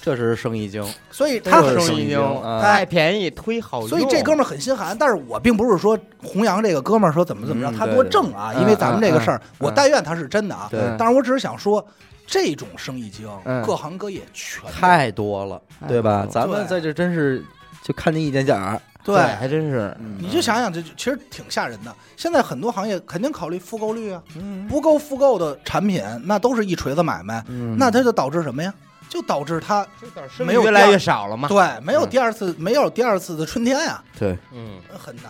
[SPEAKER 5] 这是生意经，
[SPEAKER 2] 所以他
[SPEAKER 3] 他
[SPEAKER 2] 很，
[SPEAKER 3] 生意经啊哎
[SPEAKER 5] 嗯
[SPEAKER 3] 太便宜，忒好用，
[SPEAKER 2] 所以这哥们儿很心寒。但是我并不是说弘扬这个哥们儿说怎么怎么
[SPEAKER 5] 嗯
[SPEAKER 2] 着，他
[SPEAKER 5] 对
[SPEAKER 2] 多
[SPEAKER 5] 对
[SPEAKER 2] 正啊，
[SPEAKER 3] 嗯
[SPEAKER 2] 因为咱们这个事儿
[SPEAKER 3] 嗯，嗯
[SPEAKER 2] 我但愿他是真的啊。
[SPEAKER 5] 对
[SPEAKER 2] 但是我只是想说，这种生意经
[SPEAKER 3] 嗯，
[SPEAKER 2] 各行各业全有
[SPEAKER 5] 太多了，对
[SPEAKER 3] 太多了
[SPEAKER 5] 吧？咱们在这真是就看见一点点儿，
[SPEAKER 3] 对，嗯
[SPEAKER 2] 对。
[SPEAKER 3] 还真是，
[SPEAKER 2] 你就想想，这其实挺吓人的。现在很多行业肯定考虑复购率啊，
[SPEAKER 5] 嗯
[SPEAKER 2] 不够复购的产品，那都是一锤子买卖，
[SPEAKER 5] 嗯
[SPEAKER 2] 那它就导致什么呀？就导致它
[SPEAKER 3] 生意
[SPEAKER 2] 没有
[SPEAKER 3] 嗯越
[SPEAKER 2] 第
[SPEAKER 3] 来
[SPEAKER 2] 二
[SPEAKER 3] 越少了嘛，
[SPEAKER 2] 对没有
[SPEAKER 3] 嗯
[SPEAKER 2] 第二次，没有第二次的春天呀，
[SPEAKER 5] 对，
[SPEAKER 3] 嗯
[SPEAKER 2] 很难。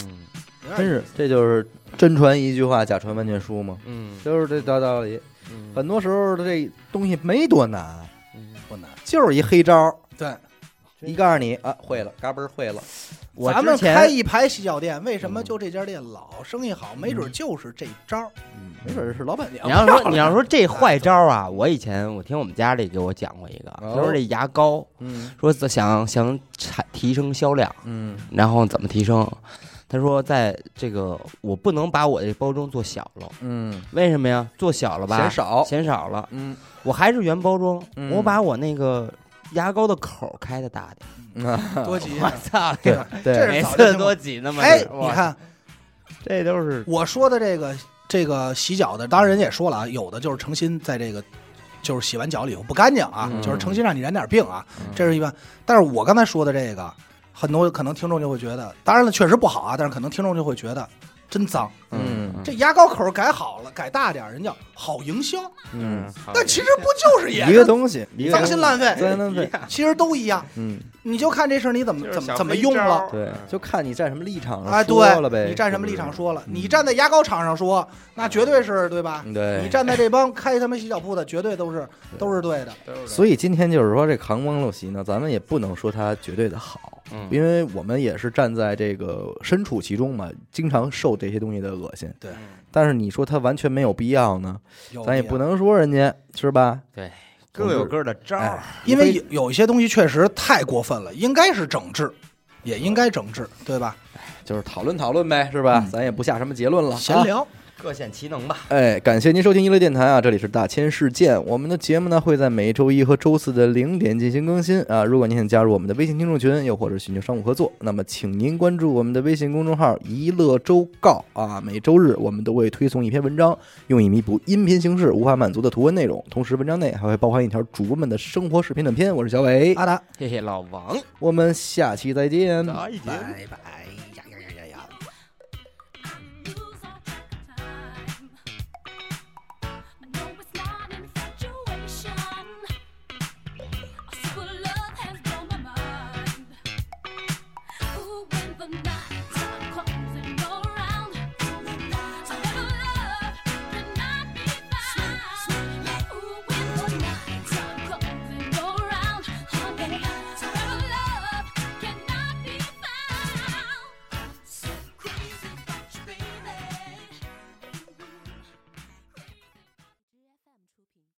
[SPEAKER 3] 嗯，
[SPEAKER 1] 真是这就是真传一句话，假传万卷书嘛，
[SPEAKER 3] 嗯
[SPEAKER 1] 就是这大道理。
[SPEAKER 3] 嗯
[SPEAKER 1] 很多时候这东西没多难，
[SPEAKER 3] 嗯
[SPEAKER 2] 不难。
[SPEAKER 1] 就是一黑招儿，
[SPEAKER 2] 对，
[SPEAKER 1] 一告诉你啊，会了，嘎嘣儿会了。
[SPEAKER 3] 我
[SPEAKER 2] 咱们
[SPEAKER 3] 之前
[SPEAKER 2] 开一排洗脚店，为什么就这家店老生意好？没
[SPEAKER 3] 嗯
[SPEAKER 2] 准就是这招儿。
[SPEAKER 1] 没准是老板娘
[SPEAKER 3] 你要说你要说这坏招啊，我以前我听我们家里给我讲过一个，
[SPEAKER 1] 哦
[SPEAKER 3] 就是这牙膏，
[SPEAKER 1] 嗯
[SPEAKER 3] 说想想产提升销量，
[SPEAKER 1] 嗯
[SPEAKER 3] 然后怎么提升？他说在这个我不能把我这包装做小了，
[SPEAKER 1] 嗯，
[SPEAKER 3] 为什么呀？做小了吧，
[SPEAKER 1] 嫌少，
[SPEAKER 3] 嫌少了，
[SPEAKER 1] 嗯
[SPEAKER 3] 我还是原包装，
[SPEAKER 1] 嗯
[SPEAKER 3] 我把我那个牙膏的口开的大点。
[SPEAKER 1] 啊，
[SPEAKER 2] 多吉，
[SPEAKER 3] 我 操！
[SPEAKER 1] 对
[SPEAKER 2] 这
[SPEAKER 1] 对
[SPEAKER 2] 是
[SPEAKER 3] 嗯每
[SPEAKER 2] 早就
[SPEAKER 3] 次
[SPEAKER 2] 听过
[SPEAKER 3] 多挤那么
[SPEAKER 2] 哎，
[SPEAKER 3] 点儿
[SPEAKER 2] 你
[SPEAKER 3] 哇
[SPEAKER 2] 看
[SPEAKER 3] 这都是
[SPEAKER 2] 我说的这个这个洗脚的，当然人家也说了啊，有的就是诚心在这个就是洗完脚了以后不干净啊，
[SPEAKER 1] 嗯
[SPEAKER 2] 就是诚心让你染点病啊，
[SPEAKER 1] 嗯
[SPEAKER 2] 这是一般。但是我刚才说的这个，很多可能听众就会觉得，当然了，确实不好啊，但是可能听众就会觉得真脏。
[SPEAKER 1] 嗯
[SPEAKER 2] 这牙膏口改好了，改大点儿，人叫好营销，
[SPEAKER 1] 嗯，
[SPEAKER 2] 但其实不就是也
[SPEAKER 1] 一个东西，一个
[SPEAKER 2] 脏心烂
[SPEAKER 1] 脏
[SPEAKER 2] 肺，
[SPEAKER 1] 心烂肺，
[SPEAKER 2] 其实都一样。
[SPEAKER 1] 嗯，
[SPEAKER 2] 你就看这事儿你怎么怎么怎么用了。
[SPEAKER 1] 对，就看你站什么立场上
[SPEAKER 2] 哎，
[SPEAKER 1] 说了呗，
[SPEAKER 2] 对，你站什么立场
[SPEAKER 1] 是嗯
[SPEAKER 2] 说了？你站在牙膏厂上说，那绝对是对吧
[SPEAKER 1] 不？是？对，
[SPEAKER 2] 你站在这帮开他妈洗脚铺的，绝对都是都是对的。
[SPEAKER 1] 所以今天就是说，这扛帮陋习呢，咱们也不能说它绝对的好，
[SPEAKER 3] 嗯
[SPEAKER 1] 因为我们也是站在这个身处其中嘛，经常受这些东西的恶心。
[SPEAKER 2] 对，
[SPEAKER 1] 但是你说它完全没有必要呢，
[SPEAKER 2] 有
[SPEAKER 1] 咱也
[SPEAKER 2] 必要
[SPEAKER 1] 不，能说人家是吧？
[SPEAKER 3] 对各有各的招儿
[SPEAKER 1] 哎。
[SPEAKER 2] 因为有有一些东西确实太过分了，应该是整治，也应该整治，对吧？
[SPEAKER 1] 就是讨论讨论呗，是
[SPEAKER 2] 嗯
[SPEAKER 1] 吧？咱也不下什么结论了，
[SPEAKER 2] 闲
[SPEAKER 1] 啊。
[SPEAKER 2] 聊，
[SPEAKER 3] 各显其能吧。
[SPEAKER 1] 哎，感谢您收听一乐电台啊，这里是大千世界。我们的节目呢会在每周一和周四的零点进行更新啊。如果您想加入我们的微信听众群，又或者寻求商务合作，那么请您关注我们的微信公众号“一乐周告”啊。每周日我们都会推送一篇文章，用以弥补音频形式无法满足的图文内容。同时，文章内还会包含一条主播们的生活视 频短片。我是小伟，
[SPEAKER 2] 阿达，
[SPEAKER 3] 嘿嘿，老王，
[SPEAKER 1] 我们下期再见。
[SPEAKER 3] 啊早一点。
[SPEAKER 2] 拜拜。